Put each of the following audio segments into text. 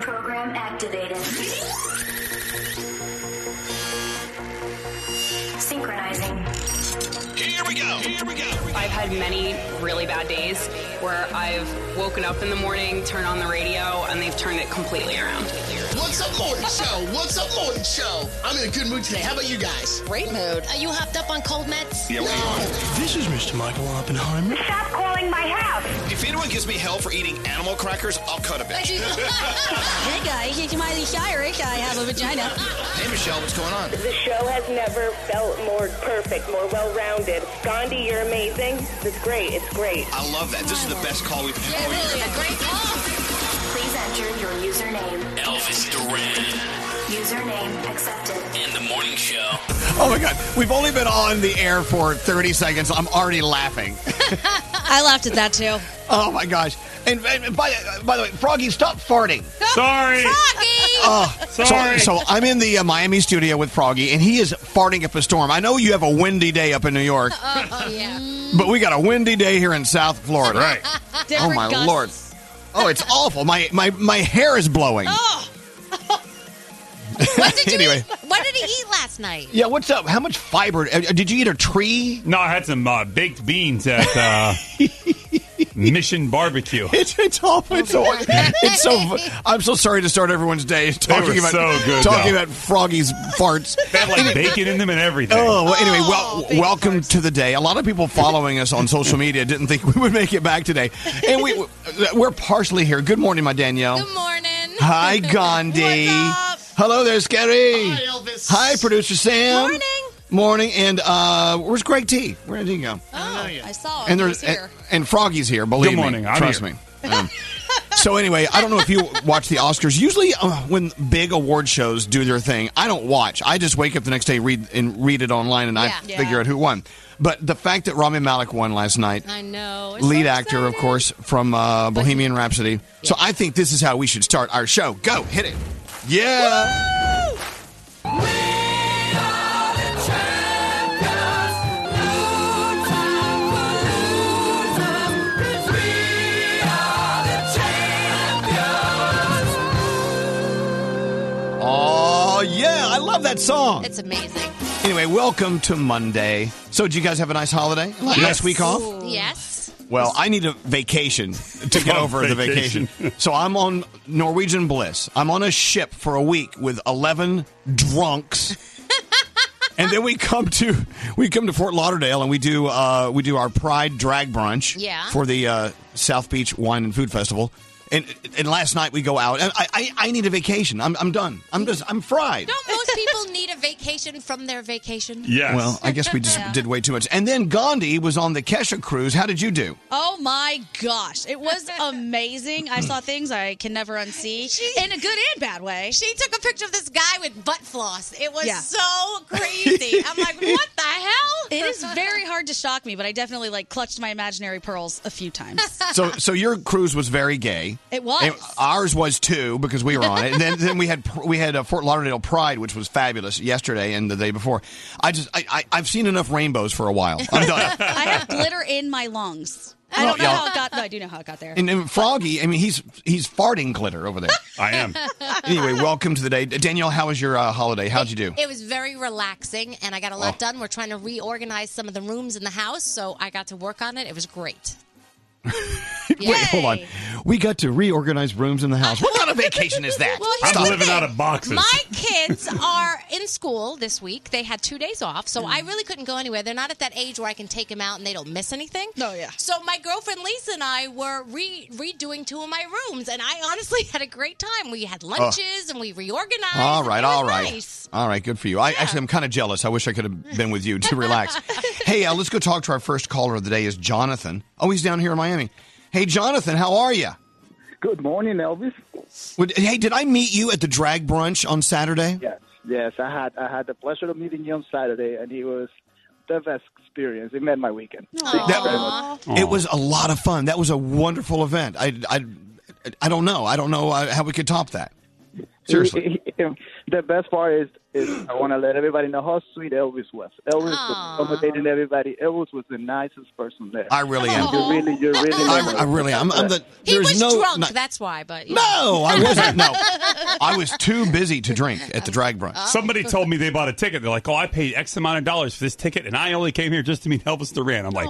program activated. Synchronizing. Here we go. Here we go. I've had many really bad days where I've woken up in the morning, turned on the radio, and they've turned it completely around. What's up, morning show? What's up, morning show? I'm in a good mood today. How about you guys? Great mood. Are you hopped up on cold meds? Yeah, This is Mr. Michael Oppenheimer. Stop calling my house. If anyone gives me hell for eating animal crackers, I'll cut a bitch. hey guy, you might be Irish. eh? I have a vagina. Hey, Michelle, what's going on? The show has never felt more perfect, more well-rounded. Gandhi, you're amazing. It's great. It's great. I love that. This is the best call we've had all really, year. a great call. Please enter your username. Elvis Duran Username accepted. and the Morning Show. Oh my God, we've only been on the air for 30 seconds. I'm already laughing. I laughed at that too. Oh my gosh! And, and by, uh, the- by the way, Froggy, stop farting. Sorry. Oh, Sorry. So, so I'm in the uh, Miami studio with Froggy, and he is farting up a storm. I know you have a windy day up in New York, Oh Mm. yeah. but we got a windy day here in South Florida. right. Oh Different my gusts. lord! Oh, it's awful. My my my hair is blowing. Oh. what did you Anyway. eat? What did he eat last night? Yeah, what's up? How much fiber? uh, Did you eat a tree? No, I had some uh, baked beans at uh, Mission Barbecue. It's it's awful. It's so it's so. I'm so sorry to start everyone's day talking were about so good, talking though. about Froggy's farts. They had like bacon in them and everything. Oh, well, anyway, Oh, well, big welcome farts. to the day. A lot of people following us on social media didn't think we would make it back today, and we we're partially here. Good morning, my Danielle. Good morning. Hi, Gandhi. What's Hello there, Scary. Hi, Elvis. Hi, producer Sam. Morning. Morning, and uh, where's Greg T? Where did he go? Oh, you. I saw him. and he there's was here. And, and Froggy's here. Believe Good morning, me, I'm trust here. me. Um, so anyway, I don't know if you watch the Oscars. Usually, uh, when big award shows do their thing, I don't watch. I just wake up the next day, read and read it online, and I Yeah. figure Yeah. out who won. But the fact that Rami Malik won last night, I know. It's lead so actor, of exciting. course, from uh, Bohemian Rhapsody. So I think this is how we should start our show. Go, hit it. Yeah. Oh, yeah. I love that song. It's amazing. Anyway, welcome to Monday. So, did you guys have a nice holiday? Last week off? Yes. Well, I need a vacation to get Oh, over vacation. the vacation. So I'm on Norwegian Bliss. I'm on a ship for a week with 11 drunks. and then we come to we come to Fort Lauderdale and we do uh, we do our Pride drag brunch Yeah. for the uh, South Beach Wine and Food Festival. And, and last night we go out and I, I, I need a vacation. I'm, I'm done. I'm just I'm fried. Don't most people need a vacation from their vacation? yes. Well, I guess we just Yeah. did way too much. And then Gandhi was on the Kesha cruise. How did you do? Oh my gosh. It was amazing. I saw things I can never unsee in a good and bad way. She took a picture of this guy with butt floss. It was Yeah. so crazy. I'm like, what the hell? It is very hard to shock me, but I definitely like clutched my imaginary pearls a few times. so so your cruise was very gay. It was. And ours was too because we were on it. And then then we had we had a Fort Lauderdale Pride, which was fabulous yesterday and the day before. I just I, I I've seen enough rainbows for a while. I'm done. I have glitter in my lungs. I Well, don't know y'all- how it got. No, I do know how it got there. and, and Froggy, I mean he's he's farting glitter over there. I am. Anyway, welcome to the day, Danielle. How was your uh, holiday? How'd you do? Oh. It was very relaxing, and I got a lot done. We're trying to reorganize some of the rooms in the house, so I got to work on it. It was great. Wait, hold on. We got to reorganize rooms in the house. What kind of vacation is that? Well, here's I'm the living thing. out of boxes. My kids are in school this week. They had two days off, so I really couldn't go anywhere. They're not at that age where I can take them out and they don't miss anything. No, yeah. So my girlfriend Lisa and I were re- redoing two of my rooms, and I honestly had a great time. We had lunches and we reorganized. Oh. All and right, it was all right, nice. all right. Good for you. I actually, I'm kind of jealous. I wish I could have been with you to relax. hey, uh, let's go talk to our first caller of the day. Is Jonathan? Oh, he's down here in Miami. Hey, Jonathan, how are you? Good morning, Elvis. Would, hey, did I meet you at the drag brunch on Saturday? Yes, yes. I had I had the pleasure of meeting you on Saturday, and it was the best experience. It made my weekend. Thank you very much. It was a lot of fun. That was a wonderful event. I, I, I don't know. I don't know uh, how we could top that. Seriously. It- it- the best part is is I want to let everybody know how sweet Elvis was. Elvis Aw. was accommodating everybody. Elvis was the nicest person there. I really am. You're really, you're really. I, I really, I'm, I'm the. Oh. He there's was no, drunk, not- that's why. But no, I wasn't. No, I was too busy to drink at the drag brunch. Somebody told me they bought a ticket. They're like, "Oh, I paid X amount of dollars for this ticket, and I only came here just to meet Elvis Duran." I'm like,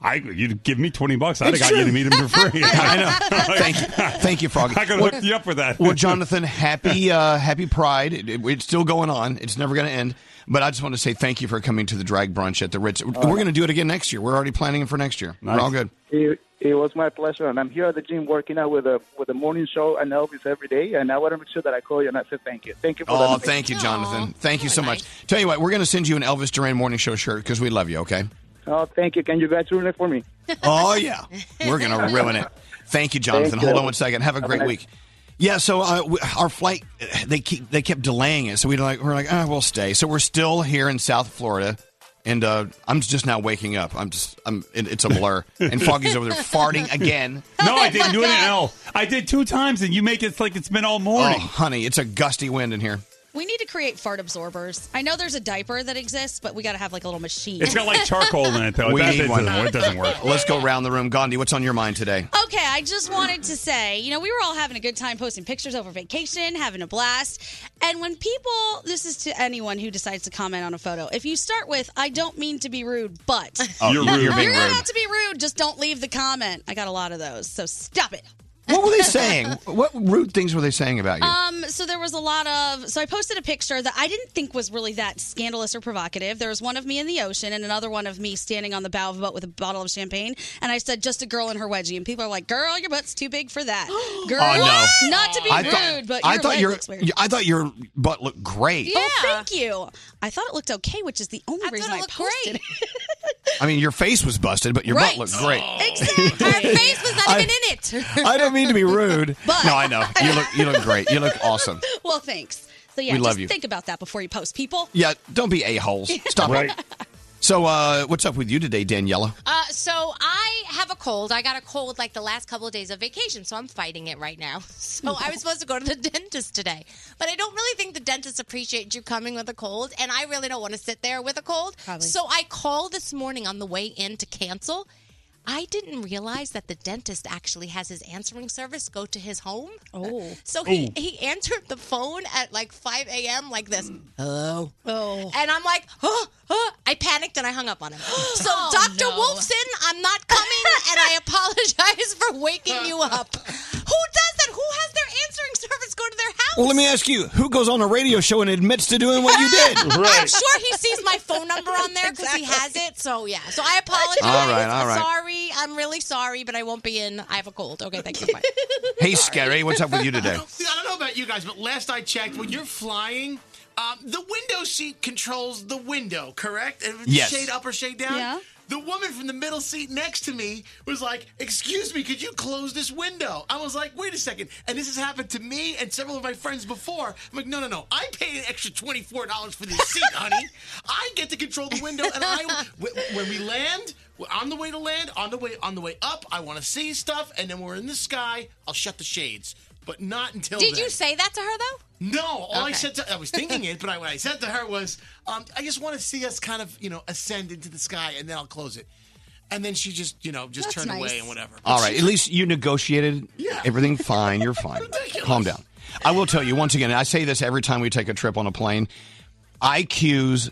"I, you'd give me twenty bucks, I'd have It's got you to true. meet him for free." I know. thank you, thank you, Froggy. I could Well- hook you up for that. Well, Jonathan, happy uh, happy Pride. It- it- it's still going on. It's never going to end. But I just want to say thank you for coming to the drag brunch at the Ritz. We're going to do it again next year. We're already planning it for next year. We're all good. It, it was my pleasure, and I'm here at the gym working out with a with a morning show and Elvis every day. And I want to make sure that I call you and I say thank you. Thank you for Oh, letting me- thank you, Jonathan. Thank you so much. Tell you what, we're going to send you an Elvis Duran Morning Show shirt because we love you. Okay. Oh, thank you. Can you guys ruin it for me? Oh yeah, we're going to ruin it. Thank you, Jonathan. Thank Hold you. on one second. Have a Have a great nice- week. Yeah, so uh, w- our flight they keep they kept delaying it, so we like we're like ah, we'll stay. So we're still here in South Florida, and uh, I'm just now waking up. I'm just I'm it, it's a blur. And Foggy's over there farting again. No, I didn't do it at all. I did two times, and you make it like it's been all morning. Oh, honey, it's a gusty wind in here. We need to create fart absorbers. I know there's a diaper that exists, but we got to have like a little machine. It's got like charcoal in it though. We That- need that one. doesn't work. It doesn't work. Let's go around the room. Gandhi, what's on your mind today? Okay, I just wanted to say, you know, we were all having a good time posting pictures over vacation, having a blast. And when people, this is to anyone who decides to comment on a photo, if you start with, I don't mean to be rude, but Oh, You're rude. You're you're being gonna rude. have to be rude. Just don't leave the comment. I got a lot of those, so stop it. What were they saying? what rude things were they saying about you? Um, so there was a lot of. So I posted a picture that I didn't think was really that scandalous or provocative. There was one of me in the ocean and another one of me standing on the bow of a boat with a bottle of champagne. And I said, "Just a girl in her wedgie." And people are like, "Girl, your butt's too big for that." Girl, Oh, no. not to be rude, but your I thought leg your looks weird. I thought your butt looked great. Oh, thank you. I thought it looked okay, which is the only reason I posted it. I mean, your face was busted, but your Right. butt looked great. Exactly. Her face was not I- even in it. I don't mean to be rude. But- no, I know you look you look great. You look awesome. Well, thanks. So yeah, We love just you. think about that before you post, people. Yeah, don't be a holes. Stop it. So, uh, what's up with you today, Daniela? Uh, so I have a cold. I got a cold like the last couple of days of vacation, so I'm fighting it right now. So I was supposed to go to the dentist today, but I don't really think the dentist appreciates you coming with a cold, and I really don't want to sit there with a cold. Probably. So I called this morning on the way in to cancel. I didn't realize that the dentist actually has his answering service go to his home. Oh. So he, Ooh. he answered the phone at like 5 a.m. like this. Hello. Oh. And I'm like, huh, huh. I panicked and I hung up on him. So, Dr. Wolfson, I'm not coming and I apologize for waking you up. Who does that? Who has their answering service go to their house? Well, let me ask you: Who goes on a radio show and admits to doing what you did? I'm sure he sees my phone number on there because he has it. So, yeah. So, I apologize. All right, all right. Sorry. I'm really sorry, but I won't be in. I have a cold. Okay, thank you. Bye. Hey, Scary, what's up with you today? See, I don't know about you guys, but last I checked, when you're flying, um, the window seat controls the window, correct? If it's Yes. Shade up or shade down. Yeah. The woman from the middle seat next to me was like, "Excuse me, could you close this window?" I was like, "Wait a second. And this has happened to me and several of my friends before. I'm like, "No, no, no! I paid an extra twenty four dollars for this seat, honey. I get to control the window, and I w- when we land." On the way to land, on the way on the way up, I want to see stuff, and then we're in the sky. I'll shut the shades, but not until. Did then. you say that to her, though? No, all I Okay. said to I was thinking it, but I, what I said to her was, um, I just want to see us kind of, you know, ascend into the sky, and then I'll close it. And then she just, you know, just That's turned away nice. and whatever. All right, at least you negotiated everything fine. You're fine. Calm down. I will tell you once again, and I say this every time we take a trip on a plane IQs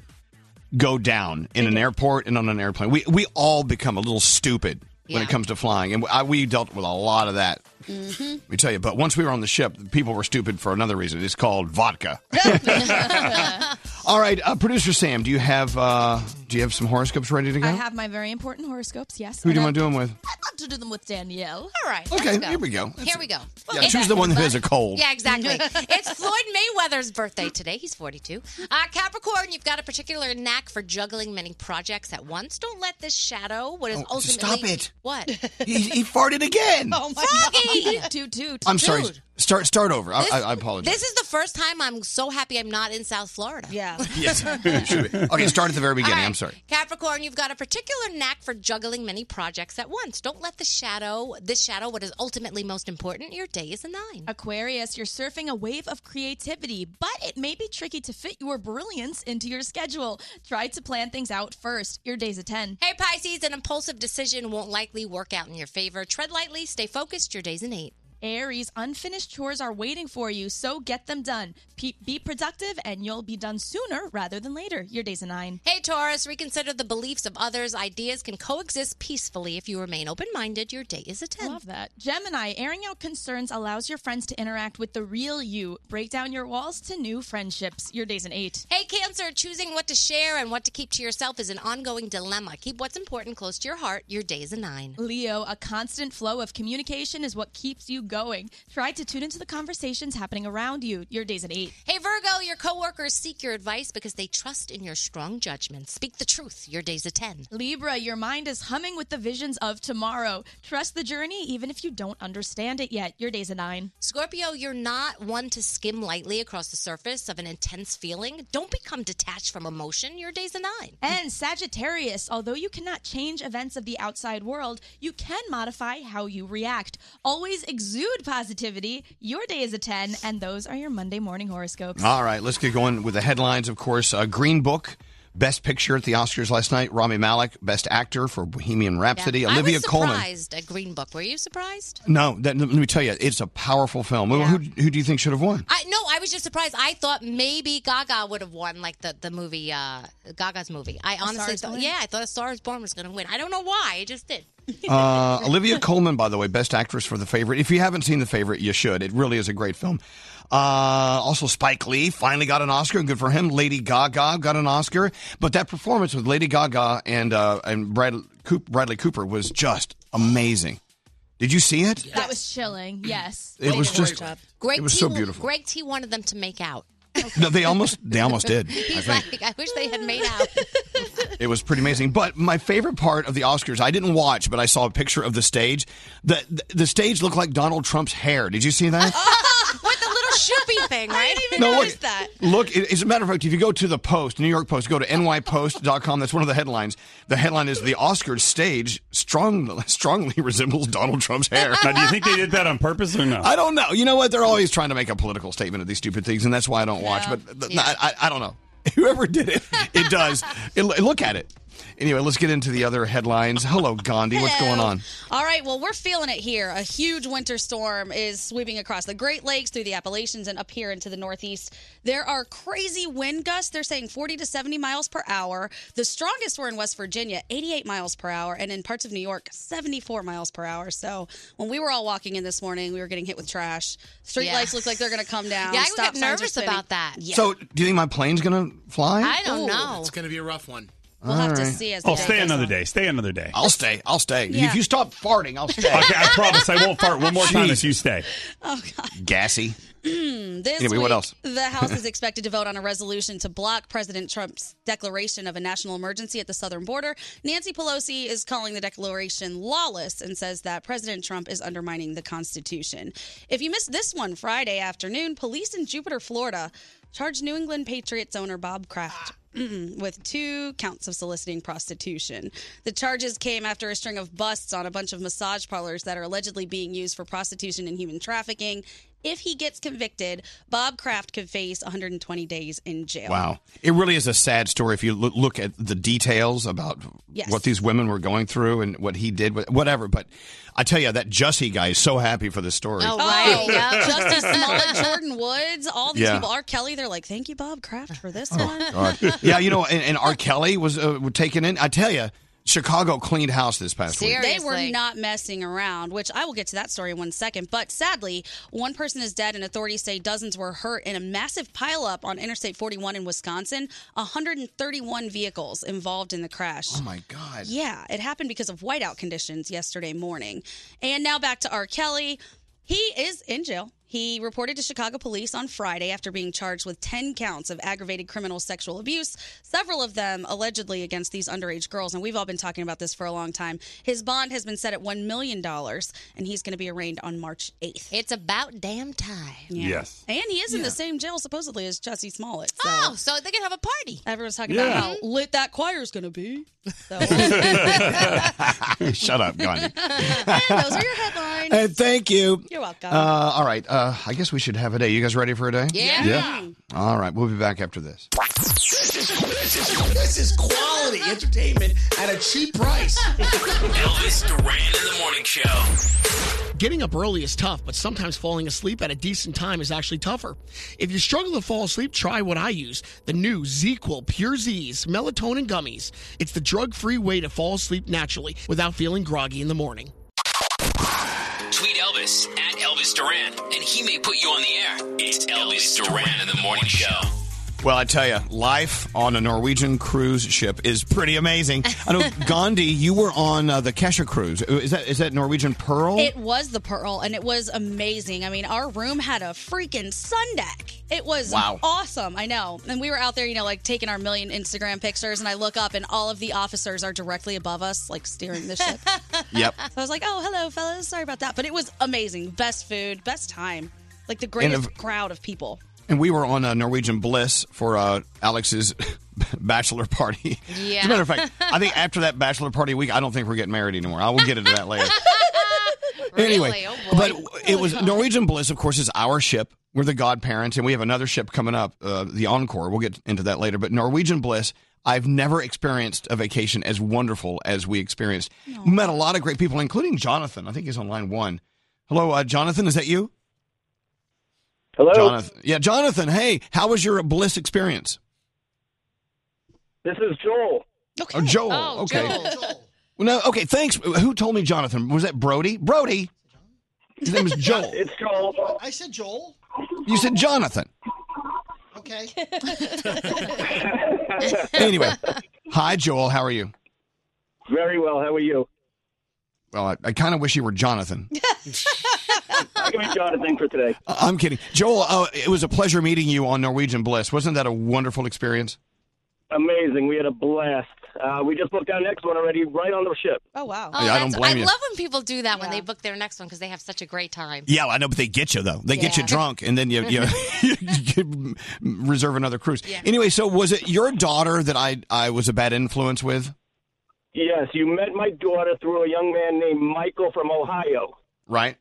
go down in an airport and on an airplane. We, we all become a little stupid when it Yeah. comes to flying, and I, we dealt with a lot of that. Mm-hmm. Let me tell you, but once we were on the ship, people were stupid for another reason. It's called vodka. All right, uh, producer Sam, do you have uh, do you have some horoscopes ready to go? I have my very important horoscopes, yes. Who do you and want to do them with? I'd love to do them with Danielle. All right. Okay, let's go. here we go. That's Here we go. Yeah, It's- choose the one who has a cold. Yeah, exactly. it's Floyd Mayweather's birthday today. He's 42. Uh, Capricorn, you've got a particular knack for juggling many projects at once. Don't let this shadow what is Oh, ultimately stop it. What? He, he farted again. Oh my god. Dude, dude. I'm sorry. Dude, Start start over. I, This- I, I apologize. This is the first time I'm so happy I'm not in South Florida. Yeah. yes, you should be. Okay, start at the very beginning. I'm sorry. Capricorn, you've got a particular knack for juggling many projects at once. Don't let the shadow, this shadow, what is ultimately most important, your day is a nine. Aquarius, you're surfing a wave of creativity, but it may be tricky to fit your brilliance into your schedule. Try to plan things out first. Your day's a 10. Hey, Pisces, an impulsive decision won't likely work out in your favor. Tread lightly, stay focused, your day's an eight. Aries, unfinished chores are waiting for you, so get them done. Pe- be productive and you'll be done sooner rather than later. Your day's a 9. Hey, Taurus, reconsider the beliefs of others. Ideas can coexist peacefully if you remain open minded. Your day is a 10. Love that. Gemini, airing out concerns allows your friends to interact with the real you. Break down your walls to new friendships. Your day's an 8. Hey, Cancer, choosing what to share and what to keep to yourself is an ongoing dilemma. Keep what's important close to your heart. Your day is a 9. Leo, a constant flow of communication is what keeps you going. Try to tune into the conversations happening around you. Your day's an 8. Hey, Virgo, your coworkers seek your advice because they trust in your strong judgment. Speak the truth. Your day's a 10. Libra, your mind is humming with the visions of tomorrow. Trust the journey even if you don't understand it yet. Your day's a 9. Scorpio, you're not one to skim lightly across the surface of an intense feeling. Don't become detached from emotion. Your day's a nine. And Sagittarius, although you cannot change events of the outside world, you can modify how you react. Always exude positivity. Your day is a 10, and those are your Monday morning horoscopes. All right, let's get going with the headlines. Of course, uh, Green Book, Best Picture at the Oscars last night. Rami Malek, Best Actor for Bohemian Rhapsody. Yeah. Olivia I was Colman. surprised at Green Book. Were you surprised? No, that, let me tell you, it's a powerful film. Who- Who, who do you think should have won? I no, I was just surprised. I thought maybe Gaga would have won, like the the movie, uh, Gaga's movie. I Star honestly is thought, Born? yeah, I thought A Star Is Born was going to win. I don't know why. I just did. Uh, Olivia Colman, by the way, Best Actress for The Favorite. If you haven't seen The Favorite, you should. It really is a great film. Uh, also, Spike Lee finally got an Oscar. Good for him. Lady Gaga got an Oscar, but that performance with Lady Gaga and uh, and Brad, Coop, Bradley Cooper was just amazing. Did you see it? That was chilling. Yes. It was just- Greg it was T so wa- beautiful. Greg T wanted them to make out. No, they almost they almost did. I He's think. like, I wish they had made out. It was pretty amazing. But my favorite part of the Oscars, I didn't watch, but I saw a picture of the stage. The the, the stage looked like Donald Trump's hair. Did you see that? With the little shoopy thing, right? I didn't even look, Look, it- as a matter of fact, if you go to the Post, New York Post, go to nypost.com, that's one of the headlines. The headline is The Oscars stage strong, strongly resembles Donald Trump's hair. Now, do you think they did that on purpose or no? I don't know. You know what? They're always trying to make a political statement of these stupid things, and that's why I don't watch. But th- no, I, I, I don't know. Whoever did it, it does. It, look at it. Anyway, let's get into the other headlines. Hello, Gandhi. What's Hello. going on? All right, well, we're feeling it here. A huge winter storm is sweeping across the Great Lakes, through the Appalachians, and up here into the Northeast. There are crazy wind gusts. They're saying 40 to 70 miles per hour. The strongest were in West Virginia, 88 miles per hour, and in parts of New York, 74 miles per hour. So when we were all walking in this morning, we were getting hit with trash. Streetlights Yeah. look like they're going to come down. Yeah, I would Stop get signs are nervous spinning. about that. Yeah. So, do you think my plane's going to fly? Ooh. Oh, It's going to be a rough one. We'll have to All right. see as Oh, stay another day. Stay another day. I'll stay. I'll stay. Yeah. If you stop farting, I'll stay. Okay, I promise I won't fart one more time if Jesus. you stay. Oh, Gassy. Hmm, this Anyway, week, what else? the House is expected to vote on a resolution to block President Trump's declaration of a national emergency at the southern border. Nancy Pelosi is calling the declaration lawless and says that President Trump is undermining the Constitution. If you missed this one Friday afternoon, police in Jupiter, Florida, charged New England Patriots owner Bob Kraft. mm-hmm, With two counts of soliciting prostitution. The charges came after a string of busts on a bunch of massage parlors that are allegedly being used for prostitution and human trafficking. If he gets convicted, Bob Kraft could face 120 days in jail. Wow. It really is a sad story if you loo- look at the details about Yes. what these women were going through and what he did, wh- whatever. But I tell you, that Jussie guy is so happy for this story. Oh, right. yeah. Justice Smollett, Jordan Woods, all these Yeah. Oh, people. R. Kelly, they're like, thank you, Bob Kraft, for this one. God. yeah, you know, and, and R. Kelly was uh, taken in. I tell you, Chicago cleaned house this past week. They were not messing around, which I will get to that story in one second. But sadly, one person is dead, and authorities say dozens were hurt in a massive pileup on Interstate 41 in Wisconsin. 131 vehicles involved in the crash. Oh, my God. Yeah, it happened because of whiteout conditions yesterday morning. And now back to R. Kelly. He is in jail He reported to Chicago police on Friday after being charged with 10 counts of aggravated criminal sexual abuse, several of them allegedly against these underage girls. And we've all been talking about this for a long time. His bond has been set at $1 million, and he's going to be arraigned on March 8th. It's about damn time. Yes. And he is in Yeah. the same jail, supposedly, as Jesse Smollett. Oh, so they can have a party. Mm-hmm. Everyone's talking Yeah. about how lit that choir's going to be. Shut up, Gandhi. Those are your headlines. And thank you. You're welcome. Uh, all right. Uh, I guess we should have a day. You guys ready for a day? Yeah. Yeah. All right. We'll be back after this. This is, this is, this is quality entertainment at a cheap price. Elvis Duran in the morning show. Getting up early is tough, but sometimes falling asleep at a decent time is actually tougher. If you struggle to fall asleep, try what I use the new ZQL Pure Z's melatonin gummies. It's the drug free way to fall asleep naturally without feeling groggy in the morning. Tweet Elvis at Elvis Duran, and he may put you on the air. It's Elvis Duran in the morning show. Well, I tell you, life on a Norwegian cruise ship is pretty amazing. I know, Gandhi, you were on uh, the Kesha cruise. Is that is that Norwegian Pearl? It was the Pearl, and it was amazing. I mean, our room had a freaking sun deck. It was Wow. awesome. I know. And we were out there, you know, like taking our million Instagram pictures, and I look up, and all of the officers are directly above us, like steering the ship. yep. So I was like, oh, hello, fellas. Sorry about that. But it was amazing. Best food, best time. Like the And greatest if- crowd of people. And we were on a Norwegian Bliss for uh, Alex's bachelor party. As Yeah. a matter of fact, I think after that bachelor party week, I don't think we're getting married anymore. I will get into that later. anyway, but it was Norwegian Bliss, of course, is our ship. We're the godparents, and we have another ship coming up, uh, the Encore. We'll get into that later. But Norwegian Bliss, I've never experienced a vacation as wonderful as we experienced. Met a lot of great people, including Jonathan. I think he's on line one. Hello, uh, Jonathan. Is that you? Hello, Jonathan. Yeah, Jonathan. Hey, how was your Bliss experience? This is Joel. Oh, Joel. okay. Well, no. Okay. Thanks. Who told me Jonathan? Was that Brody? Brody. His name is Joel. It's Joel. I said Joel. You said Jonathan. Okay. anyway, hi Joel, how are you? Very well. How are you? Well, I, I kind of wish you were Jonathan. I can be Jonathan for today. I- I'm kidding, Joel. Uh, it was a pleasure meeting you on Norwegian Bliss. Wasn't that a wonderful experience? Amazing. We had a blast. Uh, we just booked our next one already, right on the ship. Oh wow! Yeah, I don't that's- blame I you. love when people do that when they book their next one because they have such a great time. Yeah, I know, but they get you though. They get you Yeah. drunk, and then you you, you reserve another cruise. Yeah. Anyway, so was it your daughter that I I was a bad influence with? Yes, you met my daughter through a young man named Michael from Ohio. Right.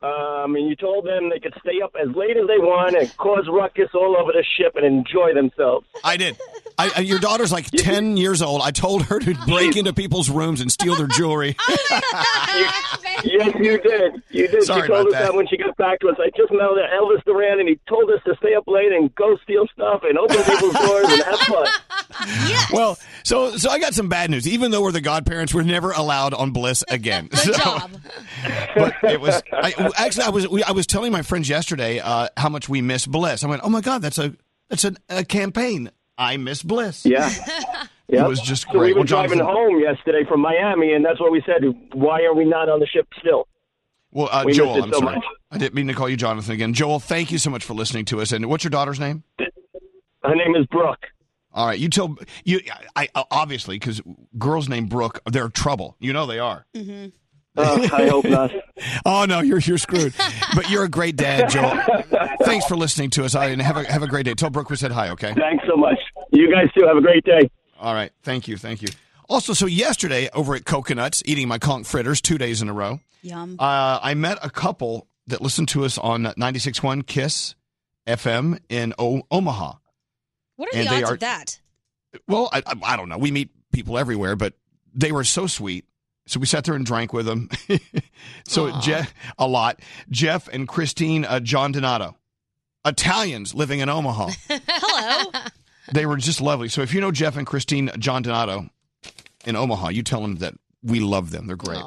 Um, and you told them they could stay up as late as they want and cause ruckus all over the ship and enjoy themselves. I did. I, I- your daughter's like ten years old. I told her to break into people's rooms and steal their jewelry. Yes, you did. You did. Sorry she told about us that. that. when she got back to us. I just met with Elvis Duran, and he told us to stay up late and go steal stuff and open people's doors and have fun. Well, so so I got some bad news. Even though we're the godparents, we're never allowed on Bliss again. so, But it was I, actually I was we, I was telling my friends yesterday uh, how much we miss Bliss. I went, oh my god, that's a that's a, a campaign. I miss Bliss. Yeah. It was just So we great. were Well, Jonathan- driving home yesterday from Miami, and that's what we said. Why are we not on the ship still? Well, uh, we missed Joel, it I'm so sorry. much. I didn't mean to call you Jonathan again. Joel, thank you so much for listening to us. And what's your daughter's name? Her name is Brooke. All right, you tell you I, I obviously because girls named Brooke, they're trouble. You know they are. Mm-hmm. Oh, I hope not. oh no, you're you're screwed. But you're a great dad, Joel. Thanks for listening to us. I and have a have a great day. Tell Brooke we said hi. Okay. Thanks so much. You guys too. Have a great day. All right. Thank you. Thank you. Also, so yesterday over at Coconuts, eating my conch fritters two days in a row, Yum. uh, I met a couple that listened to us on 96.1 Kiss FM in o- Omaha. What are And the they odds are- of that? Well, I, I, I don't know. We meet people everywhere, but they were so sweet. So we sat there and drank with them. so Jeff, a lot. Jeff and Christine uh, John Donato, Italians living in Omaha. Hello. they were just lovely. So if you know Jeff and Christine John Donato in Omaha, you tell them that we love them. They're great.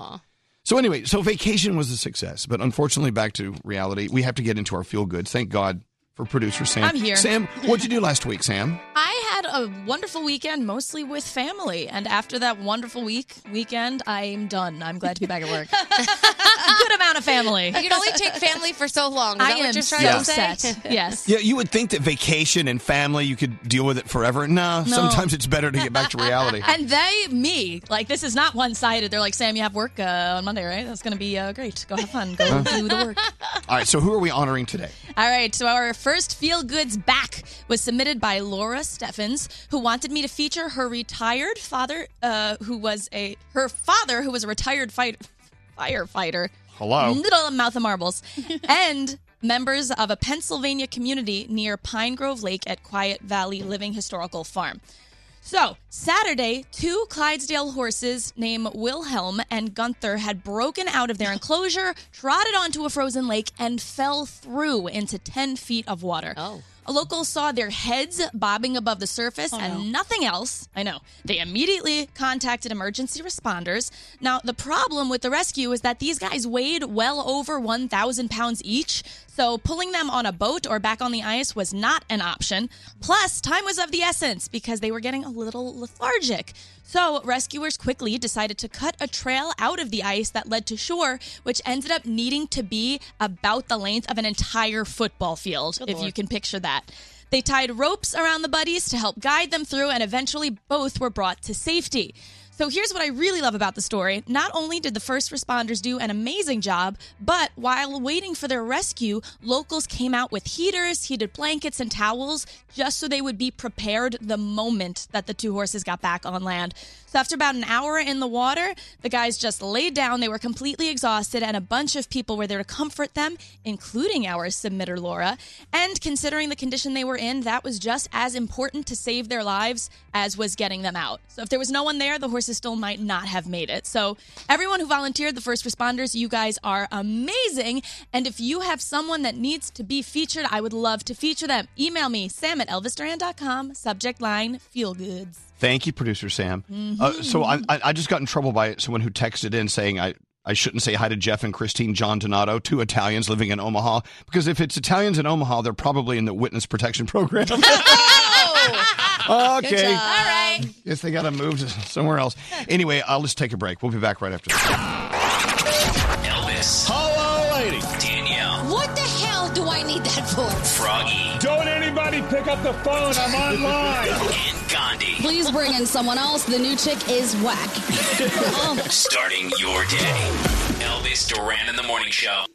So anyway, so vacation was a success, but unfortunately, back to reality. We have to get into our feel goods. Thank God for producer Sam. I'm here. Sam, what'd you do last week, Sam? I had a wonderful weekend, mostly with family. And after that wonderful week weekend, I'm done. I'm glad to be back at work. Good amount of family. You can only take family for so long. Is I that am what you're trying so to say? set. Yes. Yeah, you would think that vacation and family you could deal with it forever. No, No. sometimes it's better to get back to reality. And they, me, like this is not one sided. They're like, Sam, you have work uh, on Monday, right? That's going to be uh, great. Go have fun. Go Huh? do the work. All right, so who are we honoring today? All right, so our first Feel Goods Back was submitted by Laura Steffens, who wanted me to feature her retired father, uh, who was a her father, who was a retired fight, firefighter. Hello. Little mouth of marbles, and members of a Pennsylvania community near Pine Grove Lake at Quiet Valley Living Historical Farm. So, Saturday, two Clydesdale horses named Wilhelm and Gunther had broken out of their enclosure, trotted onto a frozen lake, and fell through into 10 feet of water. Oh. A local saw their heads bobbing above the surface and nothing else. I know. They immediately contacted emergency responders. Now, the problem with the rescue is that these guys weighed well over 1,000 pounds each, so pulling them on a boat or back on the ice was not an option. Plus, time was of the essence because they were getting a little lethargic. So, rescuers quickly decided to cut a trail out of the ice that led to shore, which ended up needing to be about the length of an entire football field, if you Lord. can picture that. They tied ropes around the buddies to help guide them through, and eventually both were brought to safety. So here's what I really love about the story. Not only did the first responders do an amazing job, but while waiting for their rescue, locals came out with heaters, heated blankets, and towels just so they would be prepared the moment that the two horses got back on land. So after about an hour in the water, the guys just laid down. They were completely exhausted, and a bunch of people were there to comfort them, including our submitter Laura. And considering the condition they were in, that was just as important to save their lives as was getting them out. So if there was no one there, the horses still might not have made it. So everyone who volunteered, the first responders, you guys are amazing. And if you have someone that needs to be featured, I would love to feature them. Email me, sam at elvisduran.com, subject line, feel goods. Thank you, producer Sam. Uh, so I, I I just got in trouble by someone who texted in saying I. I shouldn't say hi to Jeff and Christine John Donato, two Italians living in Omaha, because if it's Italians in Omaha, they're probably in the witness protection program. Oh! Okay. All right. Guess they got to move to somewhere else. Anyway, uh, let's take a break. We'll be back right after this. Elvis. Hello, lady. Danielle. What the hell do I need that for? Froggy. Don't anybody pick up the phone. I'm online. And Gandhi. Please bring in someone else. The new chick is whack. Oh. Um, Starting your day. Elvis Duran in the Morning Show.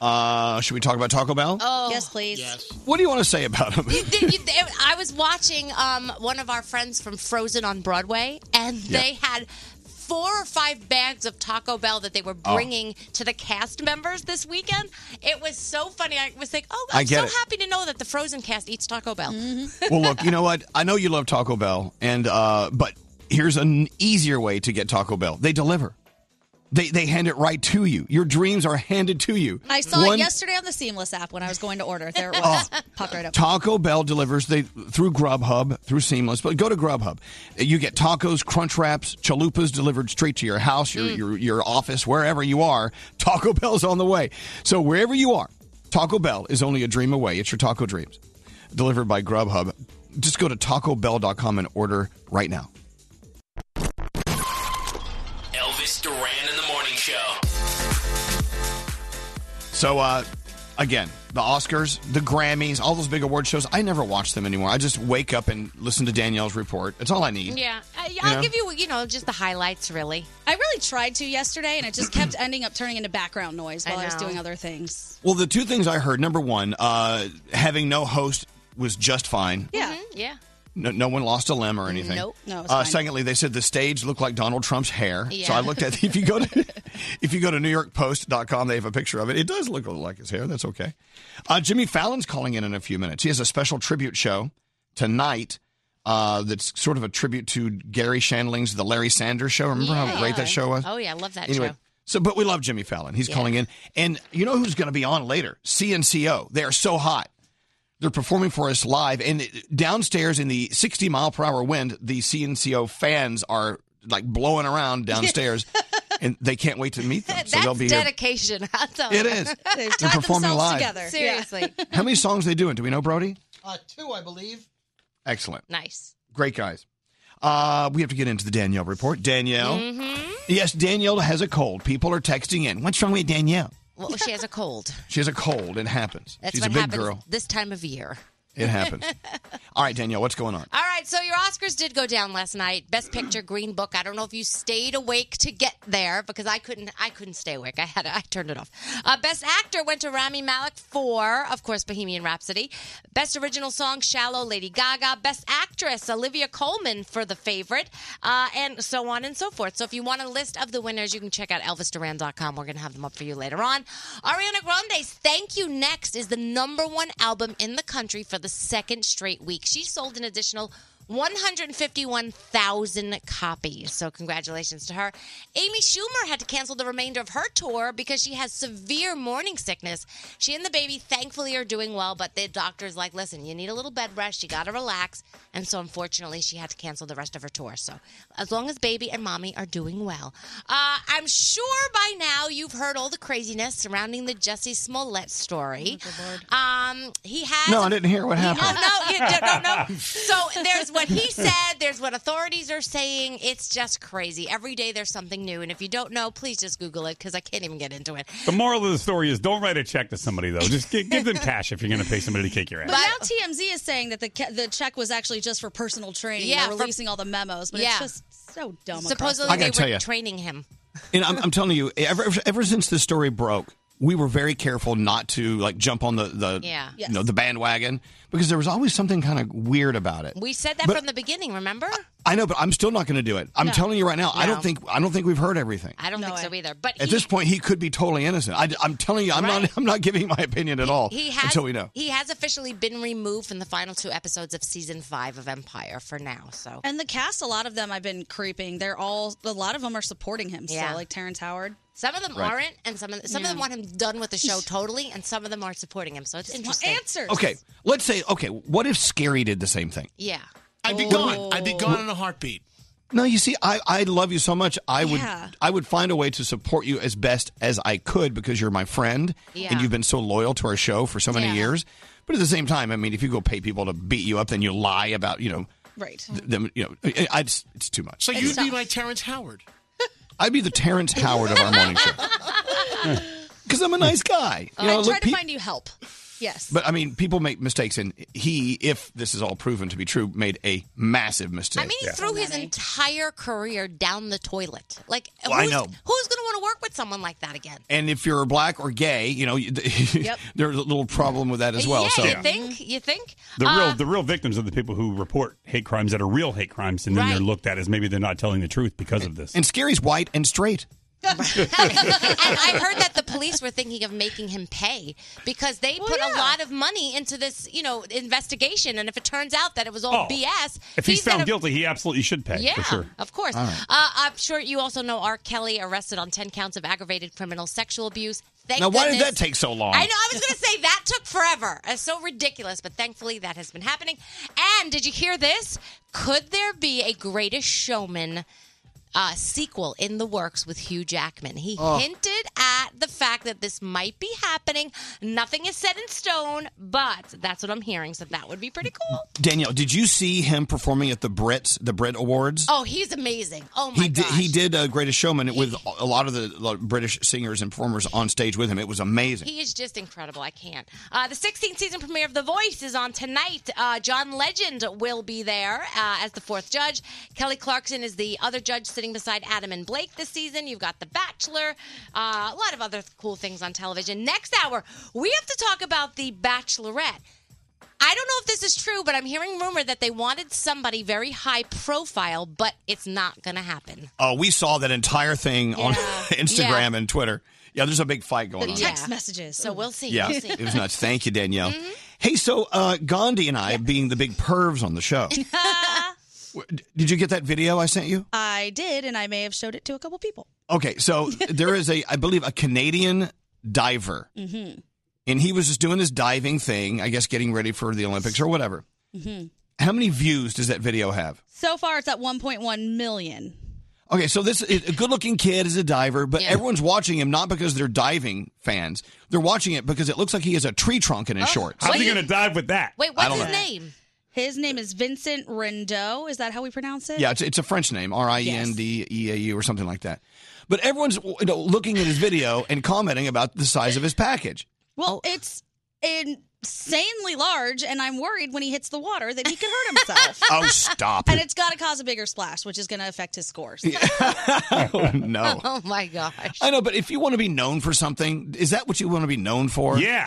Uh, should we talk about Taco Bell? Oh. Yes, please. Yes. What do you want to say about him? You- you- you- I was watching um, one of our friends from Frozen on Broadway, and Yeah. they had four or five bags of Taco Bell that they were Oh. bringing to the cast members this weekend. It was so funny. I was like, oh, I'm I get so it. Mm-hmm. happy to know that the Frozen cast eats Taco Bell. well, look, you know what? I know you love Taco Bell, and uh, but here's an easier way to get Taco Bell. They deliver. They they hand it right to you. Your dreams are handed to you. I saw One- it yesterday on the Seamless app when I was going to order. There it was. Oh. Popped right up. Taco Bell delivers they through Grubhub, through Seamless, but go to Grubhub. You get tacos, crunch wraps, chalupas delivered straight to your house, your Mm. your, your office, wherever you are. Taco Bell's on the way. So wherever you are, Taco Bell is only a dream away. It's your taco dreams. Delivered by Grubhub. Just go to tacobell.com and order right now. Elvis Duran in the Morning Show. So uh again, the Oscars, the Grammys, all those big award shows, I never watch them anymore. I just wake up and listen to Danielle's report. It's all I need. Yeah, I, You I'll know? give you, you know, just the highlights, really. I really tried to yesterday, and it just kept ending up turning into background noise I while I, was know. doing other things. Well, the two things I heard number one, uh, having no host was just fine. Yeah. Mm-hmm, Yeah. No, no one lost a limb or anything. Nope. No, it was Uh, fine. secondly, they said the stage looked like Donald Trump's hair. So Yeah. I looked at if you go to if you go to NewYorkPost.com, they have a picture of it. It does look like his hair. That's okay. Uh, Jimmy Fallon's calling in in a few minutes. He has a special tribute show tonight. Uh, that's sort of a tribute to Gary Shandling's The Larry Sanders Show. Remember how great that show was? Oh, yeah, I love that anyway, show. so but we love Jimmy Fallon. He's Yeah. calling in, and you know who's going to be on later? CNCO. They are so hot. They're performing for us live, and downstairs in the 60 mile per hour wind, the CNCO fans are like blowing around downstairs, and they can't wait to meet them. So they'll That's be dedication. I'll tell It you. is. They've tied performing themselves live. together. Seriously. here. How many songs they doing? Do we know, Brody? Uh, two, I believe. Excellent, Nice. great guys. Uh, we have to get into the Danielle report. Danielle, Mhm. yes, Danielle has a cold. People are texting in. What's wrong with Danielle? Well, she has a cold. She has a cold. It happens. That's She's what a big happens girl. this time of year. It happens. All right, Danielle, what's going on? All right, so your Oscars did go down last night. Best Picture, Green Book. I don't know if you stayed awake to get there because I couldn't. I couldn't stay awake. I had. I turned it off. Uh, Best Actor went to Rami Malek for, of course, Bohemian Rhapsody. Best Original Song, Shallow, Lady Gaga. Best Actress, Olivia Colman for The Favorite, uh, and so on and so forth. So if you want a list of the winners, you can check out ElvisDuran.com. We're going to have them up for you later on. Ariana Grande's Thank You Next is the number one album in the country for the second straight week. She sold an additional 151,000 copies. So, congratulations to her. Amy Schumer had to cancel the remainder of her tour because she has severe morning sickness. She and the baby, thankfully, are doing well, but the doctor's like, listen, you need a little bed rest. You got to relax. And so, unfortunately, she had to cancel the rest of her tour. So, as long as baby and mommy are doing well. Uh, I'm sure by now you've heard all the craziness surrounding the Jesse Smollett story. Um, he has. No, I didn't hear what happened. No, no, you don't, no, no. So there's what he said, there's what authorities are saying. It's just crazy. Every day there's something new. And if you don't know, please just Google it because I can't even get into it. The moral of the story is don't write a check to somebody, though. Just give, give them cash if you're going to pay somebody to kick your But ass. now TMZ is saying that the ca- the check was actually just for personal training. Yeah, Yeah, for- releasing all the memos, but Yeah. it's just so dumb. Supposedly I gotta they tell were ya. training him. And I'm, I'm telling you, ever ever since this story broke, we were very careful not to like jump on the the Yeah. you know the bandwagon because there was always something kind of weird about it. We said that But- from the beginning, remember? I know, but I'm still not going to do it. I'm No. telling you right now. I No. don't think I don't think we've heard everything. I don't think so either. But At this point, he could be totally innocent. I, am telling you, I'm not. I'm not giving my opinion at all he has until we know. he has officially been removed from the final two episodes of season five of Empire for now. So And the cast, a lot of them I've been creeping. They're all a lot of them are supporting him Yeah. still, like Terrence Howard. Some of them Right. aren't, and some of some of them Yeah. want him done with the show totally, and some of them are supporting him. So it's interesting. Answers. Okay, let's say. Okay, what if Scary did the same thing? Yeah. I'd be Oh. gone. I'd be gone in a heartbeat. No, you see, I, I love you so much. I would Yeah. I would find a way to support you as best as I could because you're my friend Yeah. and you've been so loyal to our show for so many Yeah. years. But at the same time, I mean, if you go pay people to beat you up, then you lie about you know right th- them. You know, I, I just, it's too much. So you'd be my Terrence Howard. I'd be the Terrence Howard of our morning show because I'm a nice guy. Oh, You know, I'm look, trying to peop- find you help. Yes. but I mean, people make mistakes, and he, if this is all proven to be true, made a massive mistake. I mean, he threw his entire career down the toilet. Like, Well, I who's, know. who's going to want to work with someone like that again? And if you're black or gay, you know, you- Yep. there's a little problem with that as well. yeah, so you think? You think? The Uh, real the real victims are the people who report hate crimes that are real hate crimes, and then they're Right. looked at as maybe they're not telling the truth because of this. And Scary's white and straight. and I heard that the police were thinking of making him pay because they put a lot of money into this, you know, investigation. And if it turns out that it was all Oh. BS, If he's, found gonna- guilty, he absolutely should pay. Yeah, for sure. of course. All right. Uh, I'm sure you also know R. Kelly arrested on 10 counts of aggravated criminal sexual abuse. Thank now, why did that goodness- take so long? I know. I was going to say that took forever. It's so ridiculous, but thankfully that has been happening. And did you hear this? Could there be a Greatest Showman uh, sequel in the works with Hugh Jackman? He Oh. hinted at the fact that this might be happening. Nothing is set in stone, but that's what I'm hearing. So that would be pretty cool. Danielle, did you see him performing at the Brits, the Brit Awards? Oh, he's amazing. Oh my he did. gosh. He did uh, Greatest Showman with a lot of the like, British singers and performers on stage with him. It was amazing. He is just incredible. I can't. Uh, the 16th season premiere of The Voice is on tonight. Uh, John Legend will be there uh, as the fourth judge. Kelly Clarkson is the other judge sitting beside Adam and Blake this season. You've got The Bachelor, uh, a lot of other cool things on television. Next hour, we have to talk about The Bachelorette. I don't know if this is true, but I'm hearing rumor that they wanted somebody very high profile, but it's not going to happen. Uh, we saw that entire thing on Instagram Yeah. and Twitter. Yeah, there's a big fight going The on. text Mm-hmm. messages. So we'll see. Yeah, We'll see. it was nuts. Thank you, Danielle. Hey, so uh, Gandhi and I, being the big pervs on the show, did you get that video I sent you? I did, and I may have showed it to a couple people. Okay, so there is a, I believe, a Canadian diver, Mm-hmm. and he was just doing this diving thing, I guess, getting ready for the Olympics or whatever. Mm-hmm. How many views does that video have? So far, it's at 1.1 million. Okay, so this a good-looking kid is a diver, but everyone's watching him not because they're diving fans; they're watching it because it looks like he has a tree trunk in his shorts. How's he going to dive with that? Oh. Wait, I what's don't his know. name? His name is Vincent Rindeau. Is that how we pronounce it? Yeah, it's, it's a French name, R I E N D E A U or something like that. But everyone's you know, looking at his video and commenting about the size of his package. Well, it's insanely large, and I'm worried when he hits the water that he could hurt himself. Oh, stop And it. it's got to cause a bigger splash, which is going to affect his scores. Oh, no. Oh my gosh. I know, but if you want to be known for something, is that what you want to be known for? Yeah.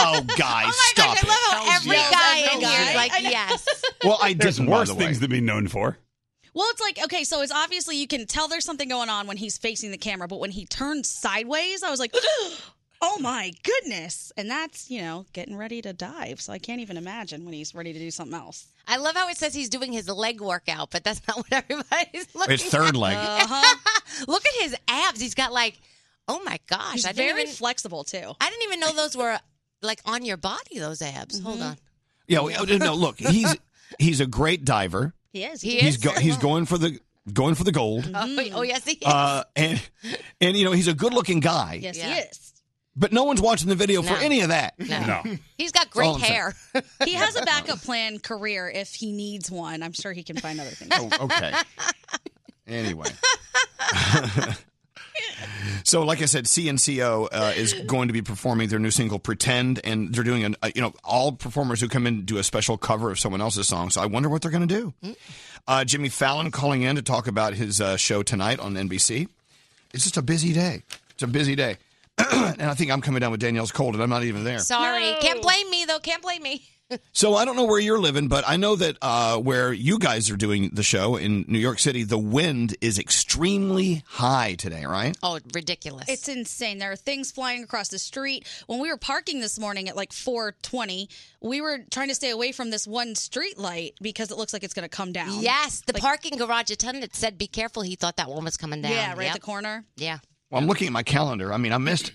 oh, guys, stop it. Every Yeah, guy every in here guy. is like, I know. yes. Well, I There's didn't, by worse the way. things to be known for. Well, it's like okay, so it's obviously you can tell there's something going on when he's facing the camera, but when he turned sideways, I was like, "Oh my goodness!" And that's you know getting ready to dive, so I can't even imagine when he's ready to do something else. I love how it says he's doing his leg workout, but that's not what everybody's looking at. third leg. Uh-huh. Look at his abs. He's got like, oh my gosh. He's I didn't very even, flexible too. I didn't even know those were like on your body, those abs. Hold Mm-hmm. on. Yeah, well, no, look, he's he's a great diver. He is. He he's is. go, he's going for the going for the gold. Oh, Mm-hmm. oh, yes, he is. Uh, and and you know, he's a good-looking guy. yes, he is. But no one's watching the video for No. any of that. No. He's got great All I'm saying. hair. Oh, he has a backup plan career if he needs one. I'm sure he can find other things. Oh, okay. Anyway. so, like I said, CNCO uh, is going to be performing their new single "Pretend," and they're doing an uh, you know all performers who come in do a special cover of someone else's song. So I wonder what they're going to do. Uh, Jimmy Fallon calling in to talk about his uh, show tonight on NBC. It's just a busy day. It's a busy day, and I think I'm coming down with Danielle's cold, and I'm not even there. Sorry. Can't blame me, though. Can't blame me. So I don't know where you're living, but I know that uh, where you guys are doing the show in New York City, the wind is extremely high today, right? Oh, ridiculous. It's insane. There are things flying across the street. When we were parking this morning at like 420, we were trying to stay away from this one street light because it looks like it's going to come down. Yes, the parking garage attendant said, "Be careful." He thought that one was coming down. Yeah, right at Yep. the corner. Yeah. Well, I'm looking at my calendar. I mean, I missed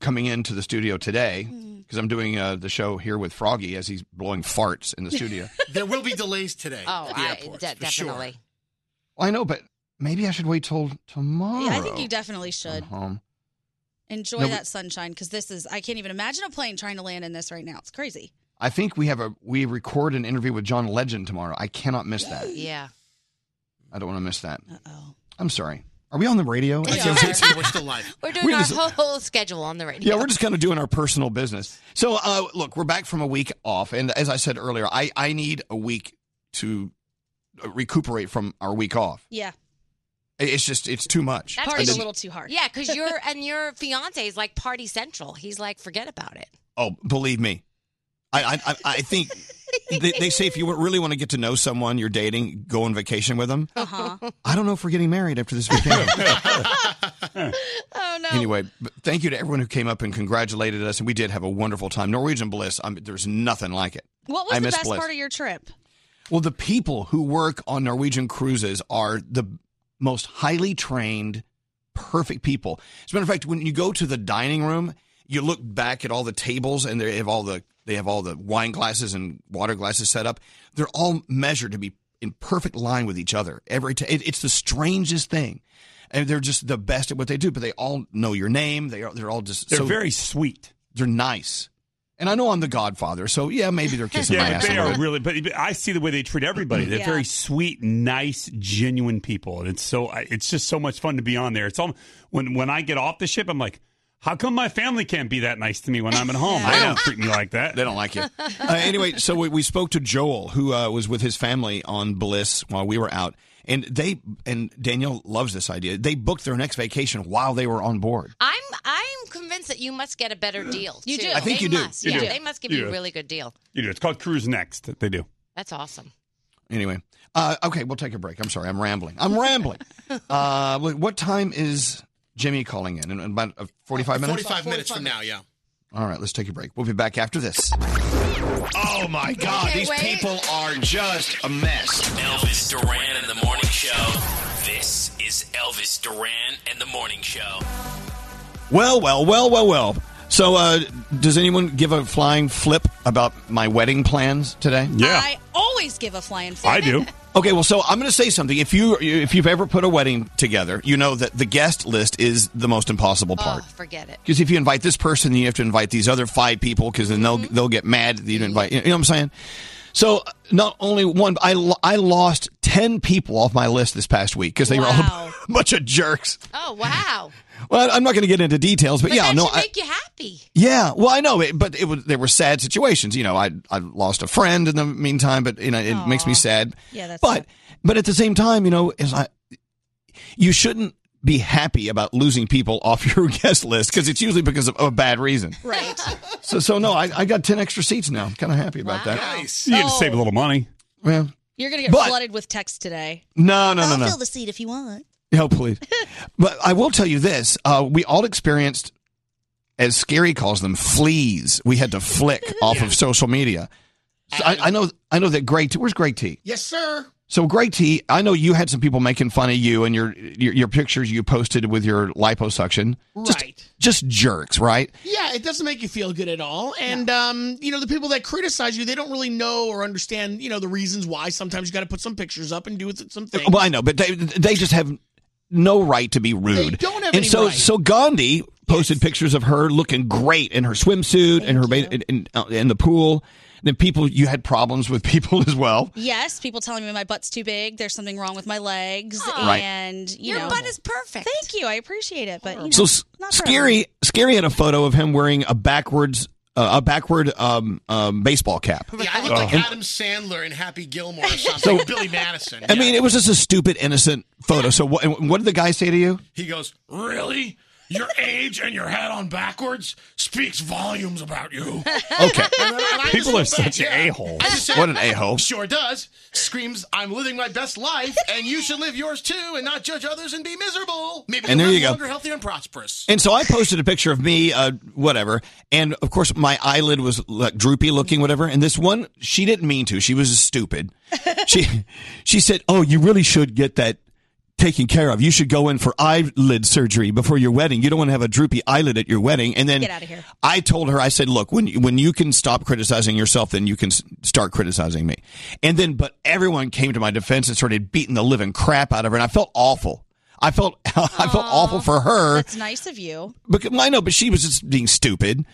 coming into the studio today Mm. because I'm doing uh, the show here with Froggy as he's blowing farts in the studio. there will be delays today. Oh, at the I- airports, de- for sure. definitely. I know, but maybe I should wait till tomorrow. Um, Yeah, I think you definitely should home. enjoy Oh. No, but- that sunshine because this is, I can't even imagine a plane trying to land in this right now. It's crazy. I think we have a we record an interview with John Legend tomorrow. I cannot miss that. Yeah. I don't want to miss that. Uh oh. I'm sorry. Are we on the radio? It feels- We're still live. We're doing We our just- whole, whole schedule on the radio. Yeah, we're just kind of doing our personal business. So, uh, look, we're back from a week off, and as I said earlier, I I need a week to uh, recuperate from our week off. Yeah. It- It's just it's too much. Party's I didn't- too hard. Yeah, because your and your fiance is like party central. He's like, forget about it. Oh, believe me, I I- I I think. They, they say if you really want to get to know someone you're dating, go on vacation with them. Uh Uh-huh. huh. I don't know if we're getting married after this weekend. oh, no. Anyway, but thank you to everyone who came up and congratulated us, and we did have a wonderful time. Norwegian Bliss, I'm, there's nothing like it. What was I the miss best Bliss. part of your trip? Well, the people who work on Norwegian cruises are the most highly trained, perfect people. As a matter of fact, when you go to the dining room, you look back at all the tables and they have all the they have all the wine glasses and water glasses set up. They're all measured to be in perfect line with each other. Every t- it, it's the strangest thing, and they're just the best at what they do. But they all know your name. They are they're all just They're so- very sweet. They're nice, and I know I'm the Godfather, so yeah, maybe they're kissing my Yeah, ass. but a they little are bit. really. But but I see the way they treat everybody. They're Yeah. very sweet, nice, genuine people, and it's so. I- It's just so much fun to be on there. It's all when when I get off the ship, I'm like, how come my family can't be that nice to me when I'm at home? I They know. don't treat me like that. They don't like you. uh, anyway, so we, we spoke to Joel, who uh, was with his family on Bliss while we were out, and they and Danielle loves this idea. They booked their next vacation while they were on board. I'm I'm convinced that you must get a better deal. You too. do. I think They you do. must. You yeah, do. they must give You you a do. really good deal. You do. It's called Cruise Next. They do. That's awesome. Anyway, uh, okay, we'll take a break. I'm sorry, I'm rambling. I'm rambling. Uh, wait, what time is Jimmy calling in? In about uh, 45 minutes. 45 minutes from now, yeah. All right, let's take a break. We'll be back after this. Oh my God, Okay, these wait. people are just a mess. Elvis Duran and the Morning Show. This is Elvis Duran and the Morning Show. Well, well, well, well, well. So, uh, does anyone give a flying flip about my wedding plans today? I always give a flying flip. Okay, well, so I'm going to say something. If you if you've ever put a wedding together, you know that the guest list is the most impossible part. Oh, forget it. Because if you invite Mm-hmm. this person, then you have to invite these other five people because then they'll they'll get mad that you didn't invite. You know what I'm saying? So not only one, I lo- I lost ten people off my list this past week because they were all Wow. a bunch of jerks. Oh wow! Well, I'm not going to get into details, but, But yeah, that no, should I, make you happy. yeah, well, I know, it, but it was there were sad situations. You know, I I lost a friend in the meantime, but you know, it makes me sad. Yeah, that's but but at the same time, you know, is I you shouldn't be happy about losing people off your guest list because it's usually because of a bad reason. Right. So so no, I, I got ten extra seats now. I'm kind of happy about that. Nice. You get to save a little money. Well, You're gonna get But- flooded with texts today. no, no, no, Oh, I'll no. fill the seat if you want. No, please. but I will tell you this: uh, we all experienced, as Scary calls them, fleas. We had to flick off of social media. So I, I know. I know that Great. Where's Great T? Yes, sir. So Great T, I know you had some people making fun of you and your your, your pictures you posted with your liposuction. Just, Right. Just jerks, right? Yeah, it doesn't make you feel good at all. And um, you know, the people that criticize you, they don't really know or understand, you know, the reasons why sometimes you got to put some pictures up and do some things. Well, I know, but they they just have no right to be rude. don't have and any so right. so Gandhi posted pictures of her looking great in her swimsuit and her ba- in, in, uh, in the pool. Then people, you had problems with people as well. Yes, people telling me my butt's too big. There's something wrong with my legs, Right. and you Your know, butt is perfect. Thank you, I appreciate it. But you know, so S- not for scary, scary had a photo of him wearing a backwards uh, a backward um, um, baseball cap. Yeah, Oh. I look like And- Adam Sandler and Happy Gilmore or something. Uh-huh. So- Billy Madison. I mean, it was just a stupid, innocent photo. So what? and What did the guy say to you? He goes, Really? Your age and your head on backwards speaks volumes about you. Okay. People are such a-holes. What an a-hole. Sure does. Screams, I'm living my best life, and you should live yours too, and not judge others and be miserable. Maybe you'll And there live you go. longer, healthier, and prosperous. And so I posted a picture of me, uh, whatever, and of course my eyelid was like droopy looking, whatever. And this one, she didn't mean to. She was stupid. She, she said, "Oh, you really should get that taken care of. You should go in for eyelid surgery before your wedding. You don't want to have a droopy eyelid at your wedding." And then Get outta here. I told her, I said, "Look, when when you can stop criticizing yourself, then you can s- start criticizing me." And then, but everyone came to my defense and started beating the living crap out of her, and I felt awful. I felt I felt awful for her. That's nice of you. Because I know, but she was just being stupid.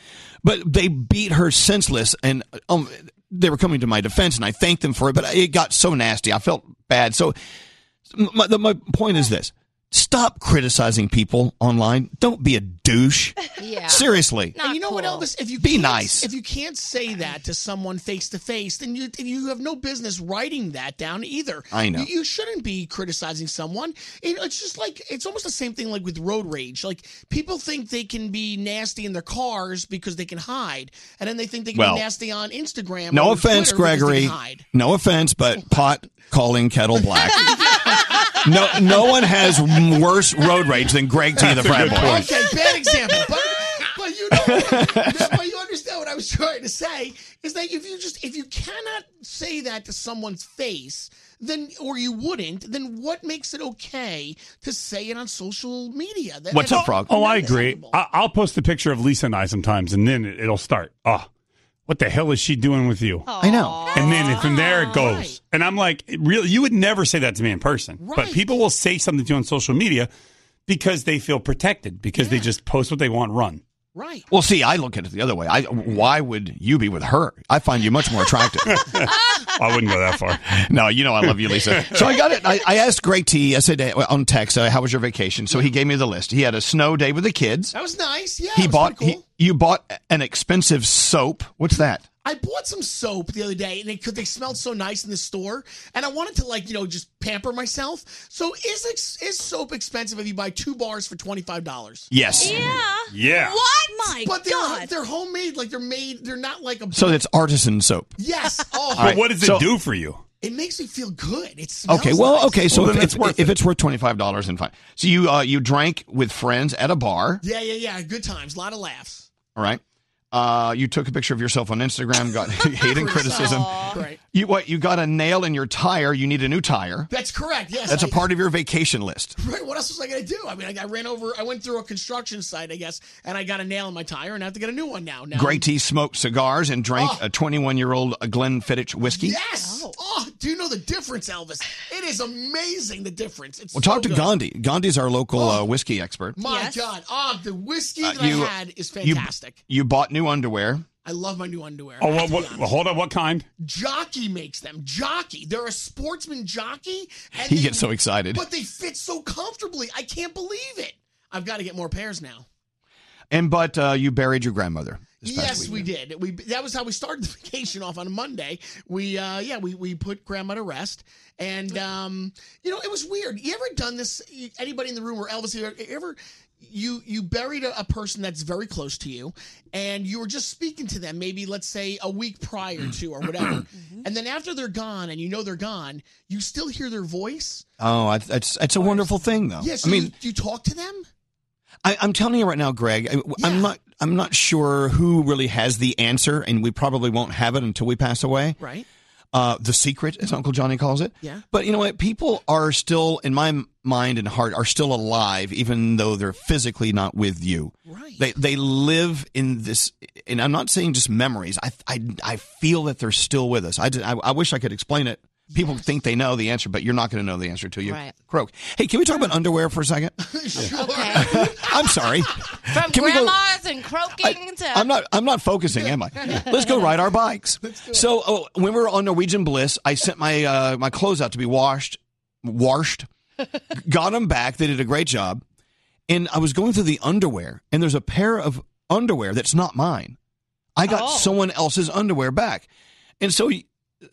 But they beat her senseless, and um, they were coming to my defense, and I thanked them for it. But it got so nasty, I felt bad. So my, the, my point is this: stop criticizing people online. Don't be a douche. Yeah. seriously. and you know what, Elvis? If you Be can't- nice. if you can't say that to someone face to face, then you you have no business writing that down either. I know. You, you shouldn't be criticizing someone. It- it's just like it's almost the same thing like with road rage. Like people think they can be nasty in their cars because they can hide, and then they think they can Well, be nasty on Instagram. No or offense, Twitter because they Gregory. can hide. No offense, but pot calling kettle black. no, no one has worse road rage than Greg T. The That's a frat good boy. Okay, bad example. But, but you know, but you understand what I was trying to say is that if you just if you cannot say that to someone's face, then or you wouldn't, then what makes it okay to say it on social media? That- that- Oh, I agree. I, I'll post a picture of Lisa and I sometimes, and then it, it'll start. Oh, what the hell is she doing with you? I know. And then from there it goes. And I'm like, really, you would never say that to me in person. But Right. people will say something to you on social media because they feel protected, because they just post what they want, run. Right. Well, see, I look at it the other way. I why would you be with her? I find you much more attractive. I wouldn't go that far. No, you know I love you, Lisa. So I got it. I, I asked Greg T. I said uh, on text, uh, "How was your vacation?" So he gave me the list. He had a snow day with the kids. That was nice. Yeah, he it was bought. pretty cool. He, you bought an expensive soap. What's that? I bought some soap the other day, and they could they smelled so nice in the store, and I wanted to like you know just pamper myself. So is ex- is soap expensive if you buy two bars for twenty five dollars? Yes. Yeah. Yeah. What? My but they're, God. They're homemade. Like they're made. They're not like a. So that's artisan soap. Yes. Oh. All right, so- It makes me feel good. It smells Okay, well, nice. okay, so if, it's worth if it's worth twenty five dollars, then fine. So you uh, you drank with friends at a bar, yeah, yeah, yeah. Good times, a lot of laughs. all right? Uh, you took a picture of yourself on Instagram, got hate and criticism. Right. You what? You got a nail in your tire. You need a new tire. That's correct. Yes. That's a a part of your vacation list. Right. What else was I gonna do? I mean, I, I ran over. I went through a construction site, I guess, and I got a nail in my tire, and I have to get a new one now. Now. Grey T smoked cigars and drank Oh. a 21 year old Glenfiddich whiskey. Yes. Oh. do you know the difference, Elvis? It is amazing the difference. It's Well, talk so to good. Gandhi. Gandhi's our local uh, whiskey expert. My God. Oh, the whiskey Uh, that I had is you- fantastic. You, bought new underwear. I love my new underwear. Oh, what, To be what, honest. hold on. What kind? Jockey makes them. Jockey. They're a sportsman jockey. and He they- gets so excited. But they fit so comfortably. I can't believe it. I've got to get more pairs now. And but uh, you buried your grandmother. Yes, we did. We that was how we started the vacation off on a Monday. We uh yeah, we we put grandma to rest and um you know, it was weird. You ever done this anybody in the room or Elvis you ever you you buried a, a person that's very close to you and you were just speaking to them maybe let's say a week prior to or whatever. and then after they're gone and you know they're gone, you still hear their voice. Oh, I- it's it's a wonderful thing though. Yes, Oh. I mean, you, you talk to them? I, I'm telling you right now, Greg. I, I'm not. I'm not sure who really has the answer, and we probably won't have it until we pass away. Right. Uh, the secret, as Uncle Johnny calls it. Yeah. But you know what? People are still, in my m- mind and heart, are still alive, even though they're physically not with you. Right. They they live in this, and I'm not saying just memories. I I, I feel that they're still with us. I, did- I I wish I could explain it. People think they know the answer, but you're not going to know the answer till you Right. croak. Hey, can we talk about underwear for a second? I'm sorry. From Can we go- grandmas and croaking to I'm not. I'm not focusing, am I? Let's go ride our bikes. So oh, when we were on Norwegian Bliss, I sent my uh, my clothes out to be washed, washed, got them back. They did a great job, and I was going through the underwear, and there's a pair of underwear that's not mine. I got someone else's underwear back, and so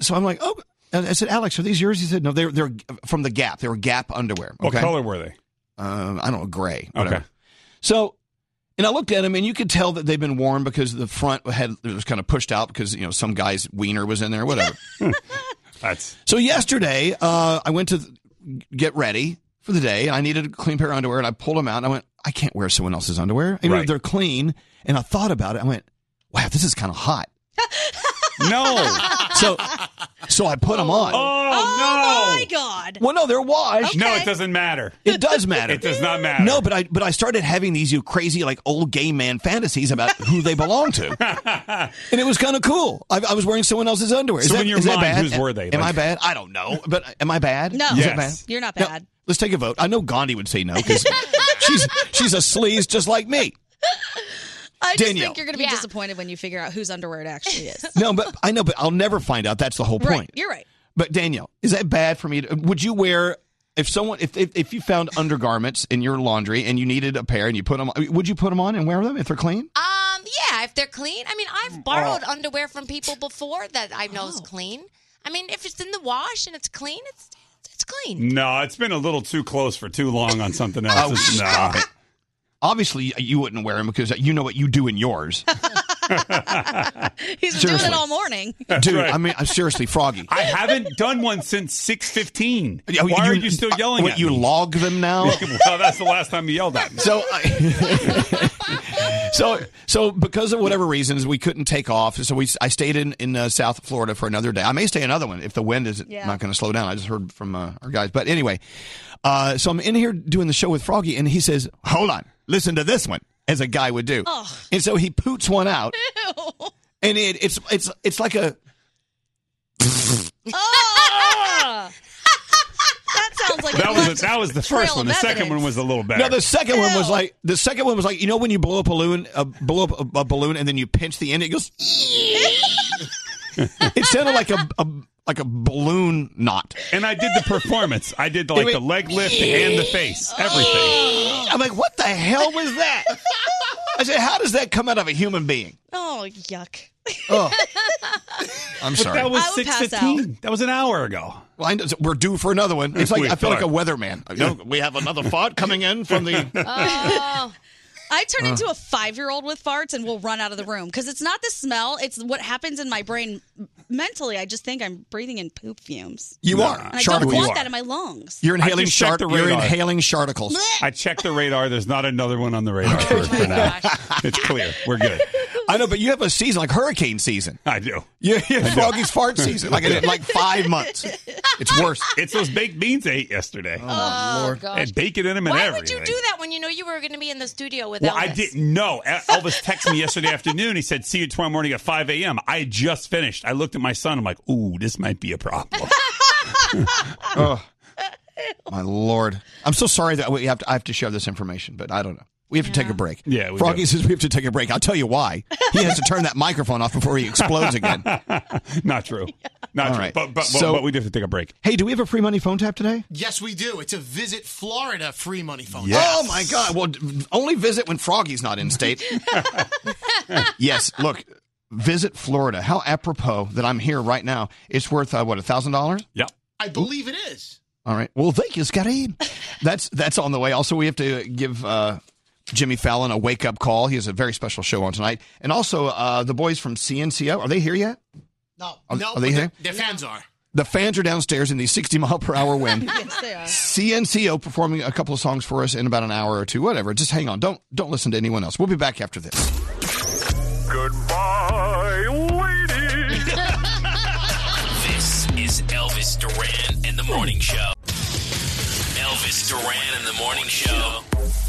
so I'm like, oh. And I said, Alex, are these yours? He said, no, they're they're from the Gap. They were Gap underwear. What okay? color were they? um, I don't know, gray. Whatever. So, and I looked at them, and you could tell that they've been worn because the front had it was kind of pushed out because you know some guy's wiener was in there, whatever. That's so. Yesterday, uh, I went to get ready for the day, and I needed a clean pair of underwear, and I pulled them out, and I went, I can't wear someone else's underwear, even if Right. they're clean. And I thought about it, I went, Wow, this is kind of hot. no. So, so I put them on. Oh, my God. Well, no, they're washed. No, it doesn't matter. It does matter. It does not Mm, matter. No, but I but I started having these you crazy like old gay man fantasies about who they belong to, and it was kind of cool. I, I was wearing someone else's underwear. Is So that- in your is that mind, bad? whose were they? Am Like- I bad? I don't know, but am I bad? No. Is that Yes. bad? You're not No. bad. Let's take a vote. I know Gandhi would say no because she's she's a sleaze just like me. I just Danielle. think you're going to be disappointed when you figure out whose underwear it actually is. No, but I know, but I'll never find out. That's the whole right. point. You're right. But Danielle, is that bad for me? To, would you wear if someone if, if if you found undergarments in your laundry and you needed a pair and you put them, on, would you put them on and wear them if they're clean? Um, yeah, if they're clean. I mean, Mm, I've oh. borrowed underwear from people before that I know is clean. I mean, if it's in the wash and it's clean, it's it's clean. No, it's been a little too close for too long on something else. It's- nah. Oh, Obviously, you wouldn't wear them because uh, you know what you do in yours. He's been Seriously. doing it all morning. Dude, I mean, I'm seriously, Froggy. I haven't done one since six fifteen. Oh, Yeah, Why are you- you still yelling what, at you me? log them now? well, that's the last time you yelled at me. So, uh, I, so, so because of whatever reasons, we couldn't take off. So we, I stayed in in uh, South Florida for another day. I may stay another one if the wind is Yeah. not going to slow down. I just heard from uh, our guys, but anyway, uh, so I'm in here doing the show with Froggy, and he says, "Hold on, listen to this one," as a guy would do, Oh. Ugh. and so he poots one out, and it, it's it's it's like a Oh! that sounds like That a was left the, that was the first trail one. of The second evidence. one was a little better. No, the second one was like the second one was like you know when you blow up a balloon, uh, blow up a, a balloon, and then you pinch the end, it goes. it sounded like a, a like a balloon knot. And I did the performance. I did like It the went- leg lift and the face, everything. I'm like, what the hell was that? I said, how does that come out of a human being? Oh, yuck. Oh, I'm But sorry. that was six fifteen. That was an hour ago. Well, I know, we're due for another one. It's like We I feel like are. a weatherman. You know, we have another fart coming in from the. Oh. I turn Uh. into a five year old with farts and will run out of the room because it's not the smell, it's what happens in my brain m- mentally. I just think I'm breathing in poop fumes. You are. And I Shark, don't you want are. that in my lungs. You're inhaling just checked shark. the You're radar. inhaling sharticles. Oh I checked the radar. There's not another one on the radar for, for now. It's clear. We're good. I know, but you have a season like hurricane season. I do. Yeah, I yeah do. Froggy's fart season. Like in like five months. It's worse. It's those baked beans I ate yesterday. Oh, my Oh, Lord. gosh. And bacon in them and Why would everything. you do that when you know you were going to be in the studio with Well, Elvis? I didn't know. El- Elvis texted me yesterday afternoon. He said, "See you tomorrow morning at 5 a.m." I had just finished. I looked at my son. I'm like, "Ooh, this might be a problem." Oh, my lord! I'm so sorry that we have to, I have to share this information, but I don't know. We have to take a break. Yeah, we Froggy do. says we have to take a break. I'll tell you why. He has to turn that microphone off before he explodes again. Not true. Not All true. right. But, but, but- So- but we do have to take a break. Hey, do we have a free money phone tap today? Yes, we do. It's a Visit Florida free money phone. Oh my God! Well, d- only visit when Froggy's not in state. yes, look, visit Florida. How apropos that I'm here right now. It's worth uh, what a thousand dollars. Yep. I believe it is. All right. Well, Vegas got in. That's that's on the way. Also, we have to give uh, Jimmy Fallon a wake up call. He has a very special show on tonight. And also, uh, the boys from CNCO are they here yet? No, Are- no, are they but here? Their fans are. The fans are downstairs in the 60 mile per hour wind. they are. CNCO performing a couple of songs for us in about an hour or two. Whatever. Just hang on. Don't don't listen to anyone else. We'll be back after this. Goodbye, lady. this is Elvis Duran and the Morning Show. Elvis Duran and the Morning Show.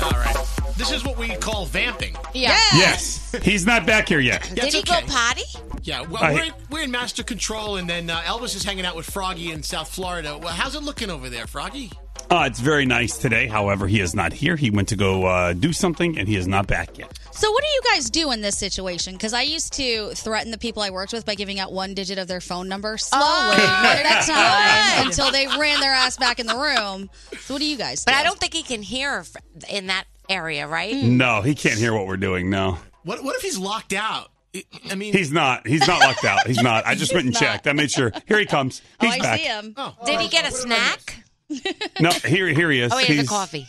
All right. This is what we call vamping. Yeah. Yes. He's not back here yet. Did he go potty? Yeah, well, I- we're, in, we're in master control, and then uh, Elvis is hanging out with Froggy in South Florida. Well, how's it looking over there, Froggy? Uh, it's very nice today. However, he is not here. He went to go uh, do something, and he is not back yet. So, what do you guys do in this situation? Because I used to threaten the people I worked with by giving out one digit of their phone number slowly, Oh. one at a time, until they ran their ass back in the room. So, what do you guys do? But I don't think he can hear fr- in that area, right? Hmm. No, he can't hear what we're doing. No, What What if he's locked out? I- I mean, he's not. He's not locked out. He's not. I just went and He's not. checked. I made sure. Here he comes. Oh, He's back. him. Did he Oh. get a snack? No, here, here he is. Oh, he has a He's- coffee.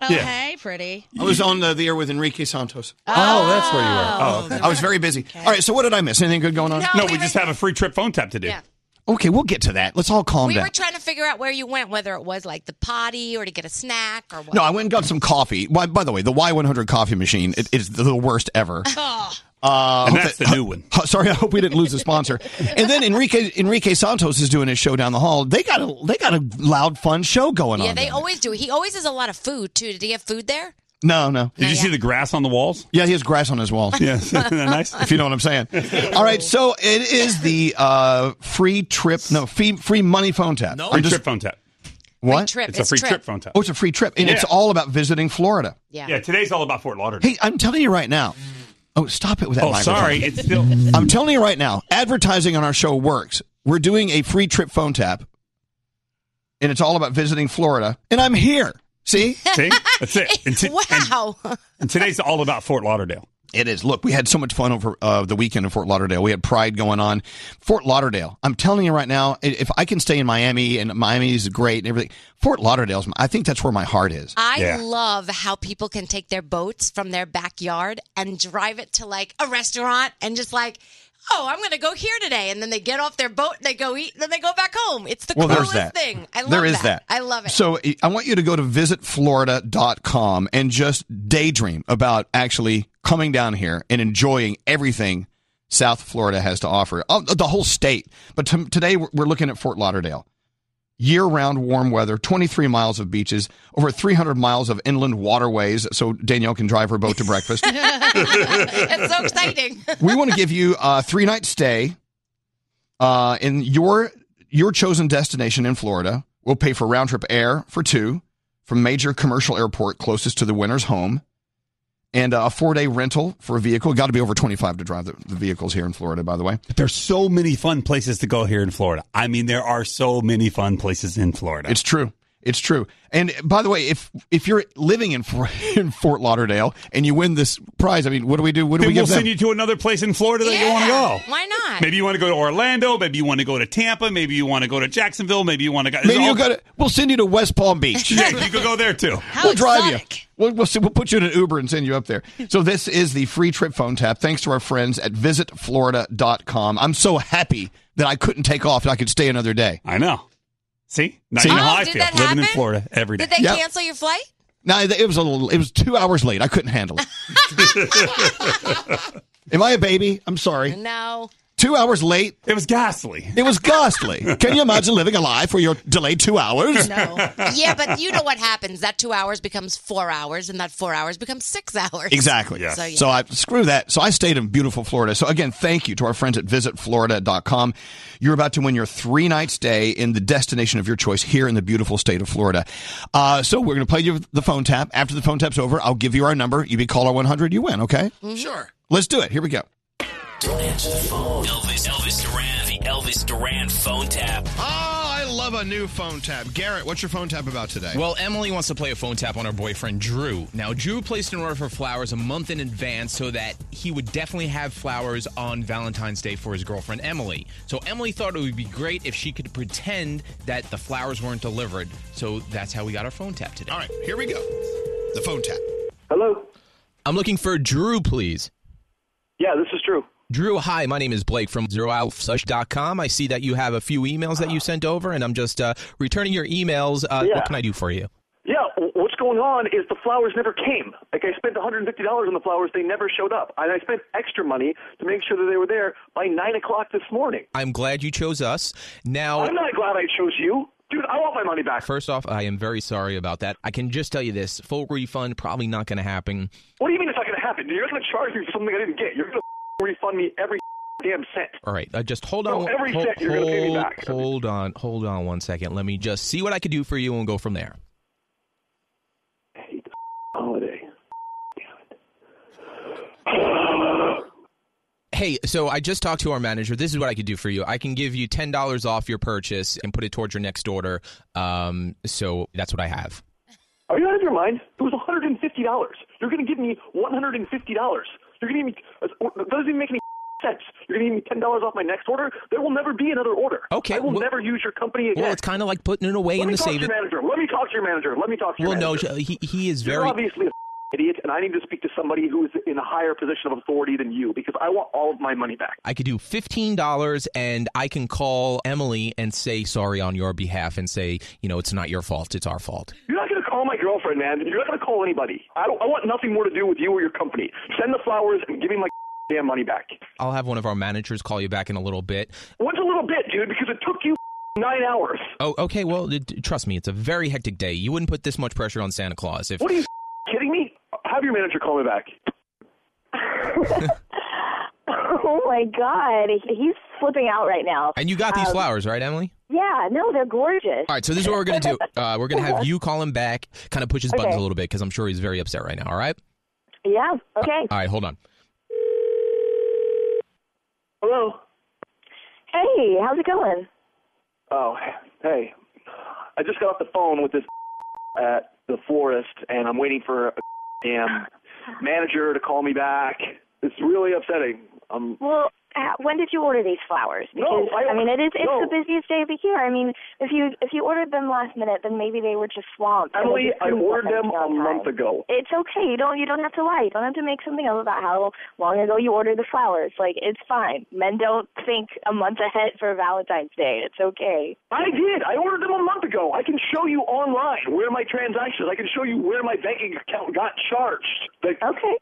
Oh, Yeah. hey, pretty. I was on the, the air with Enrique Santos. Oh, that's where you were. Oh, I was very busy. All right, so what did I miss? Anything good going on? No, we, just have a free trip phone tap to do. Yeah. Okay, we'll get to that. Let's all calm we down. were trying to figure out where you went, whether it was like the potty or to get a snack or what. no, I went and got some coffee. By, by the way, the Y100 coffee machine it is the worst ever. Oh. Uh, And hope that's that- the new one. ho- sorry, I hope we didn't lose a sponsor. And then Enrique Enrique Santos is doing his show down the hall. They got a they got a loud, fun show going yeah, on. they down always do. He always has a lot of food too. Did he have food there. there? no, no. Did you see the grass on the walls? Yeah, he has grass on his walls. Yes, Isn't that nice. If you know what I'm saying. All right, so it is the uh, free trip. No, free free money phone tap. No. I'm Free just- trip phone tap. What? Free trip, It's a it's free trip. trip phone tap. Oh, it's a free trip, and it's Yeah. all about visiting Florida. Yeah. Today's all about Fort Lauderdale. Hey, I'm telling you right now. Oh, stop it with that. Oh, microphone. sorry, it's still- I'm telling you right now. Advertising on our show works. We're doing a free trip phone tap, and it's all about visiting Florida. And I'm here. See? See? That's it. And t- wow. And today's all about Fort Lauderdale. It is. Look, we had so much fun over uh, the weekend in Fort Lauderdale. We had Pride going on. Fort Lauderdale. I'm telling you right now, i- if I can stay in Miami and Miami is great and everything, Fort Lauderdale's. I think that's where my heart is. I love how people can take their boats from their backyard and drive it to like a restaurant and just like, oh, I'm going to go here today. And then they get off their boat and they go eat and then they go back home. It's the well, there's that. coolest thing. I love there is that. I love it. So eh, I- I want you to go to visitflorida.com and just daydream about actually coming down here and enjoying everything South Florida has to offer, Oh, the whole state. But to today we're we're looking at Fort Lauderdale. Year round warm weather, 23 miles of beaches, over 300 miles of inland waterways, so Danielle can drive her boat to breakfast. it's so exciting. we want to give you a three night stay uh, in your your chosen destination in Florida. We'll pay for round trip air for two from major commercial airport closest to the winner's home, and a four day rental for a vehicle. Got to be over twenty five to drive the, the vehicles here in Florida. By the way, There's so many fun places to go here in Florida. I mean, there are so many fun places in Florida. It's true. It's true. And by the way, if if you're living in Fort, in Fort Lauderdale and you win this prize, I mean, what do we do? What do Then we we'll give them? send you to another place in Florida that you want to go. Why not? Maybe you want to go to Orlando. Maybe you want to go to Tampa. Maybe you want to go to Jacksonville. Maybe you want to go. Maybe you'll go to. We'll send you to West Palm Beach. Yeah, you could go there too. we'll drive you. We'll, we'll, we'll put you in an Uber and send you up there. So this is the free trip phone tap. Thanks to our friends at visitflorida.com. I'm so happy that I couldn't take off and I could stay another day. I know. See, now See? you know Oh, how I did feel that living in happen? Florida every day. Did they Yeah. cancel your flight? No, it it was a little, it was two hours late. I couldn't handle it. Am I a baby? I'm sorry. No. Two hours late. It was ghastly. It was ghastly. Can you imagine living a life where you're delayed two hours? No. yeah, but you know what happens? That two hours becomes four hours, and that four hours becomes six hours. Exactly. So, yeah. So I screw that. So I stayed in beautiful Florida. So again, thank you to our friends at visitflorida.com. You're about to win your three night stay in the destination of your choice here in the beautiful state of Florida. Uh, so we're going to play you the phone tap. After the phone tap's over, I'll give you our number. You be caller 100, you win, okay? Sure. Let's do it. Here we go. Don't answer the phone. Elvis, Elvis Duran, the Elvis Duran phone tap. Oh, I love a new phone tap. Garrett, what's your phone tap about today? Well, Emily wants to play a phone tap on her boyfriend Drew. Now, Drew placed an order for flowers a month in advance so that he would definitely have flowers on Valentine's Day for his girlfriend Emily. So Emily thought it would be great if she could pretend that the flowers weren't delivered. So that's how we got our phone tap today. All right, here we go. The phone tap. Hello. I'm looking for Drew, please. Yeah, this is Drew. Drew, hi. My name is Blake from ZeroOutSush.com. I see that you have a few emails that you sent over, and I'm just uh, returning your emails. Uh, Ah. Yeah. What can I do for you? Yeah, w- what's going on is the flowers never came. Like I spent $150 on the flowers, they never showed up, and I spent extra money to make sure that they were there by nine o'clock this morning. I'm glad you chose us. Now, I'm not glad I chose you, dude. I want my money back. First off, I am very sorry about that. I can just tell you this full refund, probably not going to happen. What do you mean it's not going to happen? You're going to charge me for something I didn't get. You're going to refund me every damn cent. All right, uh, just hold No, on. every hold, cent you're gonna pay me hold- back. hold on, hold on one second. Let me just see what I could do for you, and we'll go from there. Holiday. Hey, so I just talked to our manager. This is what I could do for you. I can give you ten dollars off your purchase and put it towards your next order. Um, so that's what I have. Are you out of your mind? It was $150. You're going to give me $150. You're going to give me. uh, That doesn't even make any sense. You're going to give me $10 off my next order? There will never be another order. Okay. I will never use your company again. Well, it's kind of like putting it away Let in me the talk to savings. your manager. Let me talk to your manager. Let me talk to your Well, no, manager. he he is You're very. obviously an idiot, and I need to speak to somebody who is in a higher position of authority than you because I want all of my money back. I could do fifteen dollars, and I can call Emily and say sorry on your behalf, and say you know it's not your fault, it's our fault. You're not going to call my girlfriend, man. You're not going to call anybody. I, don't, I want nothing more to do with you or your company. Send the flowers and give me my damn money back. I'll have one of our managers call you back in a little bit. What's a little bit, dude? Because it took you nine hours. Oh, okay. Well, d- d- trust me, it's a very hectic day. You wouldn't put this much pressure on Santa Claus if What are you kidding me? Have your manager call me back. Oh my God, he's flipping out right now. And you got these Um, flowers, right, Emily? Yeah, no, they're gorgeous. All right, so this is what we're gonna do. Uh, we're gonna have you call him back, kind of push his buttons Okay. a little bit because I'm sure he's very upset right now. All right. Yeah. Okay. All right, hold on. Hello. Hey, how's it going? Oh, hey. I just got off the phone with this at the florist, and I'm waiting for a damn manager to call me back. It's really upsetting. Um, Well, uh, when did you order these flowers? No, Because I- I, mean, it is it's no. the busiest day of the year. I mean, if you if you ordered them last minute, then maybe they were just swamped. and they Emily, just I couldn't get ordered them a on time. month ago. It's okay. You don't you don't have to lie. You don't have to make something up about how long ago you ordered the flowers. Like it's fine. Men don't think a month ahead for Valentine's Day. It's okay. I did. I ordered them a month ago. I can show you online where my transactions. I can show you where my banking account got charged. Like, okay.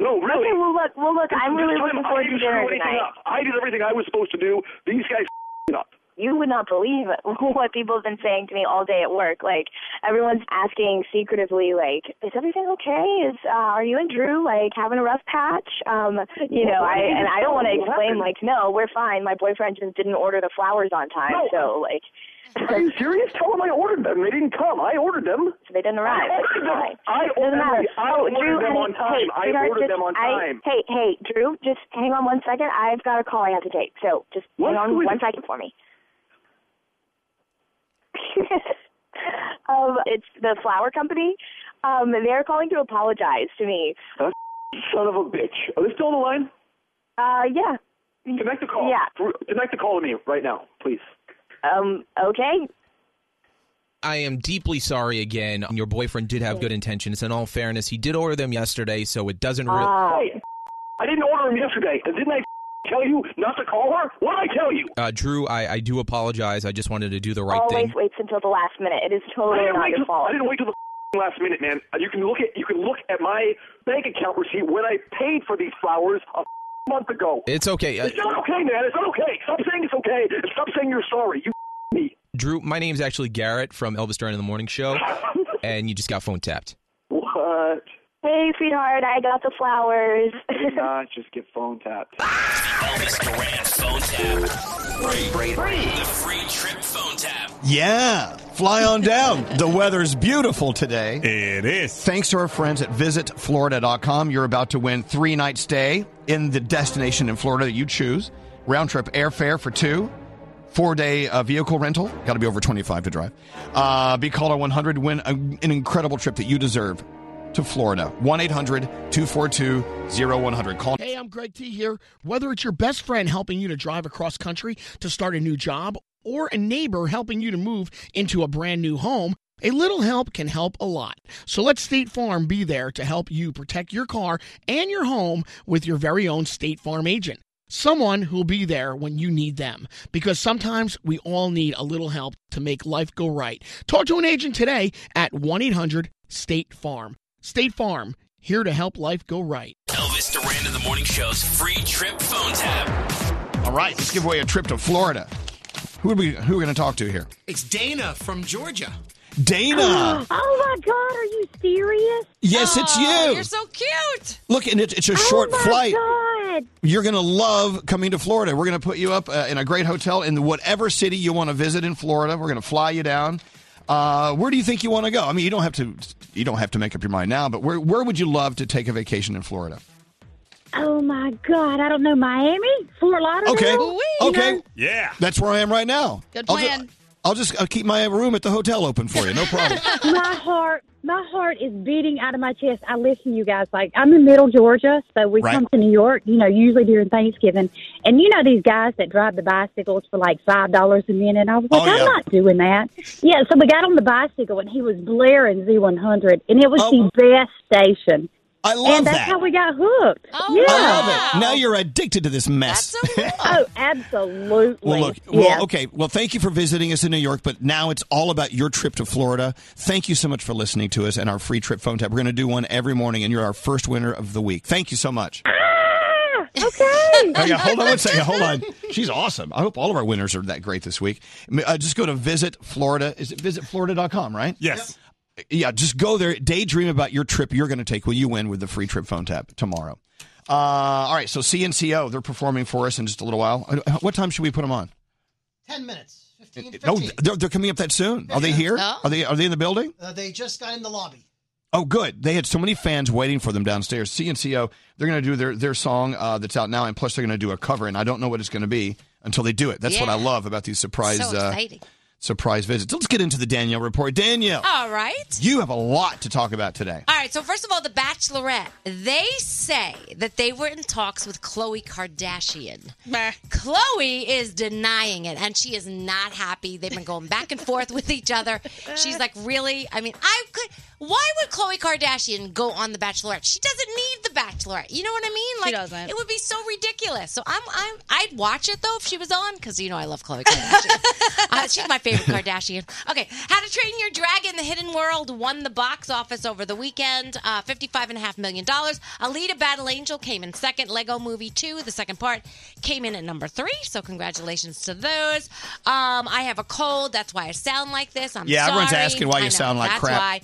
No, really. Okay, well look, well look, I'm This really time looking I forward to didn't dinner screw anything tonight. up. I did everything I was supposed to do. These guys it up. you would not believe what people have been saying to me all day at work. Like everyone's asking secretively, like, "Is everything okay? Is uh, are you and Drew like having a rough patch?" Um, you know, I and I don't want to What explain happened? like, "No, we're fine. My boyfriend just didn't order the flowers on time." No. So like, Are you serious? Tell them I ordered them. They didn't come. I ordered them. So they didn't arrive. I ordered It's them. fine. I Doesn't ordered, matter. I Oh, ordered Drew, them honey, on time. I Hey, sweetheart, ordered just- them on I- time. hey, hey, Drew, just hang on one second. I've got a call I have to take. So just What's hang on with- one second for me. um, it's the flower company. Um, they're calling to apologize to me. That son of a bitch. Are they still on the line? Uh, yeah. Connect the call. Yeah. Connect the call to me right now, please. Um, okay. I am deeply sorry again. Your boyfriend did have good intentions. In all fairness, he did order them yesterday, so it doesn't really. Uh, Hey, I didn't order them yesterday. And didn't I tell you not to call her? What did I tell you? Uh, Drew, I, I do apologize. I just wanted to do the right Always thing. waits until the last minute. It is I totally didn't not wait your till- fault. I didn't wait till the last minute, Uh, man. You can look at you can look at my bank account receipt when I paid for these flowers a month ago. It's okay. Uh, It's not okay, man. It's not okay. Stop saying it's okay. And stop saying you're sorry. You me. Drew, my name's actually Garrett from Elvis Duran in the Morning Show, and you just got phone tapped. What? Hey, sweetheart, I got the flowers. not just get phone tapped. Elvis Duran phone tap. Free. Free. The free trip phone tap. Yeah, fly on down. the weather's beautiful today. It is. Thanks to our friends at visitflorida.com, you're about to win three night stay in the destination in Florida that you choose, round trip airfare for two, four day uh, vehicle rental, got to be over 25 to drive. Uh, be caller 100, win a, an incredible trip that you deserve to Florida. 1 800 242 0100. Call Hey, I'm Greg T here. Whether it's your best friend helping you to drive across country to start a new job or a neighbor helping you to move into a brand new home, a little help can help a lot. So let State Farm be there to help you protect your car and your home with your very own State Farm agent. Someone who'll be there when you need them. Because sometimes we all need a little help to make life go right. Talk to an agent today at 1 800 State Farm. State Farm, here to help life go right. Elvis Duran in the Morning Show's free trip phone tap. All right, let's give away a trip to Florida. Who are we, who are we going to talk to here? It's Dana from Georgia. Dana. Oh my God, are you serious? Yes, it's Oh, you. cute. Look, and it, it's a short oh my flight. God. You're going to love coming to Florida. We're going to put you up uh, in a great hotel in whatever city you want to visit in Florida. We're going to fly you down. Uh, where do you think you want to go? I mean, you don't have to you don't have to make up your mind now, but where where would you love to take a vacation in Florida? Oh my God, I don't know. Miami, Fort Lauderdale. Okay. You Okay. know? Yeah. That's where I am right now. Good I'll ju- plan. I'll just, I'll keep my room at the hotel open for you. No problem. my heart, my heart is beating out of my chest. I listen to you guys. Like I'm in Middle Georgia, so we Right. come to New York. You know, usually during Thanksgiving, and you know these guys that drive the bicycles for like five dollars a minute. I was like, Oh, I'm yeah. not doing that. Yeah, so we got on the bicycle and he was blaring Z100, and it was the best station. Oh. I love and that's that. how we got hooked. Oh, yeah. I love it. Now you're addicted to this mess. oh, absolutely. Well, look. Well, okay. Well, thank you for visiting us in New York, but now it's all about your trip to Florida. Thank you so much for listening to us and our free trip phone tap. We're going to do one every morning, and you're our first winner of the week. Thank you so much. Okay. Hang on, hold on one second. Hold on. She's awesome. I hope all of our winners are that great this week. Uh, just go to visit Florida. Is it visitflorida.com, right? Yes. Yeah, just go there. Daydream about your trip you're going to take when you win with the free trip phone tap tomorrow. Uh, all right, so CNCO, they're performing for us in just a little while. Uh, What time should we put them on? 10 minutes, 15, No, 15. they're, they're coming up that soon. Are they here? Oh. Are they are they in the building? Uh, they just got in the lobby. Oh, good. They had so many fans waiting for them downstairs. CNCO, they're going to do their their song uh, that's out now, and plus they're going to do a cover, and I don't know what it's going to be until they do it. That's what I Yeah. love about these surprise So exciting. Uh, surprise visits. Let's get into the Danielle report. Danielle, All right. you have a lot to talk about today. All right, so first of all, The Bachelorette. They say that they were in talks with Khloe Kardashian. Khloe is denying it, and she is not happy. They've been going back and forth with each other. She's like, really? I mean, I could. Why would Khloe Kardashian go on The Bachelorette? She doesn't need The Bachelorette. You know what I mean? Like, doesn't. It would be so ridiculous. So I'm, I'm, I'd watch it though if she was on, because you know I love Khloe Kardashian. uh, she's my favorite Kardashian. Okay, How to Train Your Dragon: The Hidden World won the box office over the weekend, uh, fifty-five and a half million dollars. Alita: Battle Angel came in second. Lego Movie Two, the second part, came in at number three. So congratulations to those. Um, I have a cold. That's why I sound like this. I'm Yeah, everyone's sorry. asking why you I know, sound like that's crap. Why.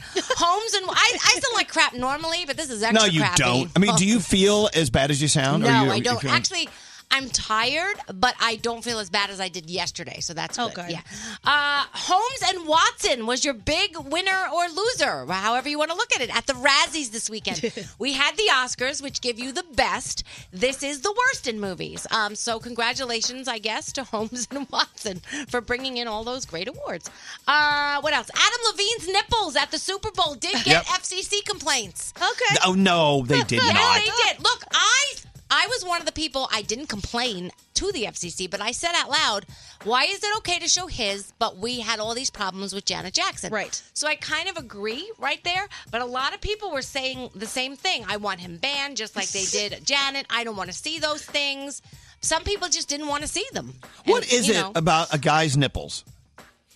Holmes and I, I sound like crap normally, but this is extra. No, you crappy. don't. I mean, do you feel as bad as you sound? No, you, I you don't. feeling- Actually, I'm tired, but I don't feel as bad as I did yesterday, so that's good. Yeah. Uh, Holmes and Watson was your big winner or loser, however you want to look at it, at the Razzies this weekend. we had the Oscars, which give you the best. This is the worst in movies. Um, so congratulations, I guess, to Holmes and Watson for bringing in all those great awards. Uh, what else? Adam Levine's nipples at the Super Bowl did get Yep. FCC complaints. Okay. Oh no, they did yeah, not. they did. Look, I I was one of the people I didn't complain to the FCC, but I said out loud, "Why is it okay to show his, but we had all these problems with Janet Jackson?" Right. So I kind of agree right there, but a lot of people were saying the same thing. I want him banned, just like they did Janet. I don't want to see those things. Some people just didn't want to see them. What And, is you it know, about a guy's nipples?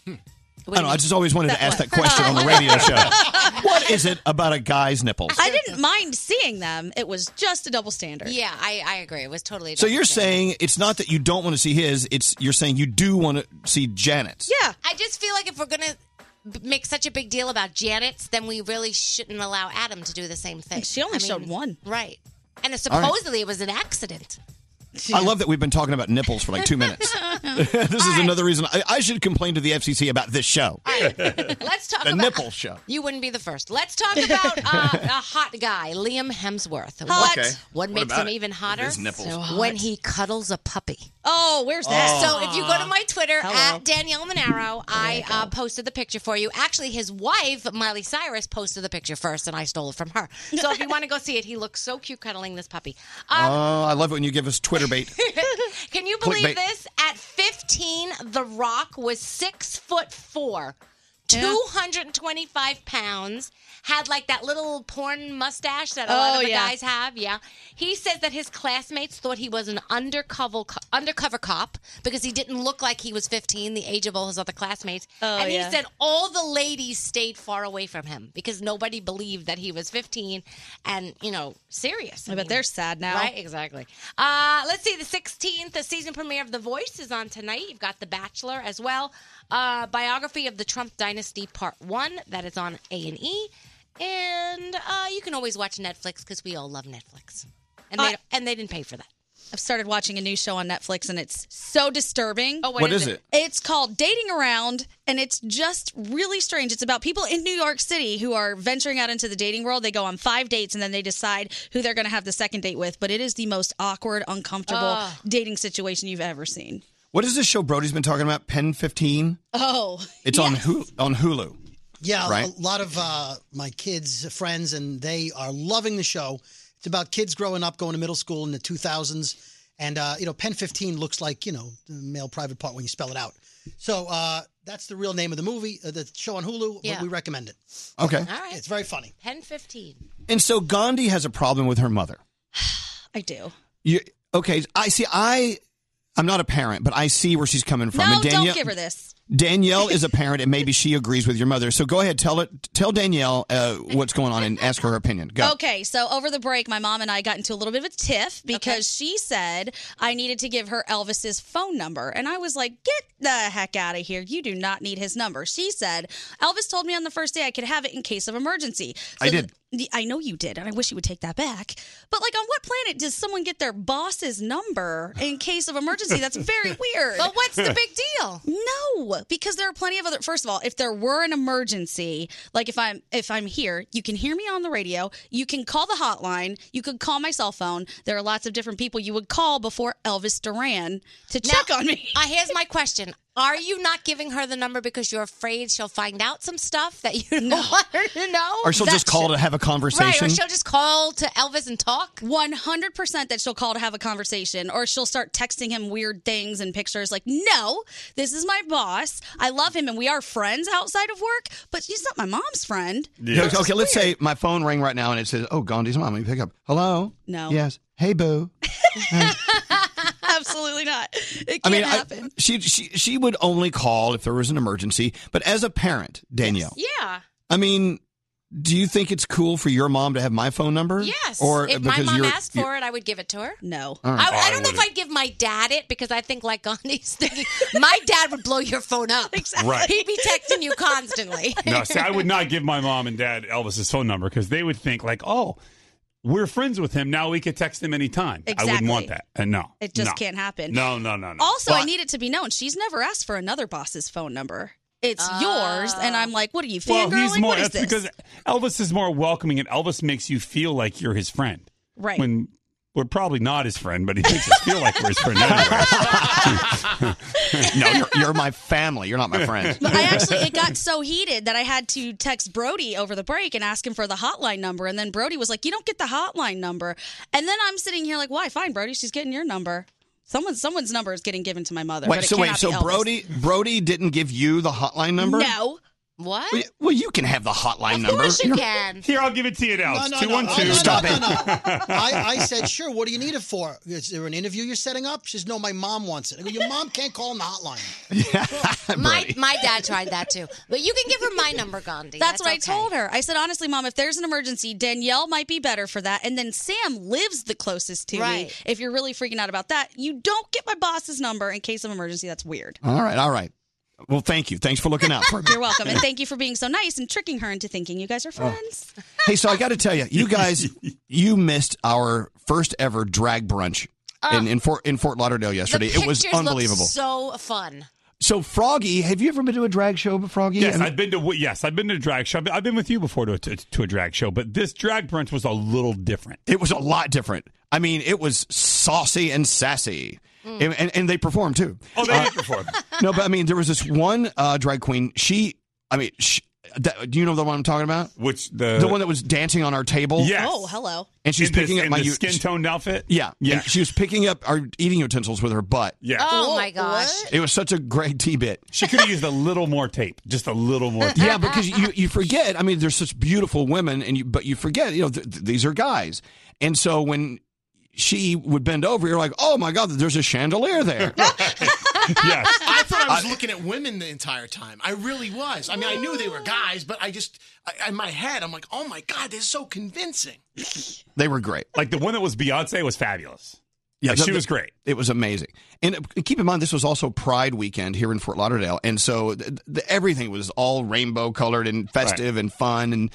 I don't know. I just always wanted to ask that question on the radio show. what is it about a guy's nipples? I didn't mind seeing them. It was just a double standard. Yeah, I, I agree. It was totally. So you're saying it's not that you don't want to see his; it's you're saying you do want to see Janet's. Yeah. I just feel like if we're going to make such a big deal about Janet's, then we really shouldn't allow Adam to do the same thing. She only showed one. Right. And it All right. supposedly it was an accident. I love that we've been talking about nipples for like two minutes. this is another reason I, I should complain to the FCC about this show, Let's talk the about nipple show. You wouldn't be the first. Let's talk about uh, a hot guy, Liam Hemsworth. Hot. What, Okay. what What makes about him it? even hotter? His nipples. So hot. when he cuddles a puppy. Oh, where's that? So if you go to my Twitter Hello. at Danielle Monaro, I uh, posted the picture for you. Actually, his wife Miley Cyrus posted the picture first, and I stole it from her. So if you want to go see it, he looks so cute cuddling this puppy. Um, oh, I love it when you give us Twitter bait. Can you believe Clickbait. this? At 15, The Rock was six foot four, 225 pounds, had like that little porn mustache that a lot Oh, of the yeah. guys have. Yeah. He says that his classmates thought he was an undercover, co- undercover cop because he didn't look like he was 15, the age of all his other classmates. Oh, and he yeah. said all the ladies stayed far away from him because nobody believed that he was 15 and, you know, serious. I bet they're sad now. Right? Exactly. Uh, let's see. The 16th, the season premiere of The Voice is on tonight. You've got The Bachelor as well. Uh, biography of the Trump Dynasty Part One that is on A and E, and uh, you can always watch Netflix because we all love Netflix, and they I- don't- and they didn't pay for that. I've started watching a new show on Netflix and it's so disturbing. Oh, what What is is it? It's called Dating Around and it's just really strange. It's about people in New York City who are venturing out into the dating world. They go on five dates and then they decide who they're going to have the second date with, but it is the most awkward, uncomfortable Ugh. dating situation you've ever seen. What is this show Brody's been talking about? Pen fifteen. Oh. It's on Hulu, on Hulu. Yeah, Right. a lot of uh, my kids' friends, and they are loving the show. It's about kids growing up, going to middle school in the 2000s. And, uh, you know, Pen 15 looks like, you know, the male private part when you spell it out. So uh, that's the real name of the movie, uh, the show on Hulu, Yeah. but we recommend it. Okay. All right. It's very funny. Pen fifteen. And so Gandhi has a problem with her mother. I do. You, okay, I see. I I'm not a parent, but I see where she's coming from. no, and Danielle, don't give her this. Danielle is a parent, and maybe she agrees with your mother. So go ahead, tell it, tell Danielle uh, what's going on, and ask her her opinion. Go. Okay, so over the break, my mom and I got into a little bit of a tiff because she said I needed to give her Elvis's phone number. And I was like, get the heck out of here. You do not need his number. She said, Elvis told me on the first day I could have it in case of emergency. I did. th- I know you did, and I wish you would take that back. But, like, on what planet does someone get their boss's number in case of emergency? That's very weird. But what's the big deal? No, because there are plenty of other. First of all, if there were an emergency, like if I'm if I'm here, you can hear me on the radio. You can call the hotline. You could call my cell phone. There are lots of different people you would call before Elvis Duran to check on me. Uh, here's my question: Are you not giving her the number because you're afraid she'll find out some stuff that you don't want her to know, Or she'll just call to have a Right, conversation. or she'll just call to Elvis and talk? 100% that she'll call to have a conversation or she'll start texting him weird things and pictures like, no, this is my boss. I love him and we are friends outside of work, but she's not my mom's friend. Yeah, Okay, let's say my phone rang right now, and it says, "Oh, Gandhi's mom." Let me pick up. Hello. No. Yes. Hey, boo. Absolutely not. It can't I mean, I- happen. she she she would only call if there was an emergency. But as a parent, Danielle, Yeah. I mean, do you think it's cool for your mom to have my phone number? Yes. Or if my because mom you're, asked you're- for it, I would give it to her. No. All right. I, I don't know if wouldn't. I'd give my dad it because I think like Gandhi's thinking my dad would blow your phone up. Exactly. Right. He'd be texting you constantly. No, see, I would not give my mom and dad Elvis's phone number because they would think like, oh, we're friends with him. Now we could text him anytime. I Exactly. wouldn't want that. And no, It just no. can't happen. No, no, no, no. Also, I need it to be known. She's never asked for another boss's phone number. It's yours, and I'm like, what are you Ah. Well, fangirling? he's more. what is That's this? because Elvis is more welcoming, and Elvis makes you feel like you're his friend. Right. When we're probably not his friend, but he makes us feel like we're his friend anyway. no, you're, you're my family. You're not my friend. But I actually, it got so heated that I had to text Brody over the break and ask him for the hotline number. And then Brody was like, you don't get the hotline number. And then I'm sitting here like, why? Fine, Brody, she's getting your number. Someone, someone's number is getting given to my mother. but Wait, it so wait, cannot so be Elvis. Brody Brody didn't give you the hotline number? No. What? Well, y- Well, you can have the hotline Of number. course you can. Here, I'll give it to you now. No, It's no, no. 212. Oh, no, Stop no, it. no, I, I said, sure. What do you need it for? Is there an interview you're setting up? She says, no, my mom wants it. I go, your mom can't call on the hotline. My my dad tried that too. But you can give her my number, Gandhi. That's, what okay. I told her. I said, honestly, mom, if there's an emergency, Danielle might be better for that. And then Sam lives the closest to me. Right. If you're really freaking out about that, you don't get my boss's number in case of emergency. That's weird. All right, all right. Well, thank you. Thanks for looking out for me. Oh. You're welcome. And thank you for being so nice and tricking her into thinking you guys are friends. Hey, so I got to tell you, you guys, you missed our first ever drag brunch Oh. in in Fort in Fort Lauderdale yesterday. The It was pictures looked unbelievable. So fun. So Froggy, have you ever been to a drag show, Froggy? Yes, And- I've been to yes, I've been to a drag show. I've been- I've been with you before to, to, to a drag show, but this drag brunch was a little different. It was a lot different. I mean, it was saucy and sassy. Mm. And, and, and they performed too. Uh, Oh, they did perform. No, but I mean, there was this one uh, drag queen. She, I mean, she, that, do you know the one I'm talking about? Which the the one that was dancing on our table? Oh, hello. And she's In this- picking up in my the u- skin toned outfit. Yeah, Yeah. yeah. She was picking up our eating utensils with her butt. Yeah. Oh my gosh. It was such a great T bit. She could have used a little more tape, just a little more. Tape. Yeah, because you, you forget. I mean, there's such beautiful women, and you but you forget. You know, th- th- these are guys, and so when she would bend over, you're like, oh my god, there's a chandelier there. yes. I thought I was looking at women the entire time. I really was. I mean, I knew they were guys, but I just, I, in my head, I'm like, oh my God, they're so convincing. They were great. Like the one that was Beyonce was fabulous. Like, the- she the- was great. It was amazing. And uh, keep in mind, this was also Pride weekend here in Fort Lauderdale. And so th- th- everything was all rainbow colored and festive and fun. And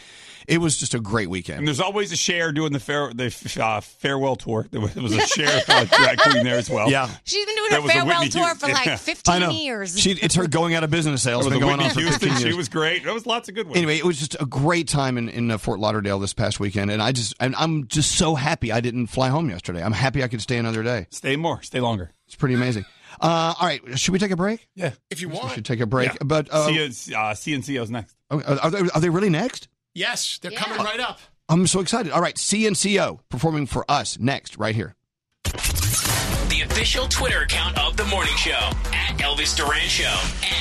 it was just a great weekend. And there's always a share doing the fair the f- uh, farewell tour. There was there was a share uh, drag queen there as well. Yeah. She's been doing That her was a farewell Whitney tour Houston- for like yeah. 15 years. She, it's her going out of business sale. That was It's been the going Whitney on for Houston. 15 years. She was great. There was lots of good ones. Anyway, it was just a great time in, in uh, Fort Lauderdale this past weekend, and I just and I'm just so happy I didn't fly home yesterday. I'm happy I could stay another day. Stay more, stay longer. It's pretty amazing. Uh, all right, should we take a break? Yeah, if you We should take a break. But uh, see, it's, uh, CNCO's next. okay, are, they, are they really next? Yes, they're coming right up. I'm so excited. All right, CNCO performing for us next, right here. The official Twitter account of the morning show at Elvis Duran Show.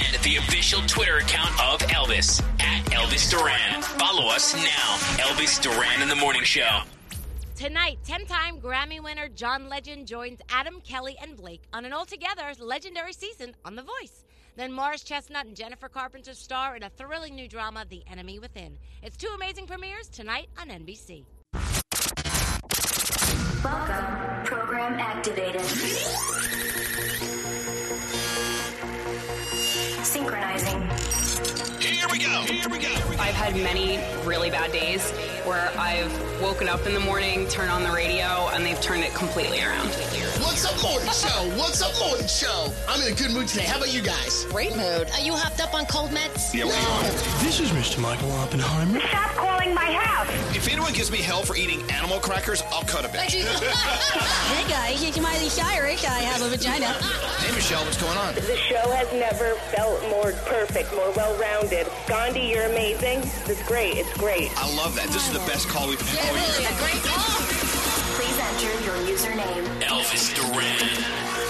And the official Twitter account of Elvis at Elvis Duran. Follow us now. Elvis Duran in the morning show. Tonight, 10 time Grammy winner John Legend joins Adam Kelly and Blake on an altogether legendary season on The Voice. Then Morris Chestnut and Jennifer Carpenter star in a thrilling new drama, The Enemy Within. It's two amazing premieres tonight on NBC. Program activated. Synchronizing. Here we go. Here we go. I've had many really bad days where I've woken up in the morning, turned on the radio, and they've turned it completely around. What's up, morning show? What's up, morning show? I'm in a good mood today. How about you guys? Great mood. Are you hopped up on cold meds? Yeah, This is Mr. Michael Oppenheimer. Stop calling my house. If anyone gives me hell for eating animal crackers, I'll cut a bitch. hey guys, it's Miley Cyrus. I eh, have a vagina. Hey, Michelle, what's going on? The show has never felt more perfect, more well rounded. Gandhi, you're amazing. It's great. It's great. I love that. This is the best call we've had all year. Please enter your username. Elvis Duran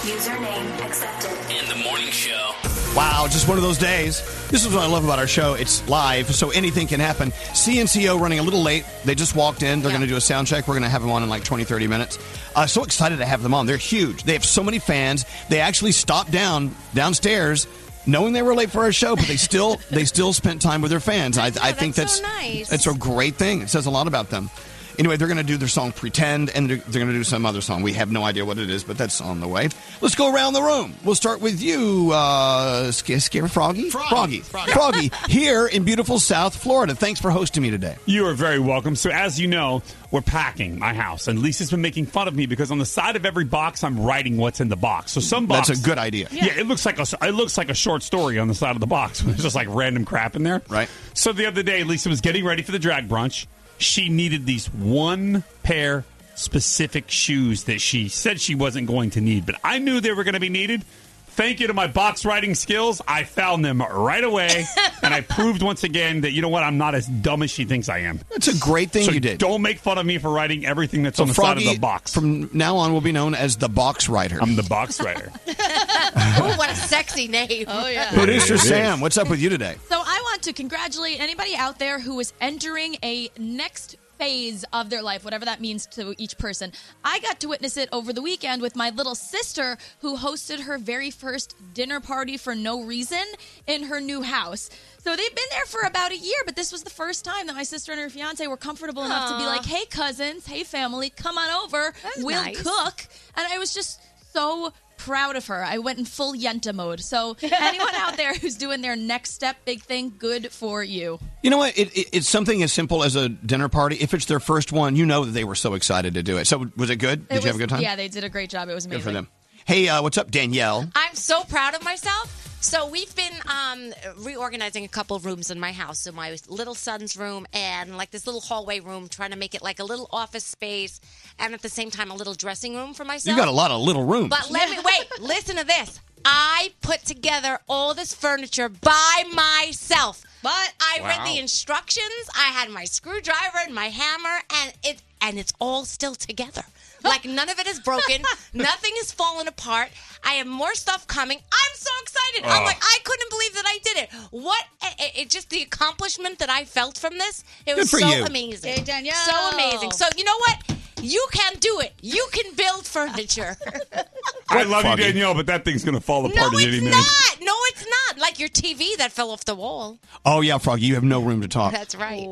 Username accepted. in the morning show. Wow, just one of those days. This is what I love about our show. It's live, so anything can happen. CNCO running a little late. They just walked in. They're going to do a sound check. We're going to have them on in like 20, 30 minutes. Uh, so excited to have them on. They're huge. They have so many fans. They actually stopped down downstairs knowing they were late for our show, but they still they still spent time with their fans. I, I think that's nice. It's a great thing. It says a lot about them. Anyway, they're going to do their song Pretend, and they're, they're going to do some other song. We have no idea what it is, but that's on the way. Let's go around the room. We'll start with you, uh, Sca- Scary Froggy? Froggy. Froggy. here in beautiful South Florida. Thanks for hosting me today. You are very welcome. So, as you know, we're packing my house, and Lisa's been making fun of me because on the side of every box, I'm writing what's in the box. So, some box That's a good idea. Yeah, it looks like a it looks like a short story on the side of the box. There's just like random crap in there. Right. So the other day, Lisa was getting ready for the drag brunch. She needed these one pair specific shoes that she said she wasn't going to need, but I knew they were going to be needed. Thank you to my box writing skills, I found them right away, and I proved once again that you know what, I'm not as dumb as she thinks I am. That's a great thing So you did. Don't make fun of me for writing everything that's on the side of the box. from now on, will be known as the box writer. I'm the box writer. oh, what a sexy name. Oh, yeah. Producer It is. Sam, what's up with you today? So I want to congratulate anybody out there who is entering a next phase of their life, whatever that means to each person. I got to witness it over the weekend with my little sister who hosted her very first dinner party for no reason in her new house. So they've been there for about a year, but this was the first time that my sister and her fiance were comfortable enough to be Aw. like, hey, cousins, hey, family, come on over. That's We'll nice. cook. And I was just so proud of her. I went in full Yenta mode. So anyone out there who's doing their next step big thing, good for you. You know what? It, it, it's something as simple as a dinner party. If it's their first one, you know that they were so excited to do it. So was it good? Did It you have a was- good time? Yeah, they did a great job. It was amazing. good for them. Hey, uh, what's up, Danielle? I'm so proud of myself. So we've been um, reorganizing a couple rooms in my house, so my little son's room and like this little hallway room, trying to make it like a little office space, and at the same time a little dressing room for myself. You got a lot of little rooms. But let me wait. Listen to this. I put together all this furniture by myself. But I Wow. read the instructions. I had my screwdriver and my hammer, and it and it's all still together. Like none of it is broken. nothing is fallen apart. I have more stuff coming. I'm so excited. I'm Oh. like I couldn't believe that I did it. What? It, it just the accomplishment that I felt from this. It Good was for so you. amazing. Yay, Danielle. So amazing. So you know what? You can do it. You can build furniture. I love you, Danielle, but that thing's going to fall apart in any minute. not. No, it's not. Like your TV that fell off the wall. Oh yeah, Froggy, you have no room to talk. That's right.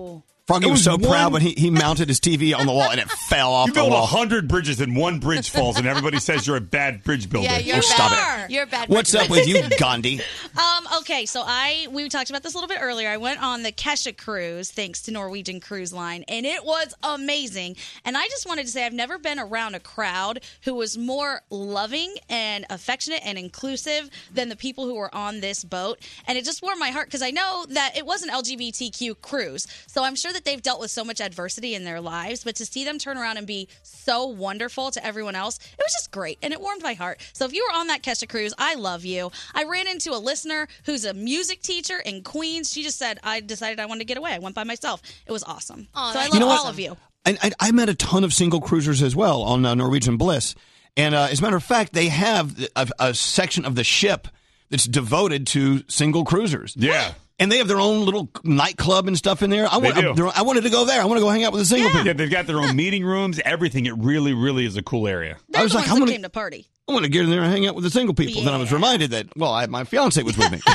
Froggy It was, was so one- proud when he, he mounted his TV on the wall and it fell off You the build a wall. hundred bridges and one bridge falls, and everybody says you're a bad bridge builder. Yeah, you're oh, stop bad. it. You're a bad What's bridge up with you, builder. Gandhi? Um, okay, so I we talked about this a little bit earlier. I went on the Kesha cruise thanks to Norwegian Cruise Line, and it was amazing. And I just wanted to say I've never been around a crowd who was more loving and affectionate and inclusive than the people who were on this boat. And it just warmed my heart because I know that it was an LGBTQ cruise, so I'm sure that they've dealt with so much adversity in their lives. But to see them turn around and be so wonderful to everyone else, it was just great, and it warmed my heart. So if you were on that Kesha cruise, I love you. I ran into a listener who's a music teacher in Queens. She just said, "I decided I wanted to get away. I went by myself. It was awesome. so I that's love all awesome. of you." And I, I met a ton of single cruisers as well on uh, Norwegian Bliss. And uh, as a matter of fact, they have a, a section of the ship that's devoted to single cruisers. Yeah. And they have their own little nightclub and stuff in there. I, They want- uh, do. their- I wanted to go there. I want to go hang out with the single people. Yeah, they've got their own meeting rooms, everything. It really, really is a cool area. I was like, I'm Who going came to party? I want to get in there and hang out with the single people. Then I was reminded that, well, I, my fiance was with me.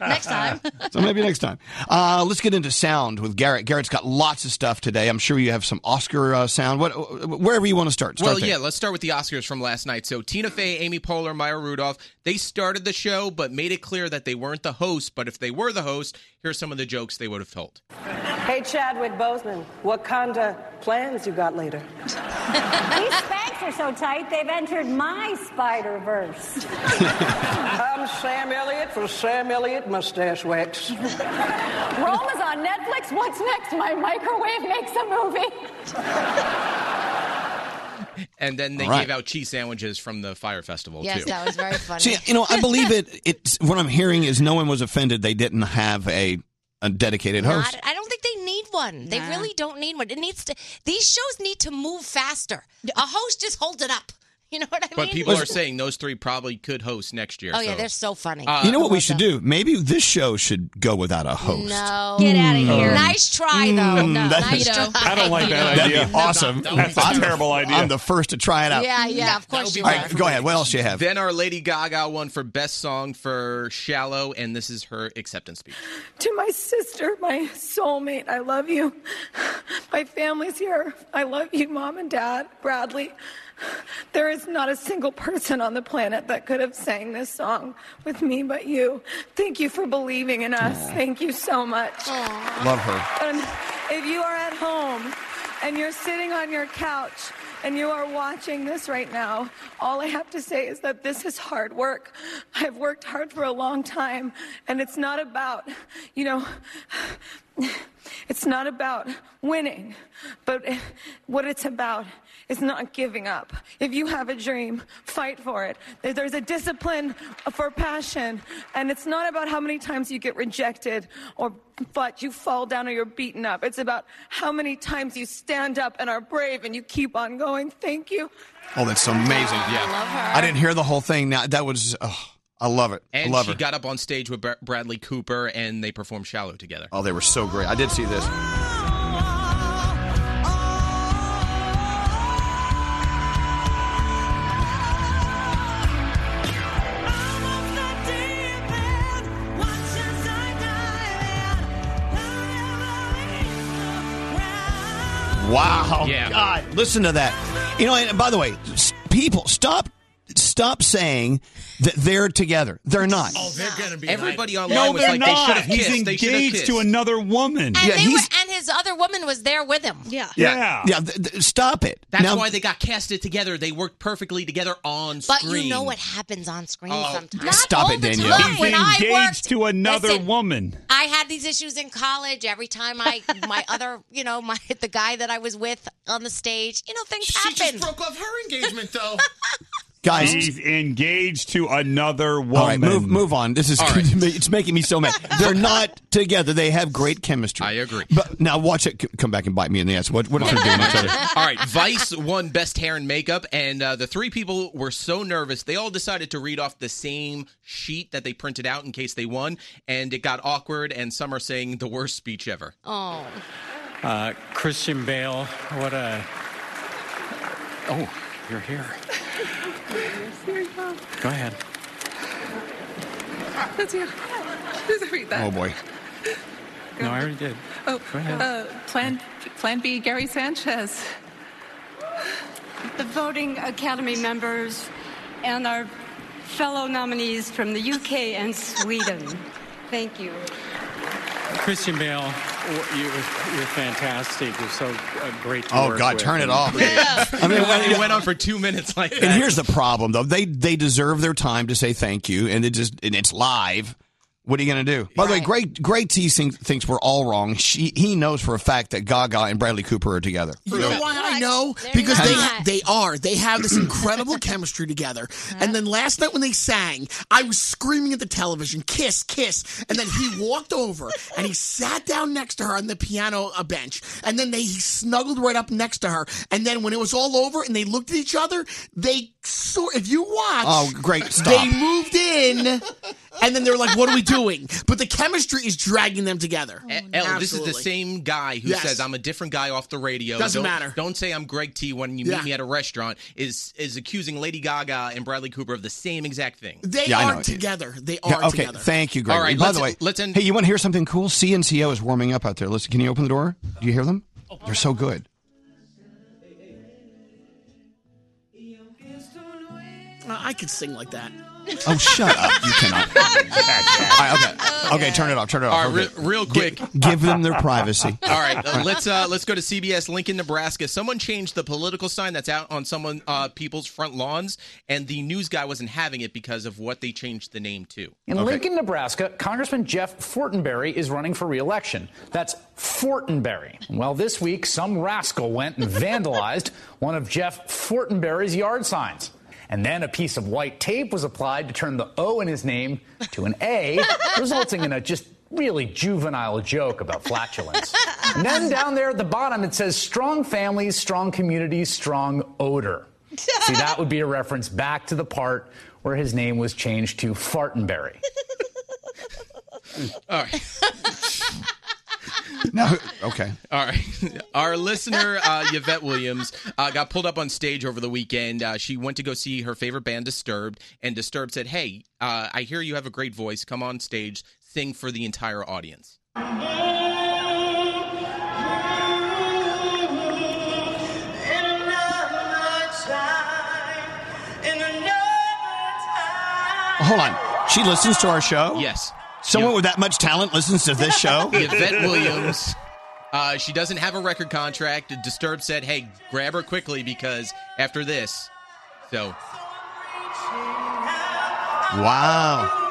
next time. so maybe next time. Uh, let's get into sound with Garrett. Garrett's got lots of stuff today. I'm sure you have some Oscar uh, sound. What, wherever you want to start. start well, there. yeah, let's start with the Oscars from last night. So Tina Fey, Amy Poehler, Maya Rudolph, they started the show but made it clear that they weren't the host, but if they were the host, here's some of the jokes they would have told. Hey, Chadwick Boseman, Wakanda plans you got later? These spanks are so tight, they've entered my Spider Verse. I'm Sam Elliott for Sam Elliott Mustache Wax. Rome is on Netflix. What's next? My microwave makes a movie. And then they All right. gave out cheese sandwiches from the fire festival Yes, too. that was very funny. See, you know, I believe it. It's what I'm hearing is no one was offended. They didn't have a a dedicated host. Not- I don't think they need one. They really don't need one. It needs to. These shows need to move faster. A host just holds it up. You know what I But mean? people are saying those three probably could host next year. Oh, yeah, so- they're so funny. Uh, you know what we should do? Maybe this show should go without a host. No. Get outta here. Nice try, though. Mm, no, that- nice try. That'd be awesome. That's a I'm- terrible idea. I'm the first to try it out. Yeah, yeah, of course All you right, are. go ahead. What else do you have? Then our Lady Gaga won for best song for "Shallow," and this is her acceptance speech. to my sister, my soulmate, I love you. My family's here. I love you, mom and dad, Bradley. There is not a single person on the planet that could have sang this song with me but you. Thank you for believing in us. Thank you so much. Love her. And if you are at home and you're sitting on your couch and you are watching this right now, all I have to say is that this is hard work. I've worked hard for a long time, and it's not about, you know, it's not about winning, but what it's about is not giving up. If you have a dream, fight for it. There- There's a discipline for passion, and it's not about how many times you get rejected or but you fall down or you're beaten up. It's about how many times you stand up and are brave and you keep on going. Thank you. Oh, that's amazing. Yeah. I didn't hear the whole thing. Now that was. Oh. I love it. I And love she her. got up on stage with Br- Bradley Cooper and they performed Shallow together. oh, they were so great. I did see this. Wow. Yeah. God, listen to that. You know, and by the way, s- people, stop stop saying that they're together. They're not. Oh, they're gonna be. Everybody like, online No, was they're like, they not. should have He's kissed. They should have engaged kissed. to another woman. And they were, and his other woman was there with him. Yeah. Yeah. Yeah, th- th- stop it. That's Now- why they got casted together. They worked perfectly together on But screen. you know what happens on screen Oh. sometimes. Not Stop all it, the Danielle. time. Look, when I worked, engaged to another Listen. woman. I had these issues in college. Every time I, my other, you know, my the guy that I was with on the stage, you know, things happen. She just broke off her engagement, though. Guys, he's engaged to another woman. All right, move move on. This is it's making me so mad. They're not together. They have great chemistry. I agree. But now watch it c- come back and bite me in the ass. What what if they're doing each other? all right, Vice won Best Hair and Makeup, and uh, the three people were so nervous they all decided to read off the same sheet that they printed out in case they won, and it got awkward. And some are saying the worst speech ever. Oh. Uh, Christian Bale, what a. Oh, you're here. Go ahead. That's you. Just read that. Oh, boy. No, I already did. Oh, Go ahead. uh, Plan Plan B, Gary Sanchez. the voting Academy members, and our fellow nominees from the UK and Sweden. Thank you. Christian Bale, w- you, you're fantastic. You're so uh, great to Oh, work God, with. turn it off. I mean, when- it went on for two minutes like that. And here's the problem though. They they deserve their time to say thank you and it just and it's live. What are you going to do? By the way, great great T thinks, thinks we're all wrong. She he knows for a fact that Gaga and Bradley Cooper are together. You know why I know? They're Because not. they they are. They have this incredible chemistry together. And then last night when they sang, I was screaming at the television, kiss, kiss. And then he walked over and he sat down next to her on the piano uh, bench. And then they he snuggled right up next to her. And then when it was all over and they looked at each other, they sort if you watch Oh, great, stop. They moved in and then they were like, What are we doing? But the chemistry is dragging them together. El, Eh, oh, this is the Absolutely. same guy who Yes. says I'm a different guy off the radio. Doesn't Don't- matter. Don't say I'm Greg T when you Yeah. meet me at a restaurant. Is is accusing Lady Gaga and Bradley Cooper of the same exact thing. They Yeah, I know. are together. They are Yeah, okay, together. thank you, Greg. All right, By let's- the way, let's end- hey, you want to hear something cool? CNCO is warming up out there. Listen, can you open the door? Do you hear them? Oh, They're so good. Uh, I could sing like that. Oh, shut up! You cannot. All right, okay, okay, turn it off. Turn it off. All right, Okay. re- real quick. Gi- give them their privacy. All right, uh, let's uh, let's go to CBS Lincoln, Nebraska. Someone changed the political sign that's out on someone uh, people's front lawns, and the news guy wasn't having it because of what they changed the name to. In Lincoln, Nebraska, Congressman Jeff Fortenberry is running for re-election. That's Fortenberry. Well, this week, some rascal went and vandalized one of Jeff Fortenberry's yard signs. And then a piece of white tape was applied to turn the O in his name to an A, resulting in a just really juvenile joke about flatulence. And then down there at the bottom, it says strong families, strong communities, strong odor. See, that would be a reference back to the part where his name was changed to Fartenberry. Hmm. All right, No, okay. all right. Our listener uh, Yvette Williams uh, got pulled up on stage over the weekend. Uh, she went to go see her favorite band, Disturbed, and Disturbed said, "Hey, uh, I hear you have a great voice. Come on stage, sing for the entire audience." Hold on. She listens to our show. Yes. Someone with that much talent listens to this show. Yvette Williams. Uh, she doesn't have a record contract. Disturbed said, "Hey, grab her quickly because after this." So Wow.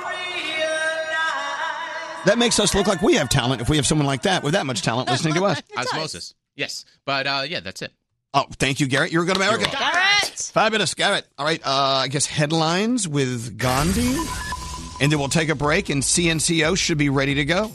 That makes us look like we have talent if we have someone like that with that much talent listening to us. osmosis, yes. But uh, yeah, that's it. Oh, thank you, Garrett. You're a good American. You're Fabulous, Garrett. All right, uh, I guess headlines with Gandhi. And then we'll take a break, and CNCO should be ready to go.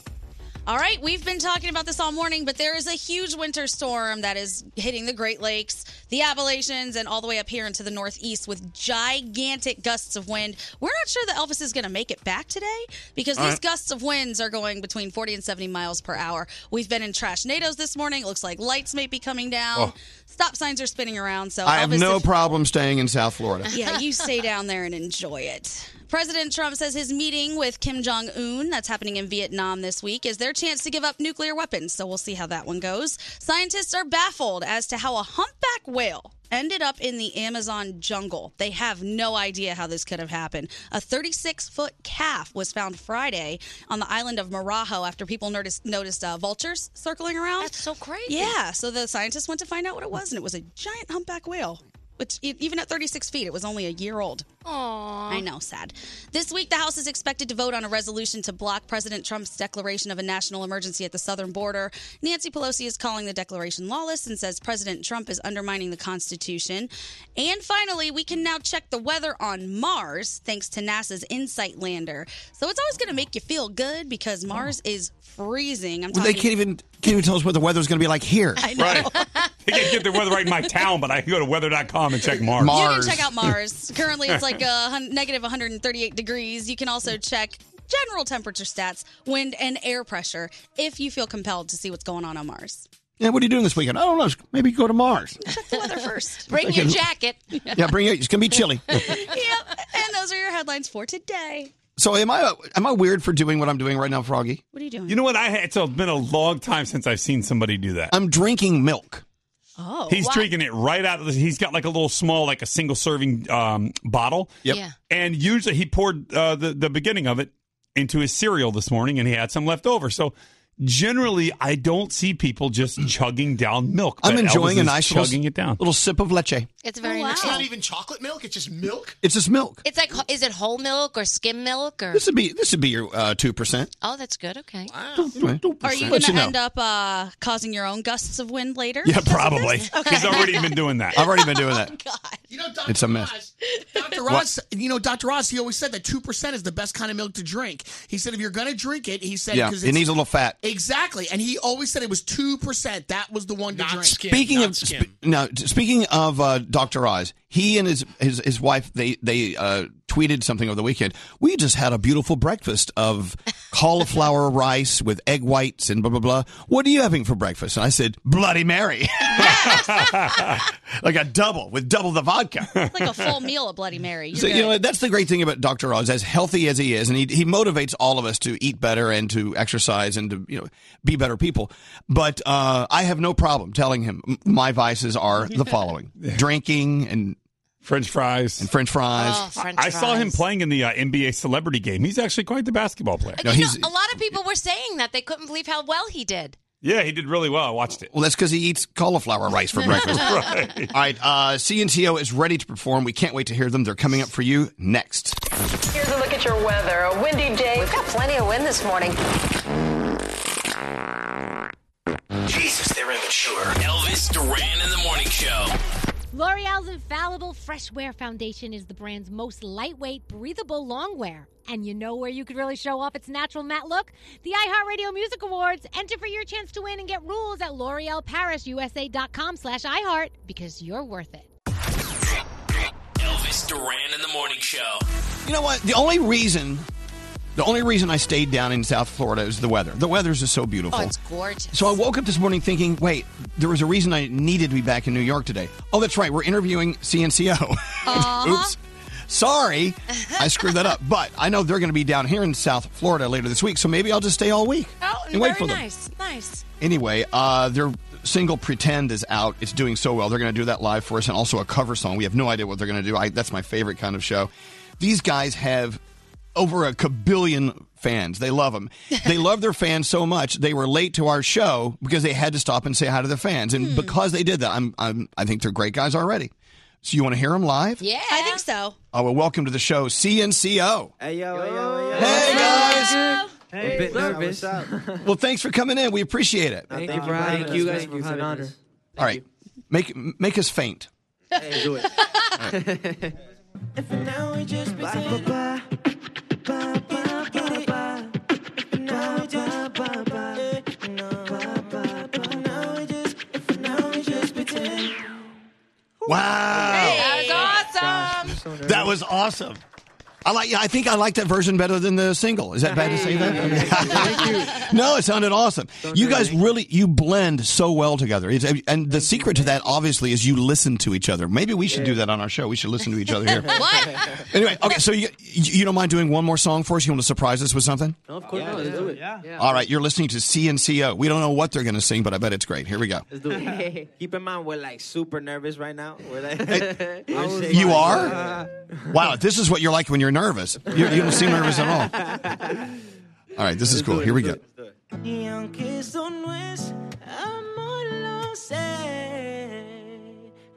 All right, we've been talking about this all morning, but there is a huge winter storm that is hitting the Great Lakes, the Appalachians, and all the way up here into the Northeast with gigantic gusts of wind. We're not sure that Elvis is going to make it back today because All these right. gusts of winds are going between 40 and 70 miles per hour. We've been in trash NATOs this morning. It looks like lights may be coming down. Oh. Stop signs are spinning around. So I have Elvis, no if- problem staying in South Florida. yeah, you stay down there and enjoy it. President Trump says his meeting with Kim Jong Un, that's happening in Vietnam this week, is their chance to give up nuclear weapons. So we'll see how that one goes. Scientists are baffled as to how a humpback whale ended up in the Amazon jungle. They have no idea how this could have happened. A 36 foot calf was found Friday on the island of Marajo after people noticed, noticed uh, vultures circling around. That's so crazy. Yeah, so the scientists went to find out what it was, and it was a giant humpback whale which e- even at 36 feet, it was only a year old. Aww. I know, sad. This week, the House is expected to vote on a resolution to block President Trump's declaration of a national emergency at the southern border. Nancy Pelosi is calling the declaration lawless and says President Trump is undermining the Constitution. And finally, we can now check the weather on Mars thanks to NASA's InSight lander. So it's always going to make you feel good because Mars is freezing. I'm Well, talking they can't even can't even tell us what the weather's going to be like here. I know. They can get the weather right in my town, but I can go to weather.com and check Mars. You can check out Mars. Currently, it's like uh, hun- negative 138 degrees. You can also check general temperature stats, wind, and air pressure if you feel compelled to see what's going on on Mars. Yeah, what are you doing this weekend? I don't know. Maybe go to Mars. The weather first. Bring your Okay. jacket. Yeah, bring it. It's going to be chilly. yep. And those are your headlines for today. So am I? Am I weird for doing what I'm doing right now, Froggy? What are you doing? You know what? I had, it's been a long time since I've seen somebody do that. I'm drinking milk. Oh, He's drinking it right out of the. He's got like a little small, like a single serving um, bottle. Yep. Yeah. And usually he poured uh, the the beginning of it into his cereal this morning, and he had some left over. So generally, I don't see people just chugging down milk. I'm but enjoying Elvis a is nice little, chugging it down. little sip of leche. It's very It's not nice. even chocolate milk. It's just milk. It's just milk. It's like, is it whole milk or skim milk or? This would be this would be your uh, two percent. Oh, that's good. Okay. Are you going Let to you know. end up uh, causing your own gusts of wind later? Yeah, probably. Okay. He's already been doing that. I've already been doing that. it's a mess. Dr. Ross, you know, Dr. Ross, he always said that 2% is the best kind of milk to drink. He said if you're going to drink it, he said Yeah, because it it's- needs a little fat. Exactly. And he always said it was 2%. That was the one to drink. Speaking of sp- no, t- speaking of uh, Doctor Oz, he and his his, his wife they they uh, tweeted something over the weekend. We just had a beautiful breakfast of cauliflower rice with egg whites and blah blah blah. What are you having for breakfast? And I said Bloody Mary, like a double with double the vodka. Like a full meal of Bloody Mary. You're So, you good. know, that's the great thing about Dr. Oz, as healthy as he is, and he, he motivates all of us to eat better and to exercise and to, you know, be better people. But uh, I have no problem telling him m- my vices are the following drinking and French fries. And French fries. Oh, French I saw him fries. playing in the uh, NBA celebrity game. He's actually quite the basketball player. Uh, No, he's, A lot of people were saying that they couldn't believe how well he did. yeah, he did really well. I watched it. well, that's because he eats cauliflower rice for breakfast. All right. Uh, CNTO is ready to perform. We can't wait to hear them. They're coming up for you next. Here's a look at your weather. A windy day. We've got plenty of wind this morning. Jesus, they're immature. Elvis Duran in the morning show. L'Oreal's Infallible Fresh Wear Foundation is the brand's most lightweight, breathable long wear. And you know where you could really show off its natural matte look? The iHeartRadio Music Awards. Enter for your chance to win and get rules at l'orealparisusa.com slash iHeart because you're worth it. Elvis Duran in the morning show. You know what? The only reason, the only reason I stayed down in South Florida is the weather. The weather's just so beautiful. Oh, it's gorgeous. So I woke up this morning thinking, wait, there was a reason I needed to be back in New York today. Oh, that's right. We're interviewing CNCO. Uh-huh. Oops. Sorry, I screwed that up. But I know they're going to be down here in South Florida later this week, so maybe I'll just stay all week Oh, and wait very for them. nice. Nice. Anyway, uh, their single "Pretend" is out. It's doing so well. They're going to do that live for us, and also a cover song. We have no idea what they're going to do. I, that's my favorite kind of show. These guys have over a kabillion fans. They love them. They love their fans so much. They were late to our show because they had to stop and say hi to their fans, and because they did that, I'm, I'm I think they're great guys already. So you want to hear them live? yeah. I think so. Oh, well, welcome to the show, CNCO. Hey, yo, hey, Hey, guys. Hey, bit nervous. Well, thanks for coming in. We appreciate it. Thank you for having us. man. It's an honor. All right, make make us faint. Hey, do it. And for now we just be saying bye, bye, bye, bye, bye, bye. For now we just bye, bye, bye. was awesome. I like. I think I like that version better than the single. Is that bad to say that? no, it sounded awesome. You guys really you blend so well together. It's, and the secret to that, obviously, is you listen to each other. Maybe we should do that on our show. We should listen to each other here. What? anyway, okay. So you you don't mind doing one more song for us? You want to surprise us with something? No, of course not. Let's do it. Yeah. All right. You're listening to CNCO. We don't know what they're going to sing, but I bet it's great. Here we go. Let's do it. Keep in mind, we're like super nervous right now. We're like, We're shaking. You are? Wow, this is what you're like when you're nervous. You, you don't seem nervous at all. All right, this is cool. Here we go. Y aunque eso no es amor, lo sé,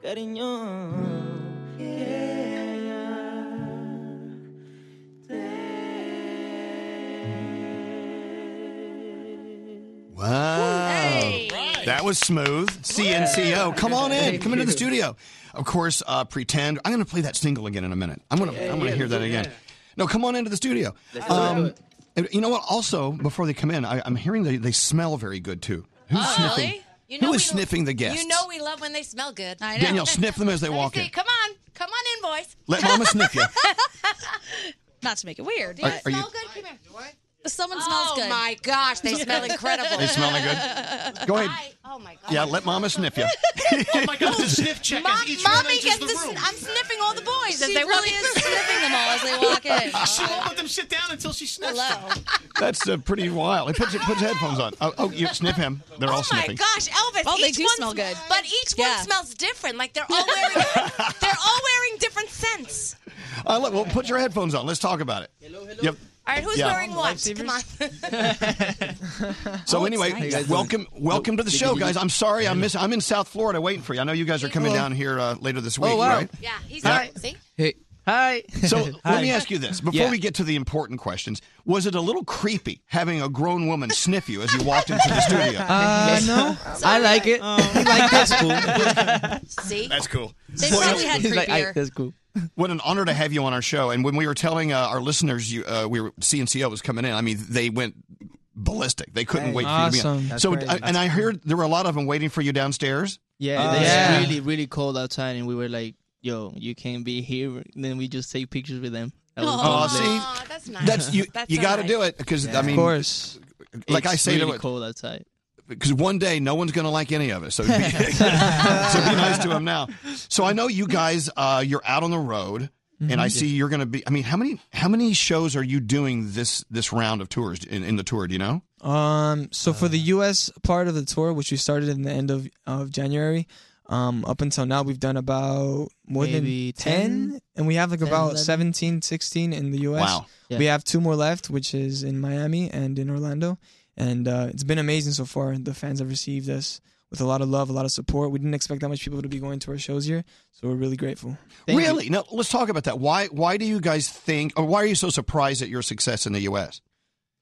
cariño. que Wow. That was smooth. CNCO. Come on in. Thank Come into the you. studio. Of course, uh, pretend. I'm going to play that single again in a minute. I'm going to Yeah, I'm going to yeah, hear that yeah. again. No, come on into the studio. Let's do it. Um, you know what? Also, before they come in, I, I'm hearing they, they smell very good too. Who's Oh, sniffing? You Who know is we- sniffing the guests? You know we love when they smell good. I Danielle, sniff them as they walk in. Come on, come on in, boys. Let mama sniff you. Not to make it weird. Are- are you- good? Come here. Someone smells Oh good. my gosh, they smell incredible. They smelling good? Go ahead. oh my Yeah, let mama sniff you. oh my God! The sniff check as each one Mommy enters gets the the. room. sn- I'm sniffing all the boys as She they really walk in. sniffing them all as they walk in. She won't let them sit down until she sniffs. That's uh, pretty wild. He puts, puts headphones on. Oh, oh, you sniff him. They're all Oh my sniffing. gosh, Elvis! Well, they each do one smell sm- good. but each one smells different. Like they're all wearing, they're all wearing different scents. Uh, look, well, put your headphones on. Let's talk about it. Hello, hello. Yep. All right, who's Yeah. wearing what? Come on. So Oh, anyway, it's nice. Hey, guys, welcome, welcome to the did show, you- guys. I'm sorry, I'm miss, I'm in South Florida waiting for you. I know you guys are coming Oh. down here uh, later this Oh, week, wow. right? Yeah, he's Yeah. all right. See, Hey. Hi. So let me Hi. ask you this before Yeah. we get to the important questions: Was it a little creepy having a grown woman sniff you as you walked into the studio? Uh, no. I like it. like that's cool. See? That's cool. They probably had He's like, I- creepier. that's cool. What an honor to have you on our show. And when we were telling uh, our listeners, you, uh, we were CNCO was coming in. I mean, they went ballistic. They couldn't Right. wait for you to Awesome. be on. That's So, great. I- and I heard there were a lot of them waiting for you downstairs. Ah, Yeah, Uh, it's yeah. really, really cold outside, and we were like, "Yo, you can't be here." Then we just take pictures with them. That was Aw, totally- see, That's you. you got to do it because Yeah. I mean, of course, like I It's say to really it, cold outside. because one day no one's going to like any of us. So be, so be nice to him now. So I know you guys, uh, you're out on the road, and I Mhm. see you're going to be. I mean, how many how many shows are you doing this this round of tours in, in the tour? Do you know? Um, so for Uh. the U.S. part of the tour, which we started in the end of of January, um, up until now we've done about more Maybe than 10, 10? and we have like 10, about 11? 17, 16 in the U.S. Wow. Yeah. We have two more left, which is in Miami and in Orlando, and uh, it's been amazing so far. The fans have received us with a lot of love, a lot of support. We didn't expect that much people to be going to our shows here, so we're really grateful. really? Now let's talk about that. Why why do you guys think, or why are you so surprised at your success in the U.S.?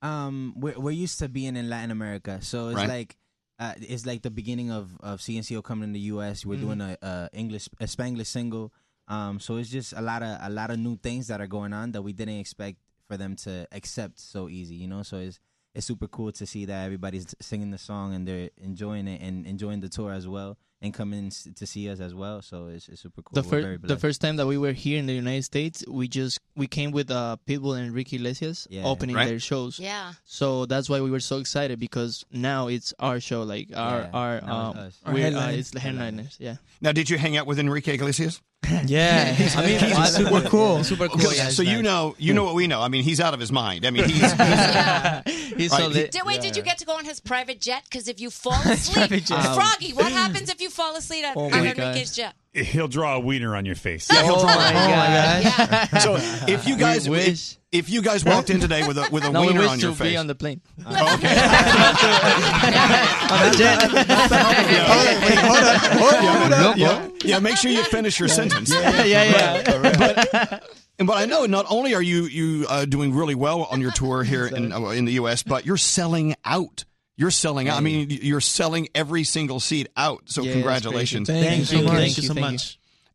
Um, we're we're used to being in Latin America, so it's Right. like. Uh, it's like the beginning of, of CNCO coming in the U.S. We're Mhm. doing a, a English a Spanglish single, um, so it's just a lot of a lot of new things that are going on that we didn't expect for them to accept so easy, you know. So it's it's super cool to see that everybody's singing the song and they're enjoying it and enjoying the tour as well and coming s- to see us as well. So it's, it's super cool. The We're very first, the blessed. first time that we were here in the United States, we just we came with uh, Pitbull and Ricky Iglesias Yeah. opening Right. their shows. Yeah. So that's why we were so excited because now it's our show, like our Yeah, our now um, it's us. Our we're, uh, headliners. it's the headliners. Yeah. Now, did you hang out with Enrique Iglesias? Oh, Yeah, I mean, He's I- super yeah, cool. Super cool. Hmm. Okay, yeah, so it's you nice. know, you know what we know. I mean, he's out of his mind. I mean, he's he's, He's so lit. Did, wait, did you get to go on his private jet? Because if you fall asleep, Private jet. Um, Froggy, what happens if you fall asleep on Oh on my Enrique's jet? He'll draw a wiener on your face. Yeah, he'll draw it. my God. So if you guys if, if you guys walked in today with a with a No, we wiener wish on your to be face Oh, on the plane. yeah, yeah, yeah, make sure you finish your sentence. Yeah, yeah, yeah. And but I know not only are you you uh, doing really well on your tour here in uh, in the U.S., but you're selling out. You're selling out. I mean, you're selling every single seat out. So Yeah, that's crazy. congratulations! Thank you so Thank you, much. thank you, thank you.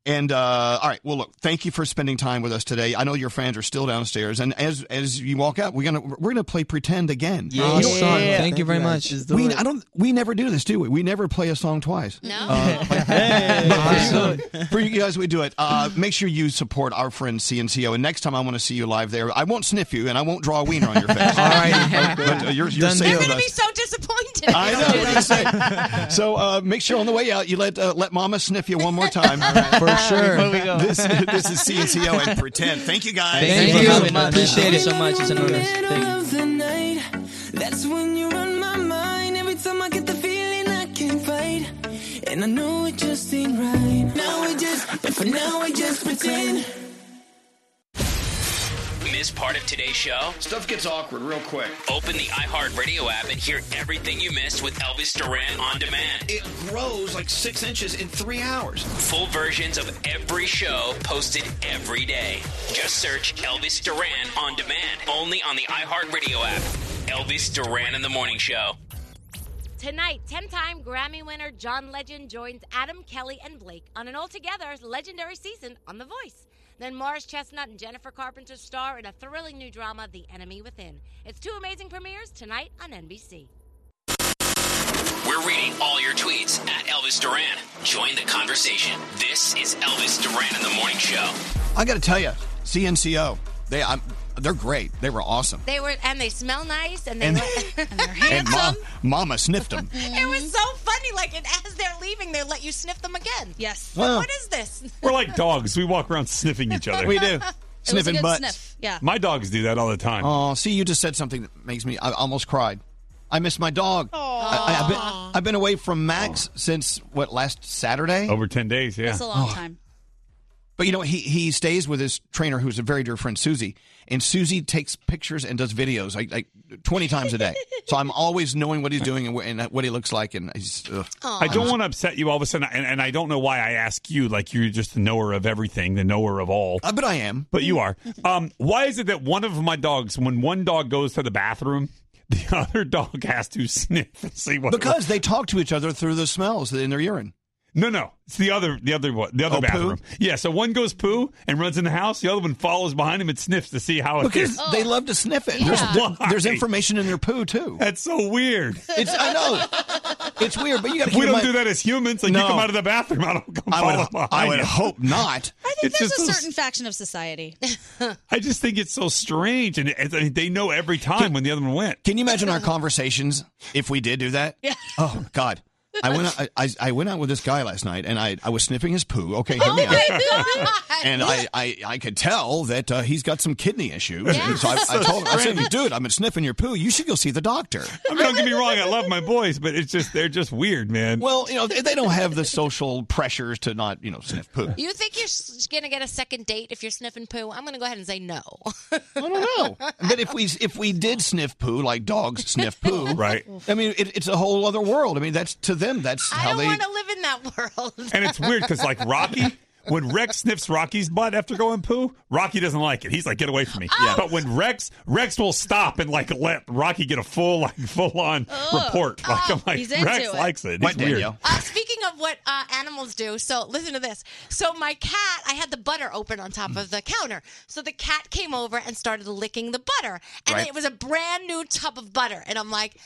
And uh, all right, well, look, thank you for spending time with us today. I know your fans are still downstairs, and as as you walk out, we're gonna we're gonna play pretend again. Yeah. Awesome. Thank you very much. Just do We it. I don't we never do this, do we? We never play a song twice. No. for you guys, we do it. Uh, make sure you support our friend CNCO, and next time I want to see you live there. I won't sniff you, and I won't draw a wiener on your face. all right, but uh, you're, you're They're safe with gonna us. be so disappointed. I know. What do you say? So uh, make sure on the way out you let uh, let Mama sniff you one more time For sure. Before we go. This this is CNCO and pretend. Thank you guys. Thank, you. Appreciate it so much. It's an honor. Thank you. of the night. That's when you run my mind. Every time I get the feeling I can't fight. And I know it just ain't right. Now we just, but for now we just pretend. Miss part of today's show? Stuff gets awkward real quick. Open the iHeartRadio app and hear everything you missed with Elvis Duran on demand. It grows like six inches in three hours. Full versions of every show posted every day. Just search Elvis Duran on demand only on the iHeartRadio app. Elvis Duran in the Morning Show. Tonight, 10 time Grammy winner John Legend joins Adam Kelly and Blake on an altogether legendary season on The Voice. Then Morris Chestnut and Jennifer Carpenter star in a thrilling new drama, The Enemy Within. It's two amazing premieres tonight on NBC. We're reading all your tweets at Elvis Duran. Join the conversation. This is Elvis Duran in the Morning Show. I got to tell you, CNCO, they I'm, they're great. They were awesome. They were, and they smell nice, and they And- look- and they're And Ma- Mama sniffed them. It was so funny. Like, and as they're leaving, they let you sniff them again. Yes. Wow. What is this? We're like dogs. We walk around sniffing each other. We do. It was a Sniffing good butts. sniff, yeah. My dogs do that all the time. Oh, see, you just said something that makes me. I almost cried. I miss my dog. I, have been, I've been away from Max since what last Saturday? Over ten days. Yeah, That's a long Oh, time. But you know, he he stays with his trainer, who's a very dear friend, Susie, and Susie takes pictures and does videos like like twenty times a day. so I'm always knowing what he's doing and, wh- and what he looks like, and he's. Ugh. I don't want to upset you all of a sudden, and, and I don't know why I ask you like you're just the knower of everything, the knower of all. Uh, but I am. But you are. Um, why is it that one of my dogs, when one dog goes to the bathroom, the other dog has to sniff and see what? it was? because they talk to each other through the smells in their urine. no, no, it's the other, the other one, the other Oh, poo? bathroom. Yeah, so one goes poo and runs in the house, the other one follows behind him and sniffs to see how it Because is. they love to sniff it. There's, Oh, Why? there's information in their poo too. That's so weird. It's I know. It's weird, but you got to. We don't do that as humans. Like No. you come out of the bathroom, I don't come I follow would- behind I would you. hope not. I think It's there's just a so certain faction of society. I just think it's so strange, and and- and they know every time when the other one went. Can you imagine our conversations if we did do that? Yeah. Oh God. I went uh, out, I, I- I went out with this guy last night and I, I was sniffing his poo. Okay, hear me Oh, out. my God. And I, I, I could tell that uh, he's got some kidney issues. Yeah. And so I, I told him, I said, Strange. dude, I've been sniffing your poo. You should go see the doctor. I mean, don't get me wrong, I love my boys, but it's just they're just weird, man. Well, you know, they they don't have the social pressures to not, you know, sniff poo. You think you're s- gonna get a second date if you're sniffing poo? I'm gonna go ahead and say no. But if we if we did sniff poo like dogs sniff poo, right? I mean, it, it's a whole other world. I mean, that's to them. That's I how don't they. want to live in that world. And it's weird because like Rocky, when Rex sniffs Rocky's butt after going poo, Rocky doesn't like it. He's like, "Get away from me!" Yeah. But when Rex Rex will stop and like let Rocky get a full like full on Oh. report. Like I'm like He's into Rex it. likes it. What, It's weird. Danielle? Uh, speaking of what uh, animals do, so listen to this. So my cat, I had the butter open on top of the counter. So the cat came over and started licking the butter, and Right. it was a brand new tub of butter. And I'm like,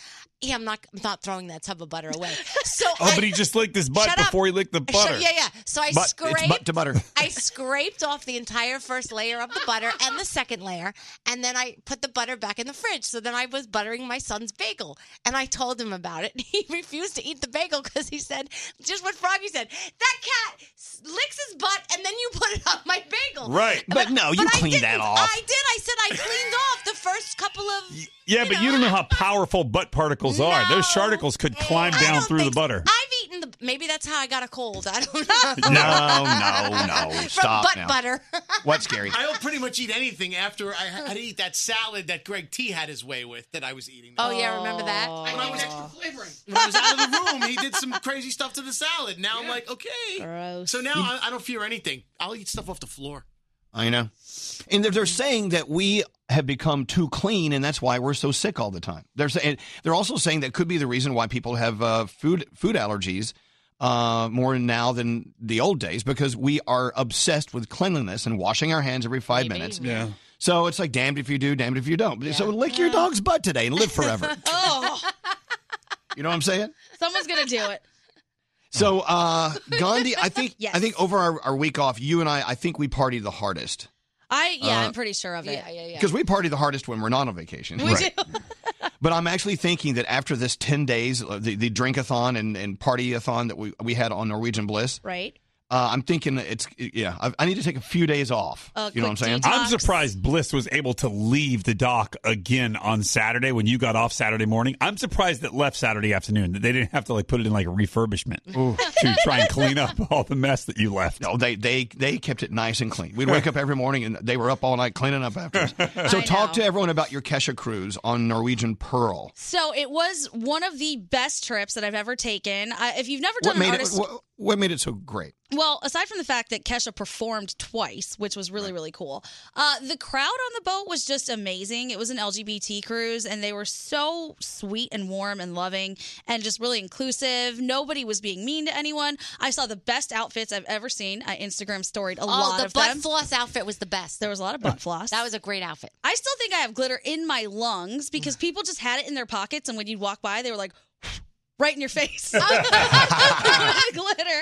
yeah, I'm not, I'm not throwing that tub of butter away. So Oh, I, but he just licked his butt Shut up. before he licked the I butter. shut- yeah, yeah. So I Butt- it's scraped butt to butter. I scraped off the entire first layer of the butter and the second layer, and then I put the butter back in the fridge. So then I was buttering my son's bagel, and I told him about it. He refused to eat the bagel because he said, just what Froggy said, that cat s- licks his butt, and then you put it on my bagel. Right. But no, you I cleaned that didn't. off. I did. I said I cleaned off the first couple of. Yeah, but you don't know how powerful butt particles are. Those particles could climb down through the butter. I've eaten the. Maybe that's how I got a cold. I don't know. No, no, From stop butt now. butter. What's scary? I don't pretty much eat anything after I had to eat that salad that Greg T had his way with that I was eating. Oh, yeah, remember that? Oh, I gave it extra flavoring. When I was out of the room, he did some crazy stuff to the salad. Now I'm like, okay. So now I, I don't fear anything. I'll eat stuff off the floor. I know. And they're, they're saying that we have become too clean, and that's why we're so sick all the time. They're saying they're also saying that could be the reason why people have uh, food food allergies uh, more now than the old days because we are obsessed with cleanliness and washing our hands every five minutes. Yeah. So it's like damned if you do, damned if you don't. So lick your dog's butt today and live forever. Oh, you know what I'm saying? someone's gonna do it. So uh, Gandhi, I think Oh. Yes. I think over our, our week off, you and I, I think we partied the hardest. I yeah, Uh, I'm pretty sure of it. Yeah, yeah, yeah. Because we party the hardest when we're not on vacation. We do. But I'm actually thinking that after this 10 days, uh, the, the drink-a-thon and, and party-a-thon that we, we had on Norwegian Bliss, Right. uh, I'm thinking it's, yeah, I, I need to take a few days off. you know what I'm saying? I'm surprised Bliss was able to leave the dock again on Saturday when you got off Saturday morning. I'm surprised it left Saturday afternoon that they didn't have to like put it in like a refurbishment to try and clean up all the mess that you left. No, they they they kept it nice and clean. We'd wake up every morning and they were up all night cleaning up after us. So talk to everyone about your Kesha cruise on Norwegian Pearl. So it was one of the best trips that I've ever taken. I, if you've never done What an made, it, artist, what, what made it so great? well, aside from the fact that Kesha performed twice, which was really really cool, uh, the crowd on the boat was just amazing. It was an LGBT cruise, and they were so sweet and warm and loving, and just really inclusive. Nobody was being mean to anyone. I saw the best outfits I've ever seen. I Instagram storied a oh, lot the of butt them. floss outfit was the best. There was a lot of butt floss. That was a great outfit. I still think I have glitter in my lungs because people just had it in their pockets, and when you'd walk by, they were like, right in your face. Oh, glitter.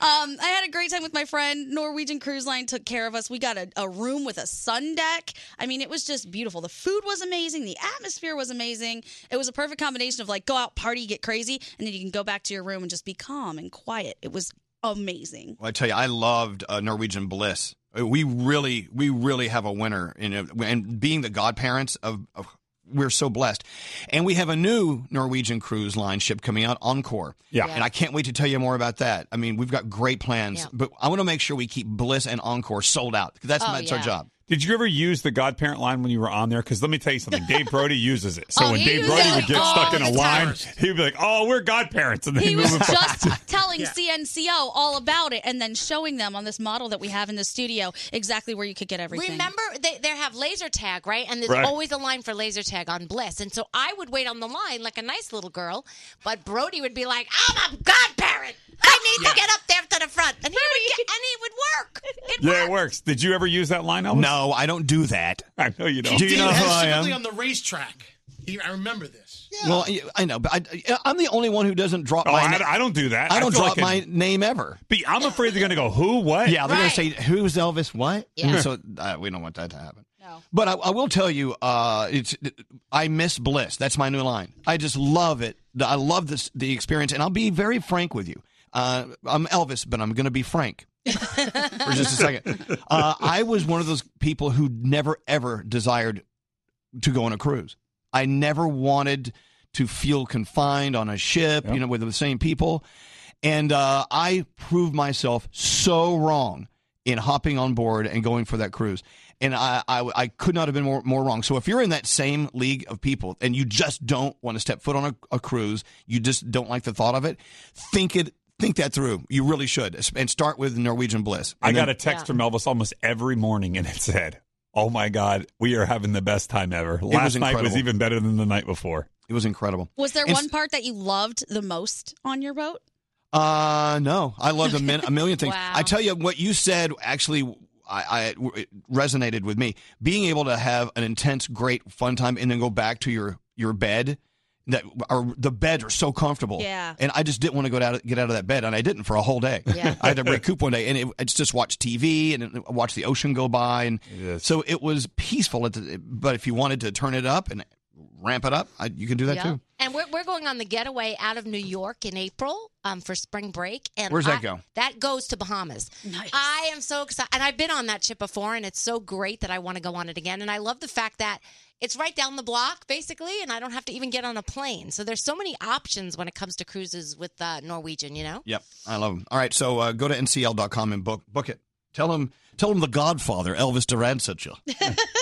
Um, I had a great time with my friend. Norwegian Cruise Line took care of us. We got a, a room with a sun deck. I mean, it was just beautiful. The food was amazing. The atmosphere was amazing. It was a perfect combination of like go out, party, get crazy, and then you can go back to your room and just be calm and quiet. It was amazing. Well, I tell you, I loved uh, Norwegian Bliss. Uh, We really, we really have a winner, in it. and being the godparents of, of, we're so blessed. And we have a new Norwegian cruise line ship coming out, Encore. Yeah. Yeah. and I can't wait to tell you more about that. I mean, we've got great plans, but I want to make sure we keep Bliss and Encore sold out. 'cause Oh, That's that's our job. Did you ever use the godparent line when you were on there? Because let me tell you something, Dave Brody uses it. So Oh, when he Dave uses Brody it would get all stuck in the a time. line, he'd be like, "Oh, we're godparents," and then He move was him forward. just telling CNCO all about it and then showing them on this model that we have in the studio exactly where you could get everything. Remember, they, they have laser tag, right? And there's Right. always a line for laser tag on Bliss. And so I would wait on the line like a nice little girl, but Brody would be like, I'm a godparent. I need to get up there to the front. And he would, get, and he would work. It Yeah, it works. Did you ever use that line? Elvis? No, I don't do that. I know you don't. Do you know who I am? Specifically on the racetrack. You- I remember this. Well, I- I know, but I, I'm the only one who doesn't drop Oh, my. I, na- I don't do that. I don't feel drop like my name ever. But I'm afraid they're going to go, who, what? Yeah, they're Right. going to say, who's Elvis, what? Yeah. So uh, we don't want that to happen. No. But I, I will tell you, uh, it's I miss Bliss. That's my new line. I just love it. The- I love this the experience, and I'll be very frank with you. Uh, I'm Elvis, but I'm going to be frank for just a second. Uh, I was one of those people who never ever desired to go on a cruise. I never wanted to feel confined on a ship, you know, with the same people. And uh, I proved myself so wrong in hopping on board and going for that cruise. And I, I, I could not have been more, more wrong. So if you're in that same league of people and you just don't want to step foot on a, a cruise, you just don't like the thought of it, think it. Think that through. You really should, and start with Norwegian Bliss. I And got a then- text from Elvis almost every morning, and it said, "Oh my God, we are having the best time ever. was Last night was incredible. even better than the night before. It was incredible. Was there It's- one part that you loved the most on your boat? Uh, no, I loved a, min- a million things. Wow. I tell you what you said actually. I, I it resonated with me. Being able to have an intense, great, fun time, and then go back to your your bed. That or the beds are so comfortable. Yeah. And I just didn't want to go out get out of that bed, and I didn't for a whole day. Yeah. I had to recoup one day, and it, I just watched TV and watch the ocean go by, and so it was peaceful. At the, but if you wanted to turn it up and ramp it up, I, you can do that Yeah. too. And we're, we're going on the getaway out of New York in April um, for spring break. And Where's that I- go? That goes to Bahamas. Nice. I am so excited. And I've been on that ship before, and it's so great that I want to go on it again. And I love the fact that it's right down the block, basically, and I don't have to even get on a plane. So there's so many options when it comes to cruises with uh, Norwegian, you know? Yep, I love them. All right, so uh, go to ncl.com and book book it. Tell them tell them the Godfather Elvis Duran sent you.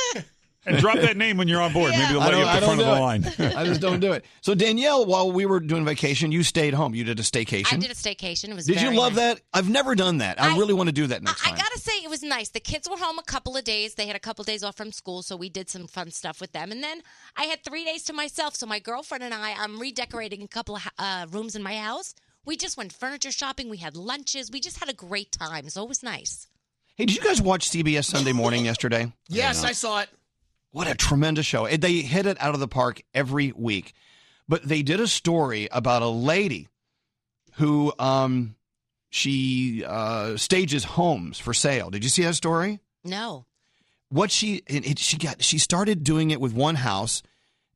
And drop that name when you're on board. Maybe they'll I let you don't- up the I front don't of the do line. it. I just don't do it. So Danielle, while we were doing vacation, you stayed home. You did a staycation. I did a staycation. It was Did very you love nice. that? I've never done that. I, really want to do that next time. I gotta say, it was nice. The kids were home a couple of days. They had a couple of days off from school, so we did some fun stuff with them. And then I had three days to myself. So my girlfriend and I, I'm redecorating a couple of ho- uh, rooms in my house. We just went furniture shopping. We had lunches. We just had a great time. So it was nice. Hey, did you guys watch CBS Sunday Morning yesterday? Yes, I saw it. What a tremendous show. It- They hit it out of the park every week. But they did a story about a lady who um she uh stages homes for sale. Did you see that story? No. What she it, it- she got she started doing it with one house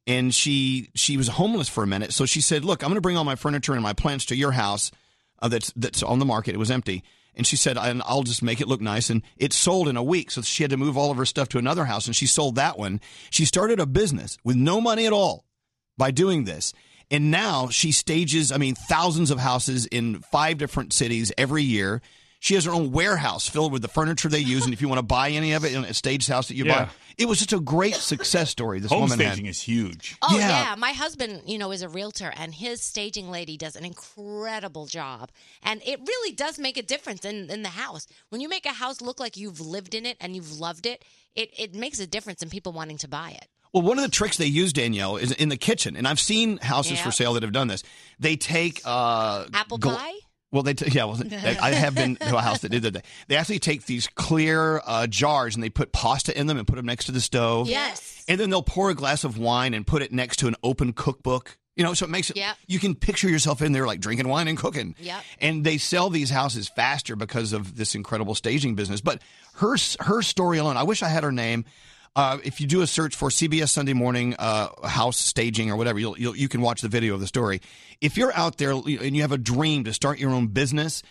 and she she was homeless for a minute. So she said, "Look, I'm going to bring all my furniture and my plants to your house uh, that's that's on the market. It was empty." And she said, and I'll just make it look nice. And it sold in a week. So she had to move all of her stuff to another house and she sold that one. She started a business with no money at all by doing this. And now she stages, I mean, thousands of houses in five different cities every year. She has her own warehouse filled with the furniture they use. And if you want to buy any of it in a staged house that you Yeah. buy, it was just a great success story. This Home woman staging is huge. Oh yeah. my husband, you know, is a realtor, and his staging lady does an incredible job, and it really does make a difference in in the house. When you make a house look like you've lived in it and you've loved it, it it makes a difference in people wanting to buy it. Well, one of the tricks they use, Danielle, is in the kitchen, and I've seen houses Yeah. for sale that have done this. They take uh, Apple gla- pie? Well, they t- yeah, well, I have been to a house that did that. They actually take these clear uh, jars and they put pasta in them and put them next to the stove. Yes. and then they'll pour a glass of wine and put it next to an open cookbook. You know, so it makes it. Yep. You can picture yourself in there like drinking wine and cooking. Yep. And they sell these houses faster because of this incredible staging business. But her her story alone, I wish I had her name. Uh, if you do a search for CBS Sunday Morning uh, House Staging or whatever, you'll, you'll you can watch the video of the story. If you're out there and you have a dream to start your own business,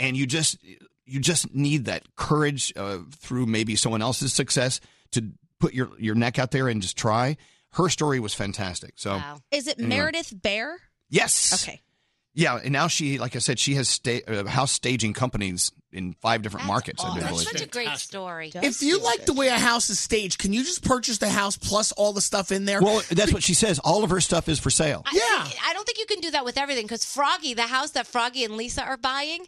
and you just you just need that courage uh, through maybe someone else's success to put your your neck out there and just try. Her story was fantastic. So Is it anyway. Meredith Bear? Yes. Okay. Yeah, and now she, like I said, she has sta- uh, house staging companies in five different markets. I do That's believe. such a great story. If you like the way a house is staged, can you just purchase the house plus all the stuff in there? well, that's what she says. All of her stuff is for sale. Yeah. I don't think you can do that with everything because Froggy, the house that Froggy and Lisa are buying,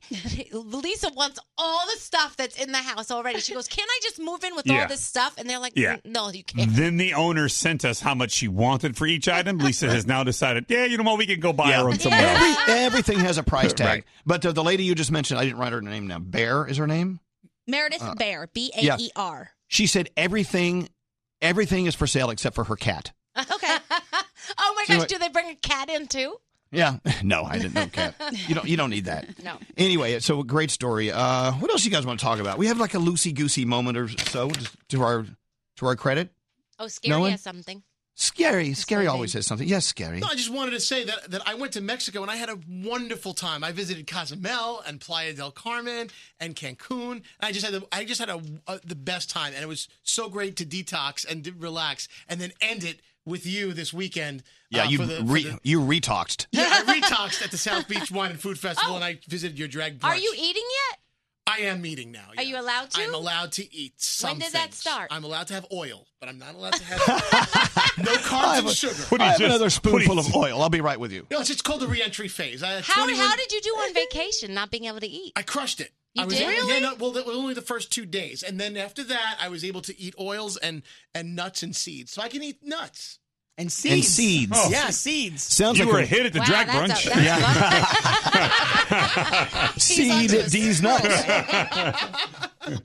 Lisa wants all the stuff that's in the house already. She goes, Can I just move in with Yeah. all this stuff? And they're like, Yeah. No, you can't. Then the owner sent us how much she wanted for each item. Lisa has now decided, yeah, you know what, we can go buy our own somewhere. else. Every, everything has a price tag. Right. But uh, the lady you just mentioned, I didn't write her name now. Bear is her name. Meredith Uh, Bear, B yeah. A E R. She said everything, everything is for sale except for her cat. Okay. oh my So gosh, it- do they bring a cat in too? Yeah, no, I didn't know cat. You don't, you don't need that. No. Anyway, so a great story. Uh, what else you guys want to talk about? We have like a loosey goosey moment or so, just to our to our credit. Oh, No scary one- as something. Scary, scary always says something. Yes, scary. No, I just wanted to say that, that I went to Mexico and I had a wonderful time. I visited Cozumel and Playa del Carmen and Cancun. And I just had the, I just had a, uh the best time, and it was so great to detox and to relax, and then end it with you this weekend. Yeah, uh, you for the- for re, the- you retoxed. yeah, I retoxed at the South Beach Wine and Food Festival, and I visited your drag. Brunch. Oh. Are you eating yet? I am eating now. Are you allowed to? Oh, I'm allowed to eat some When did that things. start? I'm allowed to have oil, but I'm not allowed to have no carbs and sugar. I have another spoonful of oil. I'll be right with you. No, it's, it's called the reentry phase. I had How, 21 how did you do on vacation not being able to eat? I crushed it. You I was did? able- Really? Yeah, no, well, that was only the first two days, and then after that, I was able to eat oils and and nuts and seeds. So I can eat nuts and seeds. And seeds. Oh. Yeah, seeds. Sounds You like were a hit at the Wow, drag that's a- brunch. yeah. Seed these nuts.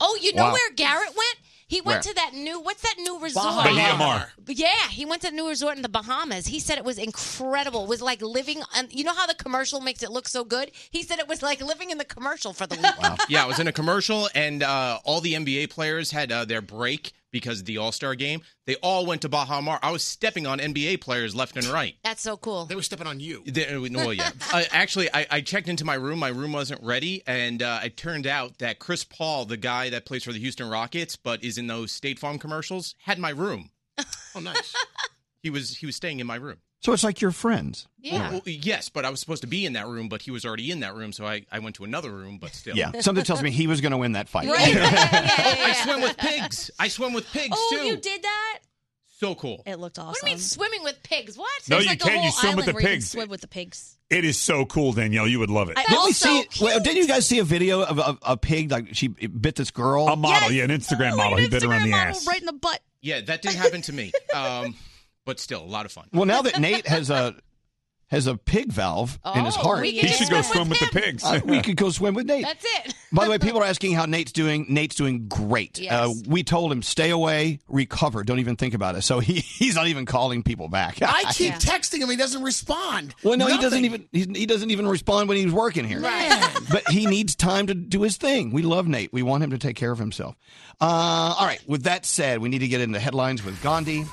Oh, you know Wow. where Garrett went? He went Where? to that new what's that new resort? Bahama. Yeah, he went to a new resort in the Bahamas. He said it was incredible. It was like living on you know how the commercial makes it look so good? He said it was like living in the commercial for the week. yeah, I was in a commercial, and uh, all the NBA players had uh, their break because of the All Star game. They all went to Baja Mar. I was stepping on NBA players left and right. That's so cool. They were stepping on you. There- well, yeah. uh, actually, I, I checked into my room. My room wasn't ready, and uh, it turned out that Chris Paul, the guy that plays for the Houston Rockets but is in those State Farm commercials, had my room. Oh, nice. he was he was staying in my room. So it's like your friends. Well, yes, but I was supposed to be in that room, but he was already in that room, so I, I went to another room, but still. Yeah. Something tells me he was going to win that fight. I swim with pigs. I swim with pigs oh, too. you did that? So cool. It looked awesome. What do you mean swimming with pigs? What? No, There's you like can't. A You whole swim with island the where you can pigs. swim with the pigs. It is so cool, Danielle. You would love it. I Didn't we also- see? Well, didn't you guys see a video of a, a pig like she it bit this girl? A model, yeah, Oh, an Instagram model. he bit her on the ass. Right in the butt. Yeah, that did happen to me. Um, but still, a lot of fun. Well, now that Nate has uh, has a pig valve in his Oh, heart. we can He should go swim with swim with him. the pigs. Uh, we could go swim with Nate. That's it. By the way, people are asking how Nate's doing. Nate's doing great. Yes. Uh, we told him stay away, recover, don't even think about it. So he, he's not even calling people back. I keep texting him, he doesn't respond. Well, no, he Nothing. doesn't even he, he doesn't even respond when he's working here. but he needs time to do his thing. We love Nate. We want him to take care of himself. Uh, all right. With that said, we need to get into headlines with Gandhi.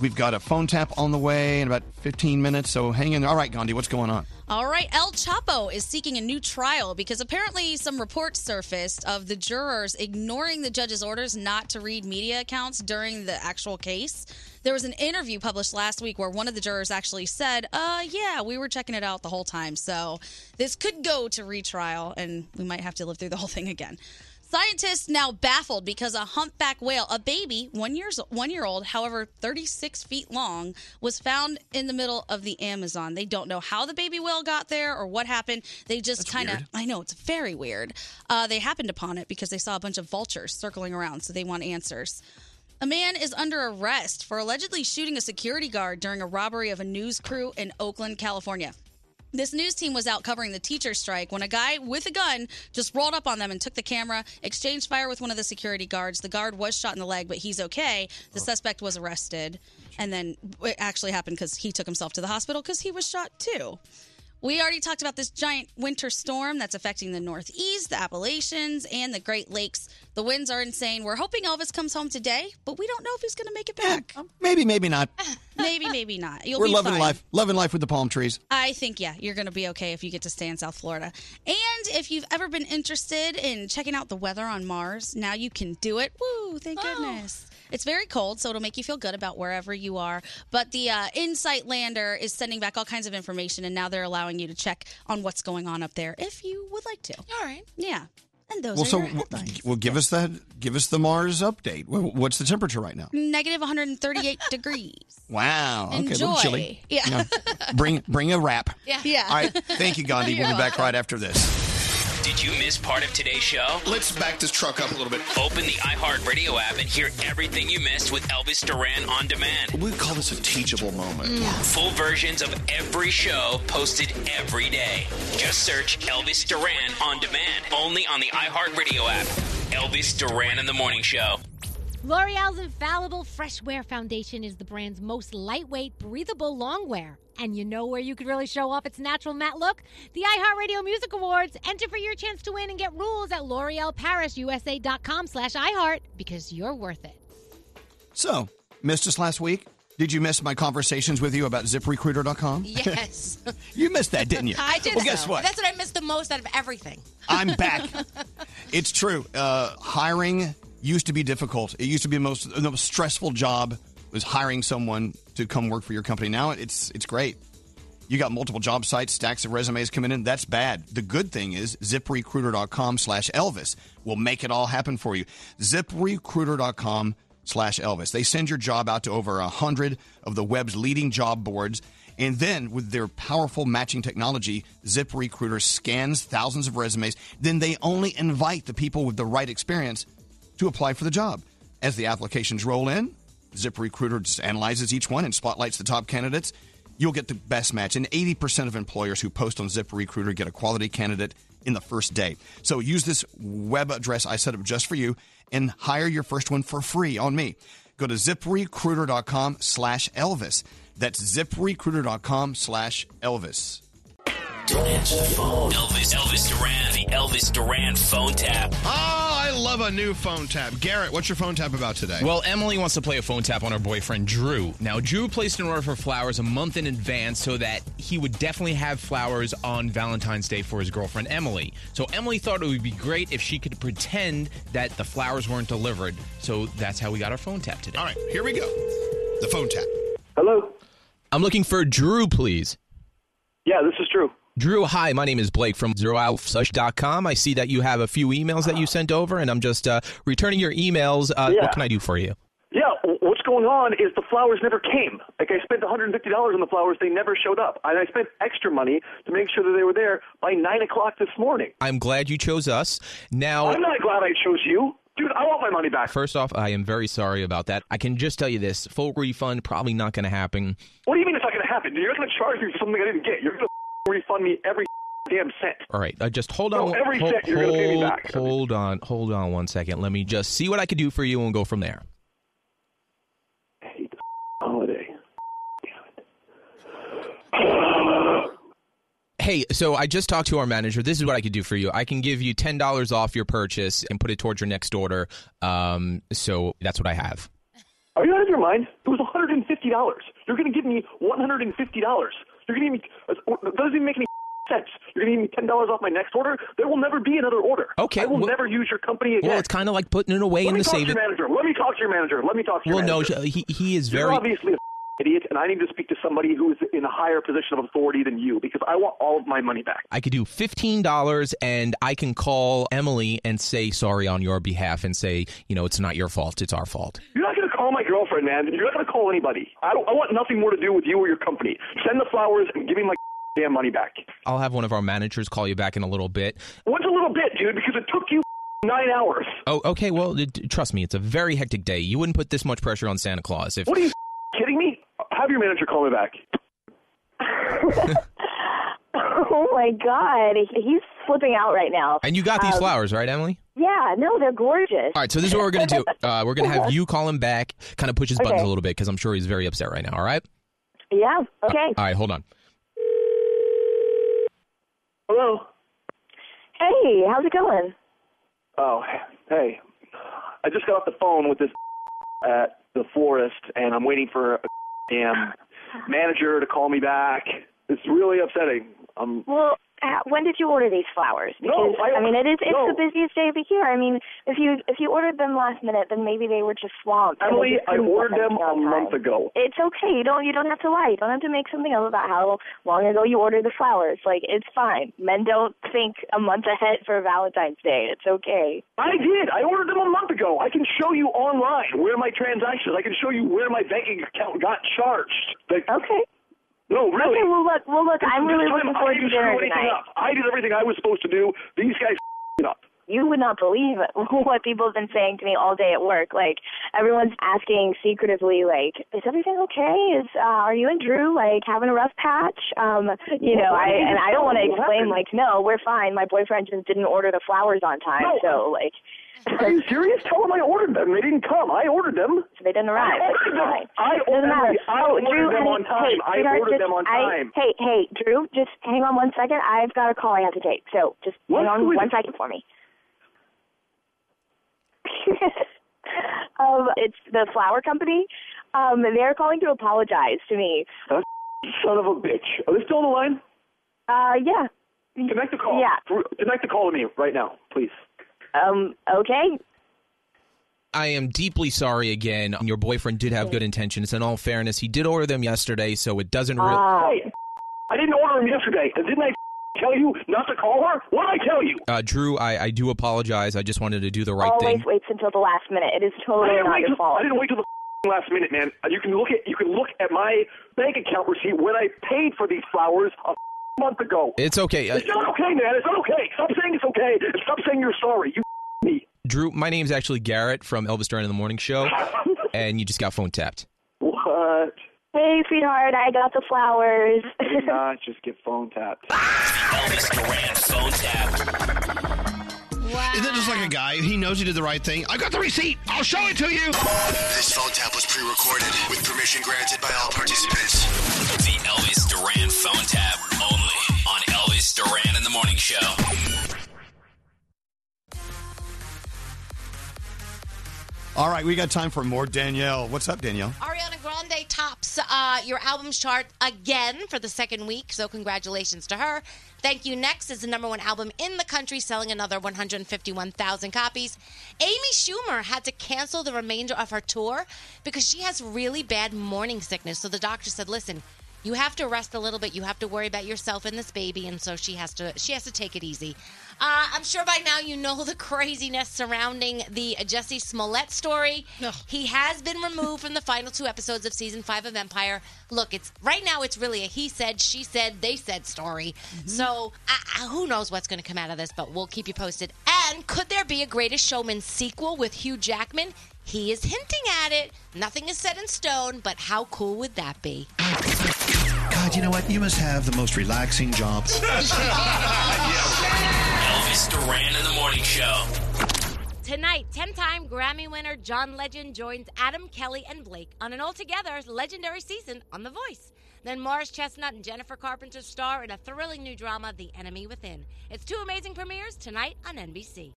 We've got a phone tap on the way in about 15 minutes, so hang in there. All right, Gandhi, what's going on? All right, El Chapo is seeking a new trial because apparently some reports surfaced of the jurors ignoring the judge's orders not to read media accounts during the actual case. There was an interview published last week where one of the jurors actually said, "Uh, yeah, we were checking it out the whole time." So, this could go to retrial and we might have to live through the whole thing again. Scientists now baffled because a humpback whale, a baby, one years one year old, however 36 feet long, was found in the middle of the Amazon. They don't know how the baby whale got there or what happened. They just kind of weird. I know it's very weird. Uh, they happened upon it because they saw a bunch of vultures circling around, so they want answers. A man is under arrest for allegedly shooting a security guard during a robbery of a news crew in Oakland, California. This news team was out covering the teacher strike when a guy with a gun just rolled up on them and took the camera, exchanged fire with one of the security guards. The guard was shot in the leg, but he's okay. The suspect was arrested. And then it actually happened because he took himself to the hospital because he was shot too. We already talked about this giant winter storm that's affecting the Northeast, the Appalachians, and the Great Lakes. The winds are insane. We're hoping Elvis comes home today, but we don't know if he's going to make it back. Maybe, maybe not. maybe, maybe not. You'll We're be loving fine. life, loving life with the palm trees. I think, yeah, you're going to be okay if you get to stay in South Florida. And if you've ever been interested in checking out the weather on Mars, now you can do it. Woo, thank goodness. It's very cold, so it'll make you feel good about wherever you are. But the uh, InSight lander is sending back all kinds of information, and now they're allowing you to check on what's going on up there if you would like to. All right. Yeah. And those well, are so your w- headlines. well, give us that. Give us the Mars update. Wh- What's the temperature right now? Negative 138 degrees. Wow. Okay, a little Enjoy. chilly. Yeah. Bring bring a wrap. Yeah. Yeah. All right. Thank you, Gandhi. You're we'll be back right after this. Did you miss part of today's show? Let's back this truck up a little bit. Open the iHeartRadio app and hear everything you missed with Elvis Duran on demand. We call this a teachable moment. Mm. Mm. Full versions of every show posted every day. Just search Elvis Duran on demand only on the iHeartRadio app. Elvis Duran in the Morning Show. L'Oreal's Infallible Fresh Wear Foundation is the brand's most lightweight, breathable longwear. And you know where you could really show off its natural matte look? The iHeartRadio Music Awards. Enter for your chance to win and get rules at l'orealparisusa.com slash iHeart because you're worth it. So, missed us last week? Did you miss my conversations with you about ZipRecruiter.com? Yes. you missed that, didn't you? I did. Well, guess so. what? That's what I missed the most out of everything. I'm back. It's true. Uh, hiring used to be difficult. It used to be the most, the most stressful job was hiring someone to come work for your company. Now it's it's great. You got multiple job sites, stacks of resumes coming in. That's bad. The good thing is ziprecruiter.com slash Elvis will make it all happen for you. Ziprecruiter.com slash Elvis. They send your job out to over a 100 of the web's leading job boards. And then with their powerful matching technology, ZipRecruiter scans thousands of resumes. Then they only invite the people with the right experience to apply for the job. As the applications roll in, ZipRecruiter just analyzes each one and spotlights the top candidates. You'll get the best match. And 80% of employers who post on ZipRecruiter get a quality candidate in the first day. So use this web address I set up just for you and hire your first one for free on me. Go to ziprecruiter.com slash Elvis. That's ziprecruiter.com slash Elvis. Don't answer the phone. Elvis, Elvis Duran, the Elvis Duran phone tap. Oh, Ah, I love a new phone tap. Garrett, what's your phone tap about today? Well, Emily wants to play a phone tap on her boyfriend, Drew. Now, Drew placed an order for flowers a month in advance so that he would definitely have flowers on Valentine's Day for his girlfriend, Emily. So, Emily thought it would be great if she could pretend that the flowers weren't delivered. So, that's how we got our phone tap today. All right, here we go. The phone tap. Hello. I'm looking for Drew, please. Yeah, this is Drew. Drew, hi. My name is Blake from ZeroOutSush.com. I see that you have a few emails that you sent over, and I'm just uh, returning your emails. Uh, Ah. Yeah. What can I do for you? Yeah, w- what's going on is the flowers never came. Like I spent $150 on the flowers, they never showed up, and I spent extra money to make sure that they were there by nine o'clock this morning. I'm glad you chose us. Now, I'm not glad I chose you, dude. I want my money back. First off, I am very sorry about that. I can just tell you this full refund, probably not going to happen. What do you mean it's not going to happen. You're not going to charge me for something I didn't get. You're going to refund me every damn cent. All right, uh, just hold on. No, every hold, cent you're gonna pay me hold- back. hold on, hold on one second. Let me just see what I could do for you and go from there. Holiday. Hey, so I just talked to our manager. This is what I could do for you. I can give you ten dollars off your purchase and put it towards your next order. Um, so that's what I have. Are you out of your mind? It was $150. You're going to give me $150. You're going to give me. That doesn't even make any sense. You're going to give me $10 off my next order? There will never be another order. Okay. I will well- never use your company again. Well, it's kind of like putting it away Let in me the talk to savings. your manager. Let me talk to your manager. Let me talk to your Well, no, manager. he he is very. You're obviously an idiot, and I need to speak to somebody who is in a higher position of authority than you because I want all of my money back. I could do fifteen dollars, and I can call Emily and say sorry on your behalf, and say you know it's not your fault, it's our fault. You're not going to call my girlfriend, man. You're not going to call anybody. I, don't, I want nothing more to do with you or your company. Send the flowers and give me my damn money back. I'll have one of our managers call you back in a little bit. What's a little bit, dude? Because it took you nine hours. Oh, okay. Well, d- d- trust me, it's a very hectic day. You wouldn't put this much pressure on Santa Claus if What are you kidding me? Have your manager call me back. Oh my God, he's flipping out right now. And you got these Um, flowers, right, Emily? Yeah, no, they're gorgeous. All right, so this is what we're gonna do. Uh, we're gonna have you call him back, kind of push his buttons Okay. a little bit because I'm sure he's very upset right now. All right. Yeah. Okay. All right, hold on. Hello. Hey, how's it going? Oh, hey. I just got off the phone with this at the florist, and I'm waiting for a damn manager to call me back. It's really upsetting. Um, I'm Well, uh, when did you order these flowers? No, Because I- mean, it is it's no. the busiest day of the year. I mean, if you if you ordered them last minute, then maybe they were just swamped. and they Emily, just I couldn't get ordered them a on time. month ago. It's okay. You don't you don't have to lie. You don't have to make something up about how long ago you ordered the flowers. Like it's fine. Men don't think a month ahead for Valentine's Day. It's okay. I did. I ordered them a month ago. I can show you online where my transactions. I can show you where my banking account got charged. Like, okay. No, really. Okay, well look, well look, This- I'm this really time looking I forward to didn't dinner screw anything tonight. up. I did everything I was supposed to do. These guys it up. you would not believe what people have been saying to me all day at work. Like everyone's asking secretively, like, "Is everything okay? Is uh, are you and Drew like having a rough patch?" Um, you know, I and I don't want to explain like, "No, we're fine. My boyfriend just didn't order the flowers on time." No. So like, Are you serious? Tell them I ordered them. They didn't come. I ordered them. So they didn't arrive. I ordered them. Fine. I Doesn't ordered, matter. I Oh, ordered Drew, them honey, on time. hey, I sweetheart, ordered just- them on I- time. hey, hey, Drew, just hang on one second. I've got a call I have to take. So just What's hang on with- one second for me. um, it's the flower company. Um, they're calling to apologize to me. That son of a bitch. Are they still on the line? Uh, yeah. Connect the call. Yeah. For- Connect the call to me right now, please. Um, okay. I am deeply sorry again. Your boyfriend did have good intentions. In all fairness, he did order them yesterday, so it doesn't really. Uh, Uh, Hey, I didn't order them yesterday. And didn't I tell you not to call her? What did I tell you? Uh, Drew, I, I do apologize. I just wanted to do the right Always thing. waits until the last minute. It is I totally didn't not wait your till, fault. I didn't wait till the last minute, man. Uh, You can look at you can look at my bank account receipt when I paid for these flowers a month ago. It's okay. Uh, It's not okay, man. It's not okay. Stop saying it's okay. And stop saying you're sorry. You me. Drew, my name's actually Garrett from Elvis Duran in the Morning Show, and you just got phone tapped. What? Hey, sweetheart, I got the flowers. Did not just get phone tapped. Elvis Duran phone tap. Isn't that just like a guy? He knows he did the right thing. I got the receipt. I'll show it to you. This phone tap was pre-recorded with permission granted by all participants. The Elvis Duran phone tap only on Elvis Duran in the Morning Show. All right, we got time for more Danielle. What's up, Danielle? Ariana Grande tops uh, your albums chart again for the second week, so congratulations to her. Thank You Next is the number one album in the country, selling another 151,000 copies. Amy Schumer had to cancel the remainder of her tour because she has really bad morning sickness. So the doctor said, "Listen, you have to rest a little bit. You have to worry about yourself and this baby." And so she has to she has to take it easy. Uh, I'm sure by now you know the craziness surrounding the Jesse Smollett story. He has been removed from the final two episodes of season five of Empire. Look, it's right now. It's really a he said, she said, they said story. So I, I, who knows what's going to come out of this? But we'll keep you posted. And could there be a Greatest Showman sequel with Hugh Jackman? He is hinting at it. Nothing is set in stone, but how cool would that be? God, you know what? You must have the most relaxing job. Elvis Duran in the morning show. Tonight, 10 time Grammy winner John Legend joins Adam Kelly and Blake on an altogether legendary season on The Voice. Then Morris Chestnut and Jennifer Carpenter star in a thrilling new drama, The Enemy Within. It's two amazing premieres tonight on NBC.